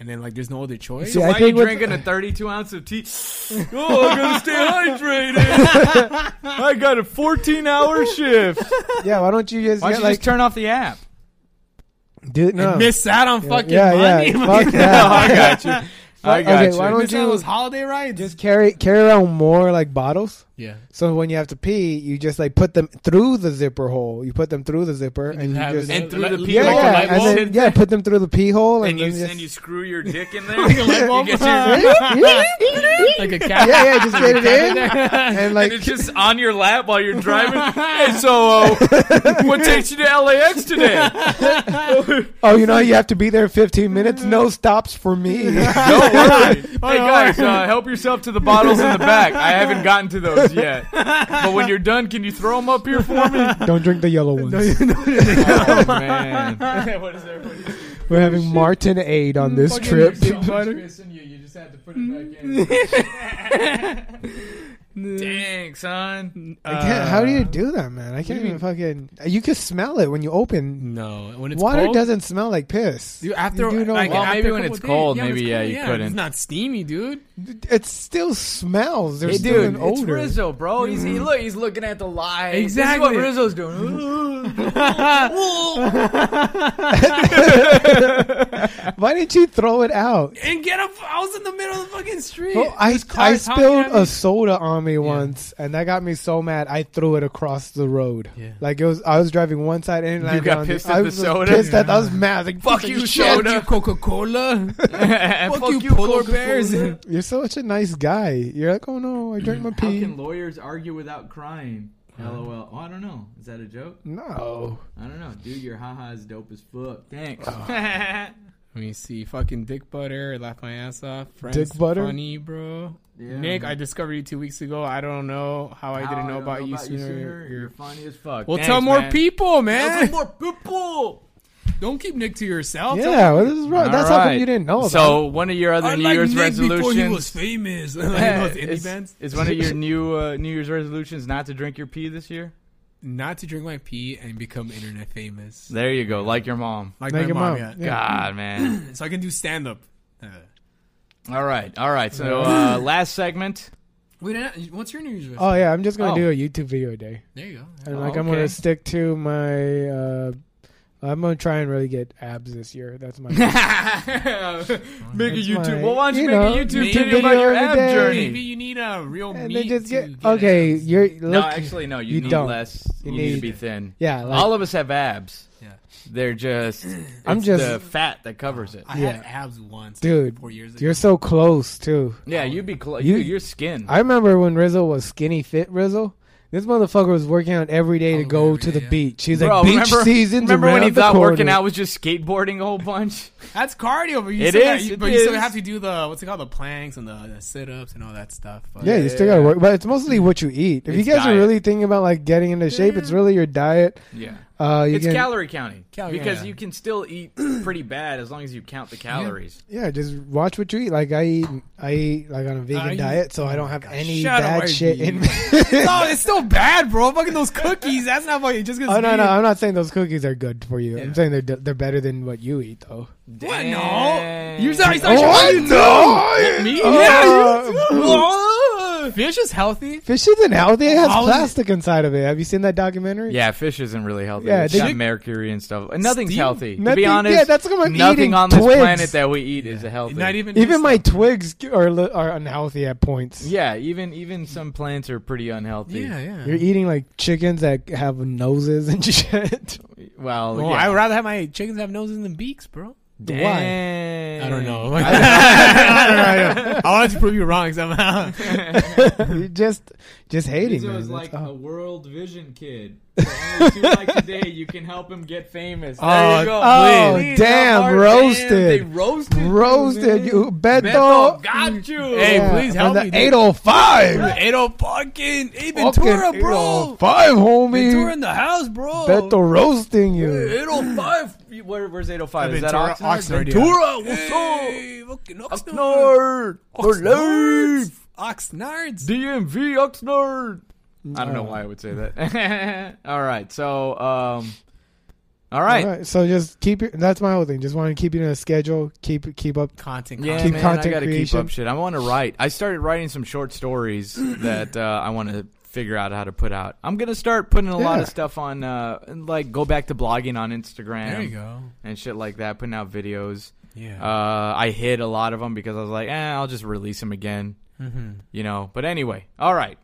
[SPEAKER 4] and then like there's no other choice.
[SPEAKER 3] See,
[SPEAKER 2] Why
[SPEAKER 3] I
[SPEAKER 2] are you
[SPEAKER 3] think with-
[SPEAKER 2] drinking a 32 ounce of tea? Oh, I'm gonna stay hydrated. I got a 14 hour shift.
[SPEAKER 3] yeah, why don't you just
[SPEAKER 2] Why
[SPEAKER 3] get
[SPEAKER 2] don't you
[SPEAKER 3] like
[SPEAKER 2] just turn off the app?
[SPEAKER 3] dude? No,
[SPEAKER 4] Miss out on fucking
[SPEAKER 3] yeah,
[SPEAKER 4] money.
[SPEAKER 3] yeah, fuck
[SPEAKER 2] Oh, I
[SPEAKER 3] that.
[SPEAKER 2] got you. I got
[SPEAKER 3] okay, why
[SPEAKER 2] you.
[SPEAKER 3] don't
[SPEAKER 4] This time
[SPEAKER 3] you-
[SPEAKER 4] was holiday rides.
[SPEAKER 3] Just carry carry around more like bottles.
[SPEAKER 4] yeah.
[SPEAKER 3] So when you have to pee, you just like put them through the zipper hole. You put them through the zipper, and you
[SPEAKER 4] have
[SPEAKER 3] just
[SPEAKER 4] it-
[SPEAKER 2] and through the pee
[SPEAKER 3] yeah,
[SPEAKER 4] Like
[SPEAKER 2] hole,
[SPEAKER 3] yeah,
[SPEAKER 2] light
[SPEAKER 3] and
[SPEAKER 2] bulb,
[SPEAKER 3] then, yeah, put them through the pee hole, and,
[SPEAKER 2] and you
[SPEAKER 3] then
[SPEAKER 2] and you
[SPEAKER 3] just,
[SPEAKER 2] screw your dick in there.
[SPEAKER 4] light bulb?
[SPEAKER 2] You get your-
[SPEAKER 4] Like a cat.
[SPEAKER 3] yeah, yeah, just get it in, and like
[SPEAKER 2] and it's just on your lap while you're driving. hey, so uh, what takes you to LAX today?
[SPEAKER 3] oh, you know, you have to be there in 15 minutes. No stops for me.
[SPEAKER 2] No worry. hey guys, uh, help yourself to the bottles in the back. I haven't gotten to those yet. But when you're done, can you throw them up here for me?
[SPEAKER 3] Don't drink the yellow ones.
[SPEAKER 2] Oh man.
[SPEAKER 4] what is everybody
[SPEAKER 3] We're having Martin Aid on this trip.
[SPEAKER 2] you, you just had to put it back in. Dang, son.
[SPEAKER 3] I can't- How do you do that, man? I can't even fucking. You can smell it when you open.
[SPEAKER 4] No, when it's
[SPEAKER 3] Water
[SPEAKER 4] cold,
[SPEAKER 3] doesn't smell like piss.
[SPEAKER 4] Dude, after
[SPEAKER 3] You do know
[SPEAKER 4] like,
[SPEAKER 3] why.
[SPEAKER 2] Well,
[SPEAKER 4] after
[SPEAKER 2] maybe
[SPEAKER 4] a
[SPEAKER 2] when
[SPEAKER 4] couple
[SPEAKER 2] it's
[SPEAKER 4] days-
[SPEAKER 2] cold,
[SPEAKER 4] when
[SPEAKER 2] maybe,
[SPEAKER 4] it's
[SPEAKER 2] yeah, you
[SPEAKER 4] yeah,
[SPEAKER 2] couldn't.
[SPEAKER 4] It's not steamy, dude.
[SPEAKER 3] It still smells. There's
[SPEAKER 2] Hey,
[SPEAKER 3] still
[SPEAKER 2] dude,
[SPEAKER 3] an
[SPEAKER 2] it's
[SPEAKER 3] odor.
[SPEAKER 2] Rizzo, bro. He's he, look, he's looking at the light.
[SPEAKER 4] Exactly.
[SPEAKER 2] This is what Rizzo's doing.
[SPEAKER 3] Why didn't you throw it out?
[SPEAKER 4] And get up! I was in the middle of the fucking street.
[SPEAKER 2] Oh,
[SPEAKER 3] Well, Oh, I,
[SPEAKER 4] This car
[SPEAKER 3] I
[SPEAKER 4] is honking
[SPEAKER 3] spilled
[SPEAKER 4] at me.
[SPEAKER 3] a soda on me once, and that got me so mad. I threw it across the road.
[SPEAKER 4] Yeah.
[SPEAKER 3] Like it was, I was driving one side and I
[SPEAKER 2] You got
[SPEAKER 3] on
[SPEAKER 2] pissed at
[SPEAKER 3] I
[SPEAKER 2] the
[SPEAKER 3] was
[SPEAKER 2] soda?
[SPEAKER 3] Pissed at, I was mad. I was Like
[SPEAKER 2] Fuck
[SPEAKER 3] "Piece of
[SPEAKER 2] you,
[SPEAKER 3] shit."
[SPEAKER 2] soda.
[SPEAKER 4] Fuck you, Coca Cola.
[SPEAKER 2] Fuck,
[SPEAKER 4] Fuck you, polar bears.
[SPEAKER 3] You're such a nice guy. You're like, oh no, I drank my
[SPEAKER 2] How
[SPEAKER 3] pee.
[SPEAKER 2] can lawyers argue without crying? LOL. Oh, I don't know. Is that a joke?
[SPEAKER 3] No,
[SPEAKER 2] I don't know. Dude, your haha is dope as fuck. Thanks. Oh.
[SPEAKER 4] Let me see. Fucking dick butter. Laugh my ass off. Friends,
[SPEAKER 3] Dick butter?
[SPEAKER 4] Funny, bro.
[SPEAKER 2] Yeah,
[SPEAKER 4] Nick,
[SPEAKER 2] man.
[SPEAKER 4] I discovered you two weeks ago. I don't know how I didn't know about, you sooner.
[SPEAKER 2] You're funny as fuck.
[SPEAKER 4] Well,
[SPEAKER 2] Thanks,
[SPEAKER 4] tell more
[SPEAKER 2] man.
[SPEAKER 4] people, man.
[SPEAKER 2] Tell more people.
[SPEAKER 4] don't keep Nick to yourself.
[SPEAKER 3] yeah, what is wrong? That's how come you didn't know.
[SPEAKER 2] So one of your other
[SPEAKER 4] I
[SPEAKER 2] New
[SPEAKER 4] like
[SPEAKER 2] Year's
[SPEAKER 4] Nick before he
[SPEAKER 2] resolutions
[SPEAKER 4] was famous. like
[SPEAKER 2] Yeah,
[SPEAKER 4] those indie
[SPEAKER 2] is,
[SPEAKER 4] bands.
[SPEAKER 2] is one of your new uh, New Year's resolutions not to drink your pee this year?
[SPEAKER 4] Not to drink my pee and become internet famous.
[SPEAKER 2] There you go, like your mom.
[SPEAKER 4] Like
[SPEAKER 3] Make
[SPEAKER 4] my
[SPEAKER 3] him
[SPEAKER 4] mom,
[SPEAKER 3] up.
[SPEAKER 4] yeah.
[SPEAKER 3] Yeah.
[SPEAKER 2] God, man.
[SPEAKER 4] So I can do Uh, stand up.
[SPEAKER 2] All right, all right. So uh, last segment.
[SPEAKER 4] Wait, uh, what's your New Year's resolution?
[SPEAKER 3] Oh yeah, I'm just gonna
[SPEAKER 2] Oh.
[SPEAKER 3] do a YouTube video a day.
[SPEAKER 4] there you go.
[SPEAKER 3] And
[SPEAKER 2] Oh,
[SPEAKER 3] like I'm
[SPEAKER 2] okay.
[SPEAKER 3] gonna stick to my. uh I'm gonna try and really get abs this year. That's my.
[SPEAKER 2] make a
[SPEAKER 3] That's
[SPEAKER 2] YouTube.
[SPEAKER 3] my-
[SPEAKER 2] Well, why don't you,
[SPEAKER 3] you
[SPEAKER 2] make
[SPEAKER 3] know,
[SPEAKER 2] a YouTube
[SPEAKER 3] YouTube
[SPEAKER 2] video about
[SPEAKER 3] video
[SPEAKER 2] your
[SPEAKER 3] every
[SPEAKER 2] ab
[SPEAKER 3] day.
[SPEAKER 4] Maybe
[SPEAKER 2] journey?
[SPEAKER 4] you need a real
[SPEAKER 3] and
[SPEAKER 4] meat
[SPEAKER 3] then uh, just
[SPEAKER 4] to
[SPEAKER 3] get,
[SPEAKER 4] get
[SPEAKER 3] okay.
[SPEAKER 4] abs.
[SPEAKER 3] You're look.
[SPEAKER 2] No, actually, no. You,
[SPEAKER 3] you
[SPEAKER 2] need
[SPEAKER 3] don't.
[SPEAKER 2] less. You,
[SPEAKER 3] You
[SPEAKER 2] need, to
[SPEAKER 3] need-
[SPEAKER 2] be thin.
[SPEAKER 3] yeah, like,
[SPEAKER 2] All of us have abs.
[SPEAKER 4] Yeah.
[SPEAKER 2] They're just.
[SPEAKER 3] I'm
[SPEAKER 2] it's
[SPEAKER 3] just-
[SPEAKER 2] the fat that covers it.
[SPEAKER 4] I
[SPEAKER 3] Yeah.
[SPEAKER 4] had abs once,
[SPEAKER 3] Dude,
[SPEAKER 4] Four years ago.
[SPEAKER 3] You're so close too.
[SPEAKER 2] Yeah, you'd be close.
[SPEAKER 3] You-
[SPEAKER 2] You, your skin.
[SPEAKER 3] I remember when Rizzo was skinny fit Rizzo. This motherfucker was working out every day to
[SPEAKER 4] Oh,
[SPEAKER 3] go
[SPEAKER 4] every
[SPEAKER 3] to
[SPEAKER 4] day,
[SPEAKER 3] the
[SPEAKER 4] yeah.
[SPEAKER 3] beach. He's
[SPEAKER 2] Bro,
[SPEAKER 3] like beach
[SPEAKER 2] remember,
[SPEAKER 3] seasons.
[SPEAKER 2] remember when he
[SPEAKER 3] around the
[SPEAKER 2] thought working
[SPEAKER 3] corner."
[SPEAKER 2] out was just skateboarding a whole bunch?
[SPEAKER 4] That's cardio, but you
[SPEAKER 2] It
[SPEAKER 4] still got-
[SPEAKER 2] is,
[SPEAKER 4] you-
[SPEAKER 2] it
[SPEAKER 4] but you still
[SPEAKER 2] is.
[SPEAKER 4] have to do the what's it called, the planks and the, the sit ups and all that stuff. But
[SPEAKER 3] Yeah, you still gotta work, but it's mostly what you eat. If you
[SPEAKER 2] It's
[SPEAKER 3] guys
[SPEAKER 2] diet.
[SPEAKER 3] are really thinking about like getting into shape, it's really your diet.
[SPEAKER 2] Yeah.
[SPEAKER 3] Uh, you
[SPEAKER 2] It's
[SPEAKER 3] can,
[SPEAKER 2] calorie counting
[SPEAKER 4] Calorie,
[SPEAKER 2] because
[SPEAKER 4] yeah.
[SPEAKER 2] you can still eat pretty bad as long as you count the calories.
[SPEAKER 3] yeah, just watch what you eat. Like I eat, I eat like on a vegan
[SPEAKER 4] I-
[SPEAKER 3] diet, so I don't have any
[SPEAKER 4] shut
[SPEAKER 3] bad
[SPEAKER 4] away,
[SPEAKER 3] shit
[SPEAKER 4] dude.
[SPEAKER 3] in me.
[SPEAKER 4] no, Oh, it's still bad, bro. Fucking those cookies. That's not fucking just because.
[SPEAKER 3] oh no, no, I'm not saying those cookies are good for you.
[SPEAKER 4] Yeah.
[SPEAKER 3] I'm saying they're they're better than what you eat though.
[SPEAKER 4] What? No,
[SPEAKER 2] Dang.
[SPEAKER 4] you're sorry.
[SPEAKER 3] Oh, I know.
[SPEAKER 4] Me?
[SPEAKER 3] Uh,
[SPEAKER 4] yeah, you. Fish is healthy.
[SPEAKER 3] Fish isn't healthy. It has
[SPEAKER 4] How is it-
[SPEAKER 3] plastic inside of it. Have you seen that documentary?
[SPEAKER 2] Yeah, fish isn't really healthy.
[SPEAKER 3] Yeah,
[SPEAKER 2] Yeah, it's
[SPEAKER 3] they-
[SPEAKER 2] got mercury and stuff. And nothing's
[SPEAKER 4] Steam?
[SPEAKER 2] healthy. to
[SPEAKER 3] Nothing-
[SPEAKER 2] be honest,
[SPEAKER 3] yeah, that's what I'm
[SPEAKER 2] nothing
[SPEAKER 3] eating,
[SPEAKER 2] on this
[SPEAKER 3] twigs.
[SPEAKER 2] planet that we eat is healthy.
[SPEAKER 4] Not even
[SPEAKER 3] Even my
[SPEAKER 4] yourself.
[SPEAKER 3] twigs are li- are unhealthy at points.
[SPEAKER 2] yeah, even even some plants are pretty unhealthy.
[SPEAKER 4] Yeah, yeah.
[SPEAKER 3] You're eating like chickens that have noses and shit.
[SPEAKER 2] Well,
[SPEAKER 4] Well, Oh, I
[SPEAKER 2] yeah.
[SPEAKER 4] would rather have my chickens have noses than beaks, bro.
[SPEAKER 2] Dang.
[SPEAKER 4] I don't know. I, don't know. I wanted to prove you wrong somehow.
[SPEAKER 3] You're just just hating.
[SPEAKER 2] Lizzo
[SPEAKER 3] man.
[SPEAKER 2] is like
[SPEAKER 3] That's all.
[SPEAKER 2] a world vision kid. Only two likes a day, you can help him get famous. There
[SPEAKER 4] Oh,
[SPEAKER 2] you go.
[SPEAKER 3] oh,
[SPEAKER 2] Please,
[SPEAKER 3] damn,
[SPEAKER 2] help our
[SPEAKER 3] roasted.
[SPEAKER 2] fans. They roasted. you,
[SPEAKER 3] Roasted
[SPEAKER 2] man.
[SPEAKER 3] you, Beto.
[SPEAKER 2] Beto got you.
[SPEAKER 4] Hey, please
[SPEAKER 3] on
[SPEAKER 4] help
[SPEAKER 3] the
[SPEAKER 4] me, dude.
[SPEAKER 3] 805.
[SPEAKER 4] Eight oh fucking hey
[SPEAKER 3] Fucking
[SPEAKER 4] Ventura, bro.
[SPEAKER 3] 805,
[SPEAKER 4] Ventura
[SPEAKER 3] homie.
[SPEAKER 4] in the house, bro.
[SPEAKER 3] Beto roasting you.
[SPEAKER 2] 805. You- oh Where, where's 805? Is that
[SPEAKER 4] Ventura,
[SPEAKER 2] Oxnard?
[SPEAKER 4] Oxnard, yeah.
[SPEAKER 2] Ventura, what's
[SPEAKER 4] Hey, fucking
[SPEAKER 2] up? Oxnard.
[SPEAKER 4] Oxnard. Oxnards.
[SPEAKER 2] Oxnard.
[SPEAKER 4] Oxnards.
[SPEAKER 2] DMV Oxnard. I don't know why I would say that. all right, so um, all right.
[SPEAKER 3] All right, so just keep your. That's my whole thing. Just want to keep you in a schedule. Keep keep up.
[SPEAKER 4] Content.
[SPEAKER 2] Yeah,
[SPEAKER 3] Keep
[SPEAKER 2] man, I
[SPEAKER 3] content
[SPEAKER 2] gotta
[SPEAKER 3] creation.
[SPEAKER 2] keep up shit. I want to write. I started writing some short stories that uh, I want to figure out how to put out. I'm gonna start putting a lot
[SPEAKER 3] Yeah.
[SPEAKER 2] of stuff on, uh, like go back to blogging on Instagram
[SPEAKER 4] There you go.
[SPEAKER 2] and shit like that. Putting out videos. Yeah. Uh, I hid a lot of them because I was like, eh, I'll just release them again. Mm-hmm. You know. But anyway, all right.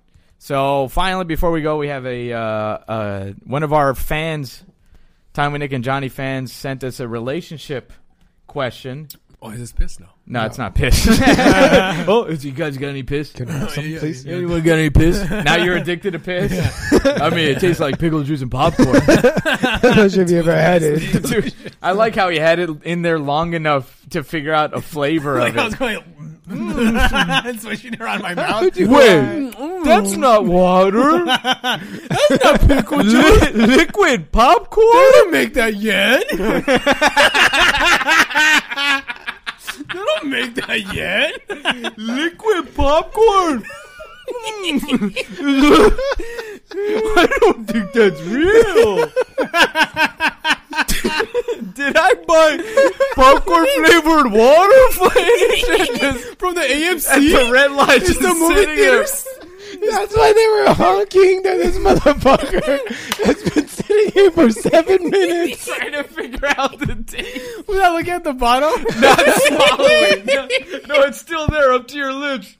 [SPEAKER 2] So finally, before we go, we have a uh, uh, one of our fans, Time with Nick and Johnny fans, sent us a relationship question.
[SPEAKER 4] Oh, is this pissed now?
[SPEAKER 2] No, it's not piss. oh, is you guys got any piss?
[SPEAKER 3] Some, please.
[SPEAKER 2] Anyone got any piss? now you're addicted to piss. I mean, it tastes like pickle juice and popcorn.
[SPEAKER 3] I don't know if you ever had it.
[SPEAKER 2] Dude, I like how he had it in there long enough to figure out a flavor
[SPEAKER 4] Like
[SPEAKER 2] of
[SPEAKER 4] I was
[SPEAKER 2] it.
[SPEAKER 4] going, and swishing it around my mouth.
[SPEAKER 2] Wait, that's not water. that's not pickle juice. liquid popcorn.
[SPEAKER 4] Don't make that yet. they don't make that yet.
[SPEAKER 2] liquid popcorn. Hmm. I don't think that's real. Did I buy popcorn flavored water for from the AMC? At the red light, just
[SPEAKER 3] the movie
[SPEAKER 2] sitting there.
[SPEAKER 3] That's why they were honking that this motherfucker has been sitting here for seven minutes.
[SPEAKER 2] Trying to figure out the date.
[SPEAKER 4] Without looking at the bottom.
[SPEAKER 2] Not swallowing. No, no, it's still there up to your lips.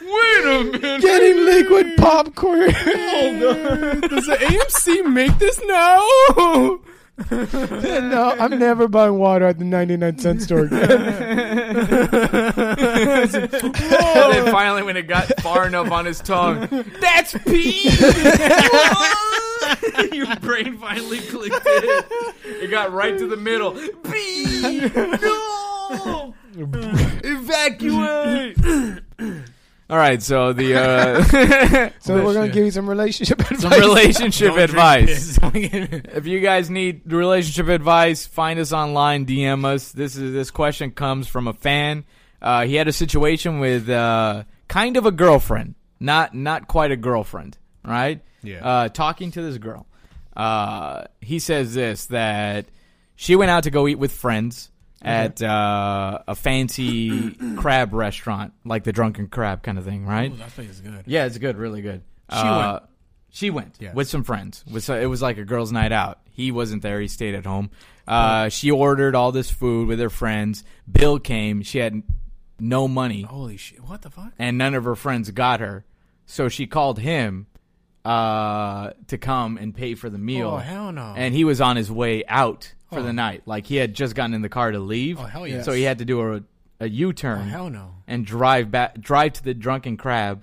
[SPEAKER 2] Wait a minute.
[SPEAKER 3] Getting liquid popcorn.
[SPEAKER 4] Does the AMC make this now?
[SPEAKER 3] no, I'm never buying water at the 99 cent store again.
[SPEAKER 2] And then finally, when it got far enough on his tongue, that's pee. Your brain finally clicked in. It got right to the middle. Pee. No. Evacuate. All right, so the uh,
[SPEAKER 3] So we're going to give you some relationship advice.
[SPEAKER 2] some relationship advice.
[SPEAKER 4] Advice.
[SPEAKER 2] If you guys need relationship advice, find us online, DM us. This is this question comes from a fan. Uh, he had a situation with uh, kind of a girlfriend, not not quite a girlfriend, right?
[SPEAKER 4] Yeah.
[SPEAKER 2] Uh, talking to this girl, uh, he says this that she went out to go eat with friends at uh, a fancy crab restaurant, like the Drunken Crab kind of thing, right?
[SPEAKER 4] That thing is good.
[SPEAKER 2] Yeah, it's good, really good. She
[SPEAKER 4] went.
[SPEAKER 2] She went
[SPEAKER 4] Yes.
[SPEAKER 2] with some friends. With so it was like a girls' night out. He wasn't there. He stayed at home. Uh, She ordered all this food with her friends. Bill came. She had no money,
[SPEAKER 4] Holy shit! What the fuck?
[SPEAKER 2] and none of her friends got her. So she called him uh, to come and pay for the meal.
[SPEAKER 4] Oh, hell no.
[SPEAKER 2] And he was on his way out for the night. Like he had just gotten in the car to leave.
[SPEAKER 4] Oh, hell yes.
[SPEAKER 2] So he had to do a a U turn
[SPEAKER 4] Oh, hell no.
[SPEAKER 2] and drive back drive to the drunken crab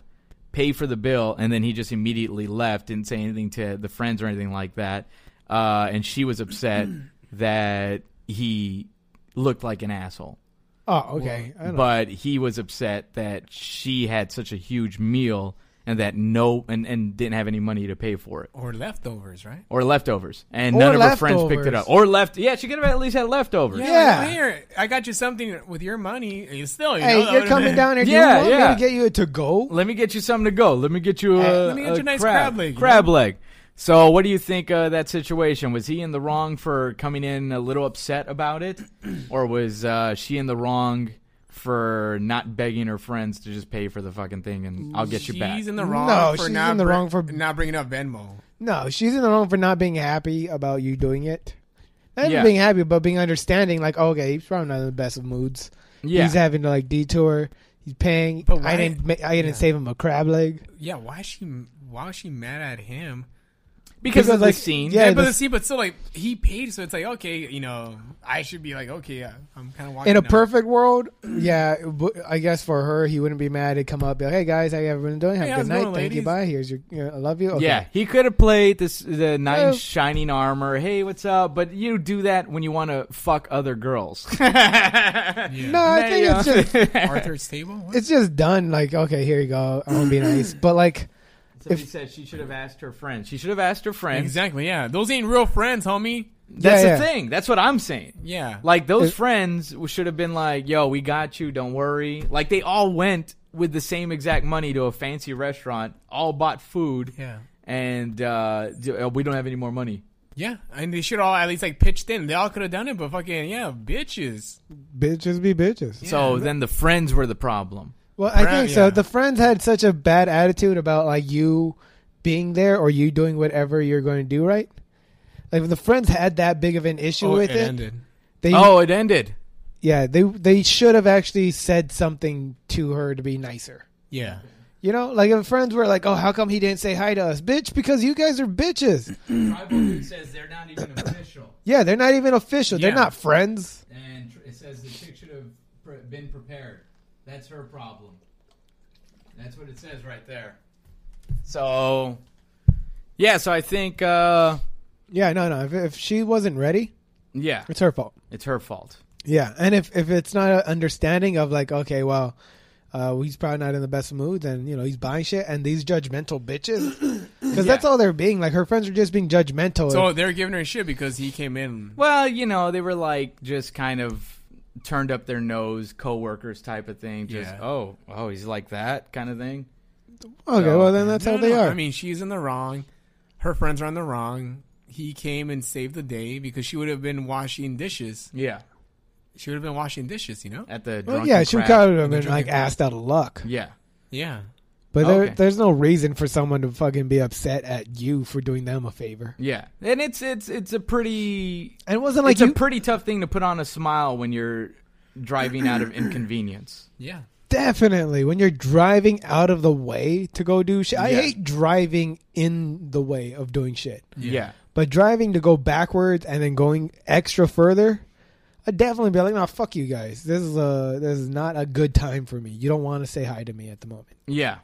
[SPEAKER 2] pay for the bill and then he just immediately left didn't say anything to the friends or anything like that uh, and she was upset that he looked like an asshole
[SPEAKER 3] Oh, okay. I don't
[SPEAKER 2] but he was upset that she had such a huge meal and that no and, and didn't have any money to pay for it
[SPEAKER 4] Or leftovers, right?
[SPEAKER 2] or leftovers and
[SPEAKER 3] Or
[SPEAKER 2] none of her friends picked it
[SPEAKER 3] leftovers.
[SPEAKER 2] up or left yeah she could have at least had leftovers
[SPEAKER 3] Yeah.
[SPEAKER 4] like, here, I got you something with your money. and Still, you know,
[SPEAKER 3] Hey,
[SPEAKER 4] that
[SPEAKER 3] you're
[SPEAKER 4] would've
[SPEAKER 3] coming
[SPEAKER 4] been-
[SPEAKER 3] down here. Do
[SPEAKER 2] Yeah,
[SPEAKER 3] you want
[SPEAKER 2] yeah.
[SPEAKER 3] me to get you a to go?
[SPEAKER 2] Let me get you something to go. Let me get you a,
[SPEAKER 4] Let me get you a nice crab leg, you
[SPEAKER 2] Crab leg. So, what do you think of that situation? Was he in the wrong for coming in a little upset about it, or was uh, she in the wrong for not begging her friends to just pay for the fucking thing and I'll get you back?
[SPEAKER 4] She's in the wrong.
[SPEAKER 3] No,
[SPEAKER 4] for
[SPEAKER 3] she's
[SPEAKER 4] not
[SPEAKER 3] in the
[SPEAKER 4] br-
[SPEAKER 3] wrong for-
[SPEAKER 4] not bringing up Venmo.
[SPEAKER 3] No, she's in the wrong for not being happy about you doing it. Not even
[SPEAKER 2] Yeah.
[SPEAKER 3] being happy, but being understanding. Like, okay, he's probably not in the best of moods.
[SPEAKER 2] yeah,
[SPEAKER 3] He's having to like detour. He's paying.
[SPEAKER 4] But why-
[SPEAKER 3] I didn't. ma- I didn't save him a crab leg.
[SPEAKER 4] Yeah, why is she? Why is she mad at him?
[SPEAKER 2] because,
[SPEAKER 3] because,
[SPEAKER 2] of the
[SPEAKER 3] like,
[SPEAKER 2] scene.
[SPEAKER 3] yeah,
[SPEAKER 4] Yeah, but
[SPEAKER 3] this-
[SPEAKER 4] the, see, but still, like he paid, so it's like okay, you know, I should be like okay, yeah, I'm kind of walking
[SPEAKER 3] In a
[SPEAKER 4] now.
[SPEAKER 3] perfect world, yeah, it would- I guess for her, he wouldn't be mad. He'd come up, be like, "Hey guys, how you everyone doing? Have
[SPEAKER 4] Hey,
[SPEAKER 3] a
[SPEAKER 4] how's
[SPEAKER 3] good
[SPEAKER 4] it
[SPEAKER 3] night.
[SPEAKER 4] going,
[SPEAKER 3] Thank you.
[SPEAKER 4] ladies?"
[SPEAKER 3] Bye. Here's your. You know, I love you. Okay.
[SPEAKER 2] Yeah, he could have played this the nine
[SPEAKER 3] Well-
[SPEAKER 2] shining armor. Hey, what's up? But you do that when you want to fuck other girls.
[SPEAKER 3] No, I think
[SPEAKER 4] uh,
[SPEAKER 3] it's just
[SPEAKER 4] Arthur's table. What?
[SPEAKER 3] it's just done. Like, okay, here you go. I'm gonna be nice, but like,
[SPEAKER 2] Somebody said she should have asked her friends. She should have asked her friends.
[SPEAKER 4] Exactly. Yeah, those ain't real friends, homie.
[SPEAKER 2] That's
[SPEAKER 3] Yeah,
[SPEAKER 2] the
[SPEAKER 3] yeah.
[SPEAKER 2] thing. That's what I'm saying.
[SPEAKER 4] Yeah.
[SPEAKER 2] Like those
[SPEAKER 3] It-
[SPEAKER 2] friends should have been like, "Yo, we got you. Don't worry." Like they all went with the same exact money to a fancy restaurant, all bought food,
[SPEAKER 4] yeah.
[SPEAKER 2] and uh, d- uh, we don't have any more money.
[SPEAKER 4] Yeah, and they should all at least like pitched in. They all could have done it, but fucking yeah, bitches.
[SPEAKER 3] bitches be bitches.
[SPEAKER 2] So then the friends were the problem.
[SPEAKER 3] Well, I
[SPEAKER 4] Right,
[SPEAKER 3] think so.
[SPEAKER 4] yeah.
[SPEAKER 3] The friends had such a bad attitude about like you being there or you doing whatever you're going to do right. Like when the friends had that big of an issue with it,
[SPEAKER 4] Oh, ended.
[SPEAKER 3] they
[SPEAKER 2] Oh, it ended.
[SPEAKER 3] yeah, they they should have actually said something to her to be nicer.
[SPEAKER 4] Yeah.
[SPEAKER 3] You know, like if friends were like, "Oh, how come he didn't say hi to us, bitch?" Because you guys are bitches.
[SPEAKER 10] Tribal dude says they're not even official,
[SPEAKER 3] Yeah, they're not even official.
[SPEAKER 4] Yeah.
[SPEAKER 3] They're not friends.
[SPEAKER 10] and tr- it says the chick should have pre- been prepared. That's her problem. That's what it says right there.
[SPEAKER 2] So, yeah. So I think, uh,
[SPEAKER 3] Yeah, no, no. If, if she wasn't ready,
[SPEAKER 2] yeah,
[SPEAKER 3] it's her fault.
[SPEAKER 2] it's her fault.
[SPEAKER 3] Yeah, and if if it's not an understanding of like, okay, well, uh, he's probably not in the best mood, and you know he's buying shit, and these judgmental bitches, because that's all they're being. Like her friends are just being judgmental.
[SPEAKER 4] So they're giving her shit because he came in.
[SPEAKER 2] Well, you know, they were like just kind of turned up their nose, coworkers type of thing. Just
[SPEAKER 4] Yeah.
[SPEAKER 2] oh, oh, he's like that kind of thing.
[SPEAKER 3] okay, well then that's
[SPEAKER 4] No,
[SPEAKER 3] how
[SPEAKER 4] no,
[SPEAKER 3] they
[SPEAKER 4] no.
[SPEAKER 3] are.
[SPEAKER 4] I mean, she's in the wrong. Her friends are in the wrong. He came and saved the day because she would have been washing dishes.
[SPEAKER 2] Yeah,
[SPEAKER 4] She would have been washing dishes, you know?
[SPEAKER 2] at the
[SPEAKER 3] Well,
[SPEAKER 2] drunken
[SPEAKER 3] yeah, she
[SPEAKER 2] crab.
[SPEAKER 3] probably would have been
[SPEAKER 4] Drunken
[SPEAKER 3] like
[SPEAKER 4] crab.
[SPEAKER 3] asked out of luck.
[SPEAKER 2] yeah.
[SPEAKER 4] Yeah.
[SPEAKER 3] But there,
[SPEAKER 2] Okay.
[SPEAKER 3] there's no reason for someone to fucking be upset at you for doing them a favor.
[SPEAKER 2] Yeah, and it's it's it's a pretty
[SPEAKER 3] And it wasn't like
[SPEAKER 2] it's
[SPEAKER 3] you
[SPEAKER 2] a pretty tough thing to put on a smile when you're driving out of inconvenience.
[SPEAKER 4] Yeah.
[SPEAKER 3] definitely when you're driving out of the way to go do shit. I
[SPEAKER 2] Yeah.
[SPEAKER 3] hate driving in the way of doing shit.
[SPEAKER 2] Yeah.
[SPEAKER 3] But driving to go backwards and then going extra further, I'd definitely be like, "No, fuck you guys. This is a this is not a good time for me. You don't want to say hi to me at the moment."
[SPEAKER 2] Yeah.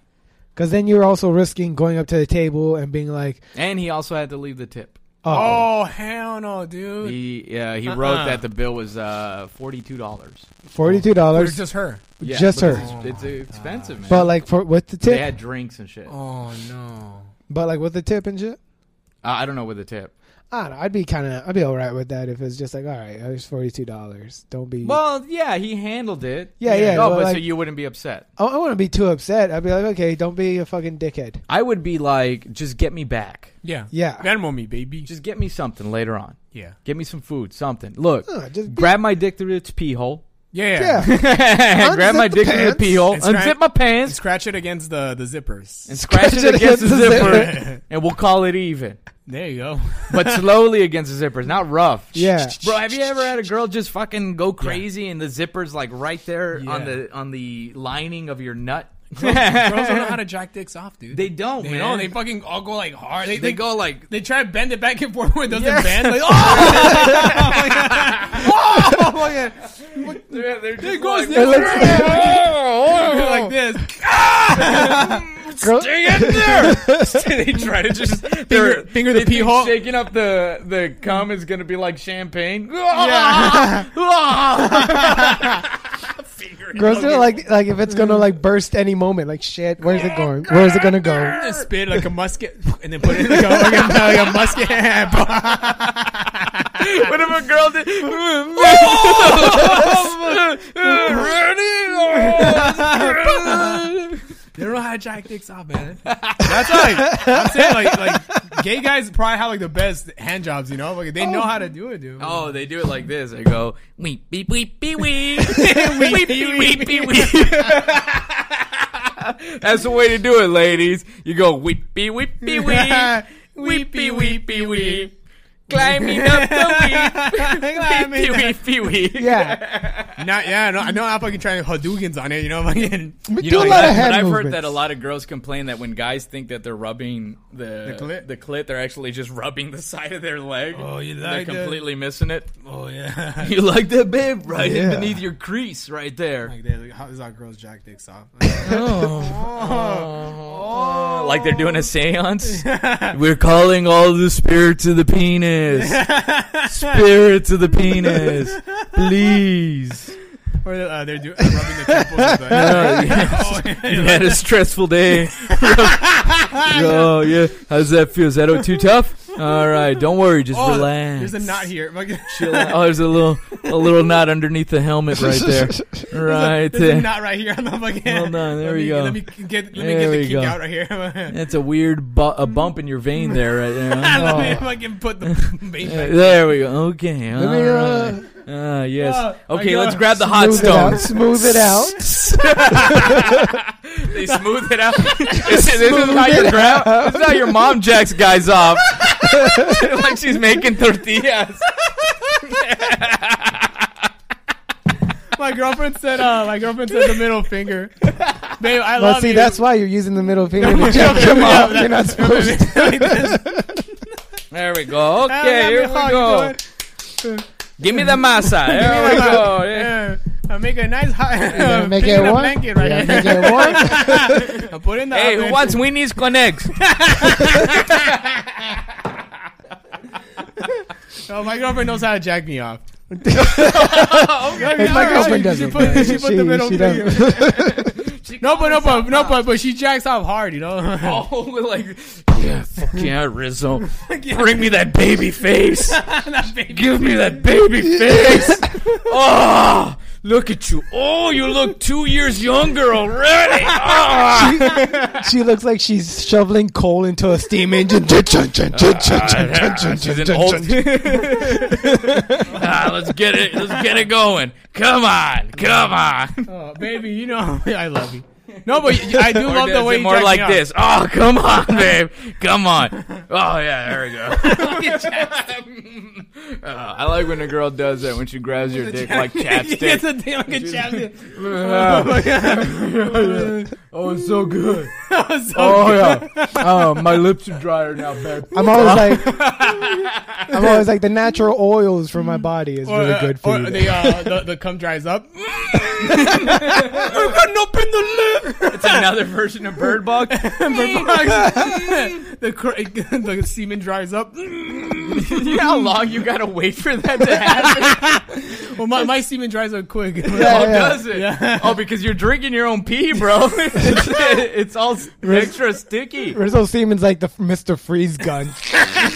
[SPEAKER 3] Because then you're also risking going up to the table and being like,
[SPEAKER 2] And he also had to leave the tip.
[SPEAKER 3] "Oh,
[SPEAKER 4] Oh, hell no, dude.
[SPEAKER 2] He uh, he
[SPEAKER 4] Uh-uh.
[SPEAKER 2] wrote that the bill was uh, forty two dollars.
[SPEAKER 3] forty two
[SPEAKER 4] There's
[SPEAKER 3] dollars."
[SPEAKER 4] just her.
[SPEAKER 2] Yeah,
[SPEAKER 3] Just
[SPEAKER 2] but
[SPEAKER 3] her.
[SPEAKER 2] It's, it's expensive, man.
[SPEAKER 3] But like for with the
[SPEAKER 2] they
[SPEAKER 3] tip,
[SPEAKER 2] had drinks and shit. Uh,
[SPEAKER 4] Oh, no.
[SPEAKER 3] but like with the tip and shit.
[SPEAKER 2] I don't know with the tip.
[SPEAKER 3] I don't know. I'd be kind of, I'd be all right with that if it's just like, all right, it's forty two dollars. Don't be.
[SPEAKER 2] Well, yeah, he handled it.
[SPEAKER 3] Yeah, yeah,
[SPEAKER 2] No, Oh,
[SPEAKER 3] but
[SPEAKER 2] but so
[SPEAKER 3] like-
[SPEAKER 2] you wouldn't be upset.
[SPEAKER 3] I, I wouldn't be too upset. I'd be like, okay, don't be a fucking dickhead.
[SPEAKER 2] I would be like, just get me back.
[SPEAKER 4] Yeah.
[SPEAKER 3] Yeah.
[SPEAKER 4] Venmo me, baby. Just,
[SPEAKER 2] Just get me something later on.
[SPEAKER 4] yeah.
[SPEAKER 2] Get me some food, something. Look,
[SPEAKER 3] Huh, Ah, just be-
[SPEAKER 2] grab my dick through its pee hole.
[SPEAKER 4] Yeah.
[SPEAKER 3] Yeah,
[SPEAKER 2] grab my
[SPEAKER 3] the
[SPEAKER 2] dick through the
[SPEAKER 3] pants.
[SPEAKER 2] pee hole.
[SPEAKER 4] And
[SPEAKER 2] Unzip
[SPEAKER 4] scratch-
[SPEAKER 2] my pants.
[SPEAKER 4] Scratch it against the, the zippers.
[SPEAKER 2] and scratch it against the zipper,
[SPEAKER 3] zipper.
[SPEAKER 2] and we'll call it even.
[SPEAKER 4] There you go.
[SPEAKER 2] But slowly against the zippers, not rough.
[SPEAKER 3] yeah.
[SPEAKER 2] Bro, have you ever had a girl just fucking go crazy and the zipper's like right there on
[SPEAKER 4] Yeah.
[SPEAKER 2] the on the lining of your nut?
[SPEAKER 4] Girls don't know how to jack dicks off, dude.
[SPEAKER 2] They don't,
[SPEAKER 4] They
[SPEAKER 2] man.
[SPEAKER 4] don't. They fucking all go like hard. They,
[SPEAKER 2] They go like
[SPEAKER 4] They try to bend it back and forth when it doesn't
[SPEAKER 2] Yeah.
[SPEAKER 4] bend. Like, oh,
[SPEAKER 2] Oh they're, they're just
[SPEAKER 4] goes
[SPEAKER 2] like,
[SPEAKER 4] this way.
[SPEAKER 2] oh,
[SPEAKER 4] like this.
[SPEAKER 2] stay in there. they try to just finger,
[SPEAKER 4] finger the pee hole.
[SPEAKER 2] Shaking up the the cum is gonna be like champagne.
[SPEAKER 3] Girls do like like if it's gonna like burst any moment. Like shit, where's it going? Where's it gonna go?
[SPEAKER 4] Just spit like a musket and then put it in like a, like a, like a musket.
[SPEAKER 2] What if a girl did?
[SPEAKER 4] they don't know how to jack dicks off, man. That's like I'm saying, like like gay guys probably have like the best hand jobs, you know? Like they know how to do it, dude.
[SPEAKER 2] Oh, they do it like this. They go weep beep weep beep weep weep beep weep beep weep. That's the way to do it, ladies. You go weep beep weep beep weep weep beep weep beep weep. Climbing up the weep weep beep beep weep.
[SPEAKER 3] Yeah,
[SPEAKER 4] Not yeah, no, I know I'm fucking trying Hadoukens on it, you know? Fucking
[SPEAKER 3] we
[SPEAKER 4] you
[SPEAKER 3] do
[SPEAKER 4] know,
[SPEAKER 3] a
[SPEAKER 4] like
[SPEAKER 3] lot of
[SPEAKER 2] But
[SPEAKER 3] hand
[SPEAKER 2] I've
[SPEAKER 3] movements.
[SPEAKER 2] heard that a lot of girls complain that when guys think that they're rubbing the
[SPEAKER 4] The clit?
[SPEAKER 2] clit, they're actually just rubbing the side of their leg.
[SPEAKER 4] Oh, you
[SPEAKER 2] they're
[SPEAKER 4] like that?
[SPEAKER 2] completely missing it.
[SPEAKER 4] Oh yeah.
[SPEAKER 2] You like that, babe? Right in
[SPEAKER 3] Yeah.
[SPEAKER 2] beneath your crease, right there.
[SPEAKER 4] Like, they- like, how is our girls jack dicks off? Oh.
[SPEAKER 2] Like they're doing a seance. We're calling all the spirits of the penis. spirits of the penis, please.
[SPEAKER 4] or uh, they're doing rubbing the temples. With the, oh, yeah.
[SPEAKER 2] You had a stressful day. oh yeah, how does that feel? Is that too tough? All right, don't worry, just
[SPEAKER 4] Oh,
[SPEAKER 2] relax.
[SPEAKER 4] There's a knot here. Fucking-
[SPEAKER 2] Chill out. Oh, there's a little a little knot underneath the helmet right there. Right
[SPEAKER 4] There's
[SPEAKER 2] there.
[SPEAKER 4] a knot right here. I'm not fucking.
[SPEAKER 2] Hold on, there
[SPEAKER 4] let
[SPEAKER 2] we
[SPEAKER 4] me,
[SPEAKER 2] go.
[SPEAKER 4] Let me get, let me
[SPEAKER 2] There
[SPEAKER 4] get
[SPEAKER 2] we
[SPEAKER 4] the kick
[SPEAKER 2] go.
[SPEAKER 4] out right here.
[SPEAKER 2] That's a weird bu- a bump in your vein there right there.
[SPEAKER 4] let me fucking put the baby.
[SPEAKER 2] Uh, There we go. Okay. All
[SPEAKER 3] me, uh,
[SPEAKER 2] right. Ah, yes.
[SPEAKER 4] Oh,
[SPEAKER 2] Okay,
[SPEAKER 4] I
[SPEAKER 2] let's
[SPEAKER 4] got-
[SPEAKER 2] grab the hot
[SPEAKER 3] smooth it out.
[SPEAKER 2] stones.
[SPEAKER 3] Smooth it out.
[SPEAKER 2] They smooth it out. this, is- this is how your gra- This is how your mom jacks guys off. like she's making tortillas.
[SPEAKER 4] my girlfriend said, uh, my girlfriend said the middle finger. Babe, I
[SPEAKER 3] Well,
[SPEAKER 4] love
[SPEAKER 3] see,
[SPEAKER 4] you.
[SPEAKER 3] that's why you're using the middle finger to
[SPEAKER 4] Yeah,
[SPEAKER 3] jump him
[SPEAKER 4] yeah,
[SPEAKER 3] off.
[SPEAKER 4] that-
[SPEAKER 3] You're not supposed to.
[SPEAKER 2] There we go.
[SPEAKER 4] Ah,
[SPEAKER 2] Okay,
[SPEAKER 4] yeah,
[SPEAKER 2] here we
[SPEAKER 4] mijo, you
[SPEAKER 2] go.
[SPEAKER 4] doing?
[SPEAKER 2] Give me the masa. There we go. Yeah.
[SPEAKER 4] Yeah. I make a nice hot.
[SPEAKER 3] gotta make
[SPEAKER 4] pick
[SPEAKER 3] it
[SPEAKER 4] in a
[SPEAKER 3] warm.
[SPEAKER 4] Blanket right
[SPEAKER 3] You
[SPEAKER 4] here.
[SPEAKER 3] gotta make
[SPEAKER 4] I put in the
[SPEAKER 2] Hey, who
[SPEAKER 4] oven.
[SPEAKER 2] wants weenies con eggs?
[SPEAKER 4] Oh, my girlfriend knows how to jack me off.
[SPEAKER 3] If my girlfriend
[SPEAKER 4] She
[SPEAKER 3] doesn't.
[SPEAKER 4] put, she put the middle
[SPEAKER 3] she
[SPEAKER 4] finger.
[SPEAKER 3] doesn't.
[SPEAKER 4] No, but no, but no, but but she jacks off hard, you know.
[SPEAKER 2] oh, like, yeah, fuck yeah, Rizzo. Bring me that baby face. Give me that baby face. oh, look at you. Oh, you look two years younger already. Ah.
[SPEAKER 3] she looks like she's shoveling coal into a steam engine.
[SPEAKER 4] Uh,
[SPEAKER 2] She's an old. ah, let's get it. Let's get it going. Come on, come on.
[SPEAKER 4] Oh, baby, you know I love you. No, but I do love
[SPEAKER 2] Is
[SPEAKER 4] the way
[SPEAKER 2] it
[SPEAKER 4] you
[SPEAKER 2] more
[SPEAKER 4] jack
[SPEAKER 2] like
[SPEAKER 4] me off.
[SPEAKER 2] this. Oh, come on, babe. Come on. Oh yeah, there we go. Look at chapstick. Oh, I like when a girl does that when she grabs your dick like
[SPEAKER 4] it's
[SPEAKER 2] chapstick.
[SPEAKER 4] a thing like a chapstick.
[SPEAKER 2] oh, it's so good.
[SPEAKER 4] Oh, So
[SPEAKER 2] yeah. Oh, my lips are drier now, babe.
[SPEAKER 3] I'm always like, I'm always like, the natural oils from my body is Oh, really good for
[SPEAKER 4] Mm-hmm. or
[SPEAKER 3] you.
[SPEAKER 4] the, uh, the the cum dries up.
[SPEAKER 2] It's another version of Bird Box.
[SPEAKER 4] the cr- the semen dries up.
[SPEAKER 2] You know how long you gotta wait for that to happen?
[SPEAKER 4] Well, my, my semen dries up quick.
[SPEAKER 2] Oh,
[SPEAKER 3] Yeah, yeah.
[SPEAKER 2] does it? Oh, because you're drinking your own pee, bro. it's, it's all s- extra
[SPEAKER 4] Oh.
[SPEAKER 2] sticky.
[SPEAKER 3] Rizzo Siemens like the Mr. Freeze gun.
[SPEAKER 2] Get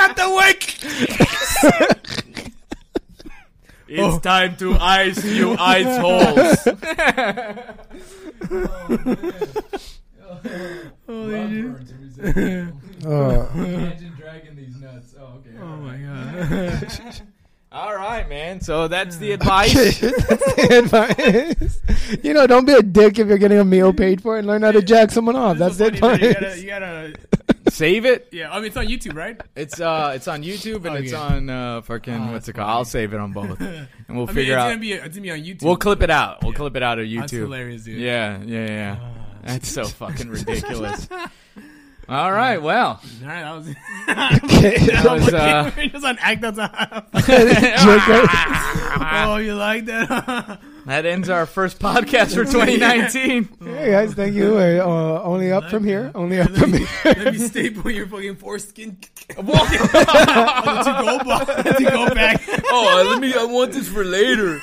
[SPEAKER 2] out the wick! it's time to ice you ice holes.
[SPEAKER 10] Burns every second.
[SPEAKER 3] Oh.
[SPEAKER 10] Imagine dragging these nuts. Oh, okay.
[SPEAKER 4] Oh my god.
[SPEAKER 2] All right, man. So that's the advice.
[SPEAKER 3] advice. You know, don't be a dick if you're getting a meal paid for, and learn how to jack someone off. That's
[SPEAKER 4] This
[SPEAKER 3] it.
[SPEAKER 4] is funny, man. You gotta, you gotta,
[SPEAKER 2] Save it.
[SPEAKER 4] yeah. I mean, it's on YouTube, right?
[SPEAKER 2] It's uh, it's on YouTube and it's
[SPEAKER 4] yeah.
[SPEAKER 2] on uh, fucking what's it called? I'll save it on both, and we'll
[SPEAKER 4] Oh, I mean, it's
[SPEAKER 2] figure out.
[SPEAKER 4] gonna be, it's gonna be on YouTube.
[SPEAKER 2] We'll clip it out. We'll clip it out of YouTube.
[SPEAKER 4] That's hilarious, dude.
[SPEAKER 2] Yeah, yeah, yeah. That's so fucking ridiculous. All right, well,
[SPEAKER 4] All right, that was.
[SPEAKER 3] Okay.
[SPEAKER 2] that was uh,
[SPEAKER 4] We're just on act that's on.
[SPEAKER 2] that
[SPEAKER 4] Oh, you like that?
[SPEAKER 2] ends our first podcast for 2019.
[SPEAKER 3] Hey guys, thank you. We're, uh, only up from here. Only up from here.
[SPEAKER 4] Let me staple your fucking foreskin. Walk it. go, back- to go back.
[SPEAKER 2] Oh, let me. I want this for later.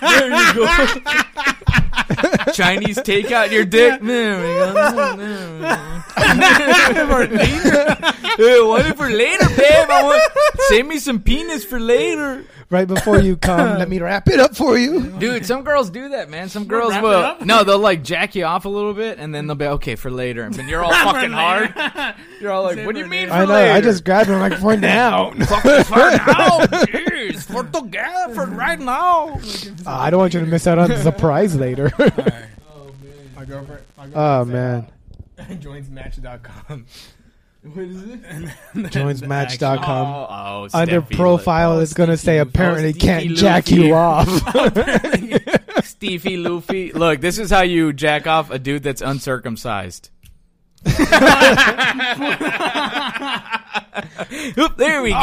[SPEAKER 2] There you go. Chinese takeout your dick. There we go. for later. Hey, want it for later, babe? I want, save me some penis for later.
[SPEAKER 3] Right before you come, let me wrap it up for you.
[SPEAKER 2] Dude, some girls do that, man. Some girls
[SPEAKER 4] wrap it
[SPEAKER 2] will.
[SPEAKER 4] up?
[SPEAKER 2] No, they'll like jack you off a little bit, and then they'll be okay for later. And you're all fucking hard. You're all like, "What do you mean?" For
[SPEAKER 3] I know.
[SPEAKER 2] Later?
[SPEAKER 3] I just grabbed him like for now.
[SPEAKER 2] fucking for now, jeez, for together, for right now.
[SPEAKER 3] Ah, I don't want you to miss out on the surprise later.
[SPEAKER 4] Oh, My girlfriend. My girlfriend
[SPEAKER 3] oh
[SPEAKER 4] said,
[SPEAKER 3] man,
[SPEAKER 4] uh, Joins Match.com. What is it?
[SPEAKER 3] joins Match.com.
[SPEAKER 2] oh,
[SPEAKER 3] Under
[SPEAKER 2] Steffi,
[SPEAKER 3] profile, it's gonna say
[SPEAKER 2] oh,
[SPEAKER 3] apparently
[SPEAKER 2] Steffi
[SPEAKER 3] can't
[SPEAKER 2] Lucy.
[SPEAKER 3] jack you off.
[SPEAKER 2] Look, Steffi Luffy. Look, this is how you jack off a dude that's uncircumcised. Oop, there we go.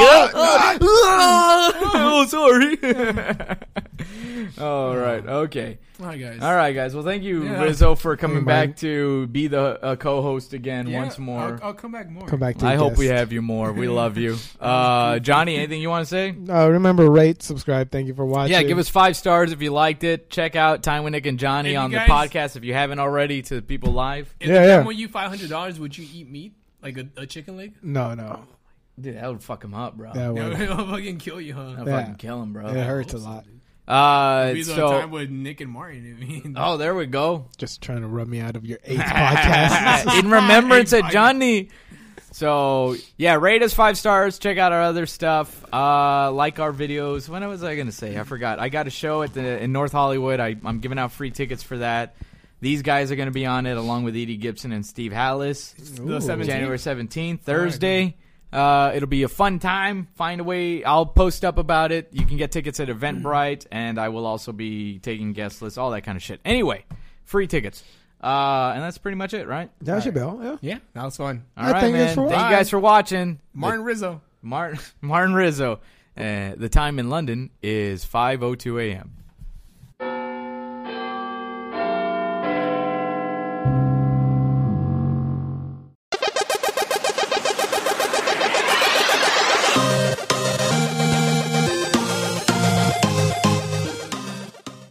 [SPEAKER 2] Oh, sorry. All right. Okay.
[SPEAKER 4] All right, guys.
[SPEAKER 2] All right, guys. Well, thank you,
[SPEAKER 4] Yeah.
[SPEAKER 2] Rizzo, for coming
[SPEAKER 3] man.
[SPEAKER 2] back to be the uh, co-host again
[SPEAKER 4] Yeah,
[SPEAKER 2] once more.
[SPEAKER 4] I'll, I'll come back more.
[SPEAKER 3] Come back to.
[SPEAKER 2] I
[SPEAKER 3] your
[SPEAKER 2] hope we
[SPEAKER 3] guest.
[SPEAKER 2] have you more. We love you, uh, Johnny. Anything you want to say?
[SPEAKER 3] Uh, remember, rate, subscribe. Thank you for watching.
[SPEAKER 2] Yeah, give us five stars if you liked it. Check out Time with Nick and Johnny
[SPEAKER 4] If you
[SPEAKER 2] on
[SPEAKER 4] guys-
[SPEAKER 2] the podcast if you haven't already to the people live.
[SPEAKER 4] If
[SPEAKER 3] Yeah,
[SPEAKER 4] yeah,
[SPEAKER 3] yeah.
[SPEAKER 4] yeah. you five hundred dollars, would you eat meat like a, a chicken leg?
[SPEAKER 3] No, no,
[SPEAKER 2] Dude, that would fuck him up, bro.
[SPEAKER 3] that
[SPEAKER 4] Yeah,
[SPEAKER 3] one.
[SPEAKER 4] I'll fucking kill you, huh?
[SPEAKER 2] That'd
[SPEAKER 3] Yeah.
[SPEAKER 2] fucking kill him, bro.
[SPEAKER 3] It hurts a lot.
[SPEAKER 2] Uh,
[SPEAKER 4] Be the time
[SPEAKER 2] so,
[SPEAKER 4] with Nick and Martin. I mean,
[SPEAKER 2] oh, there we go.
[SPEAKER 3] Just trying to rub me out of your eighth podcast.
[SPEAKER 2] in remembrance of Johnny. So yeah, rate us five stars. Check out our other stuff. Uh, like our videos. When was I gonna say? I forgot. I got a show at the in North Hollywood. I, I'm giving out free tickets for that. These guys are gonna be on it along with Edie Gibson and Steve Hallis.
[SPEAKER 4] the 17th?
[SPEAKER 2] January seventeenth, Thursday. Uh, it'll be a fun time. Find a way. I'll post up about it. You can get tickets at Eventbrite, and I will also be taking guest lists, all that kind of shit. Anyway, free tickets. Uh, and that's pretty much it, right?
[SPEAKER 3] That should be all. Yeah.
[SPEAKER 2] Yeah.
[SPEAKER 4] That was fun.
[SPEAKER 2] All
[SPEAKER 3] Yeah,
[SPEAKER 2] right,
[SPEAKER 3] thank you
[SPEAKER 2] man.
[SPEAKER 3] guys for
[SPEAKER 2] thank
[SPEAKER 3] watching.
[SPEAKER 2] you guys for watching.
[SPEAKER 4] Martin Rizzo.
[SPEAKER 2] Martin, Martin Rizzo. Uh, the time in London is 5:02 a.m.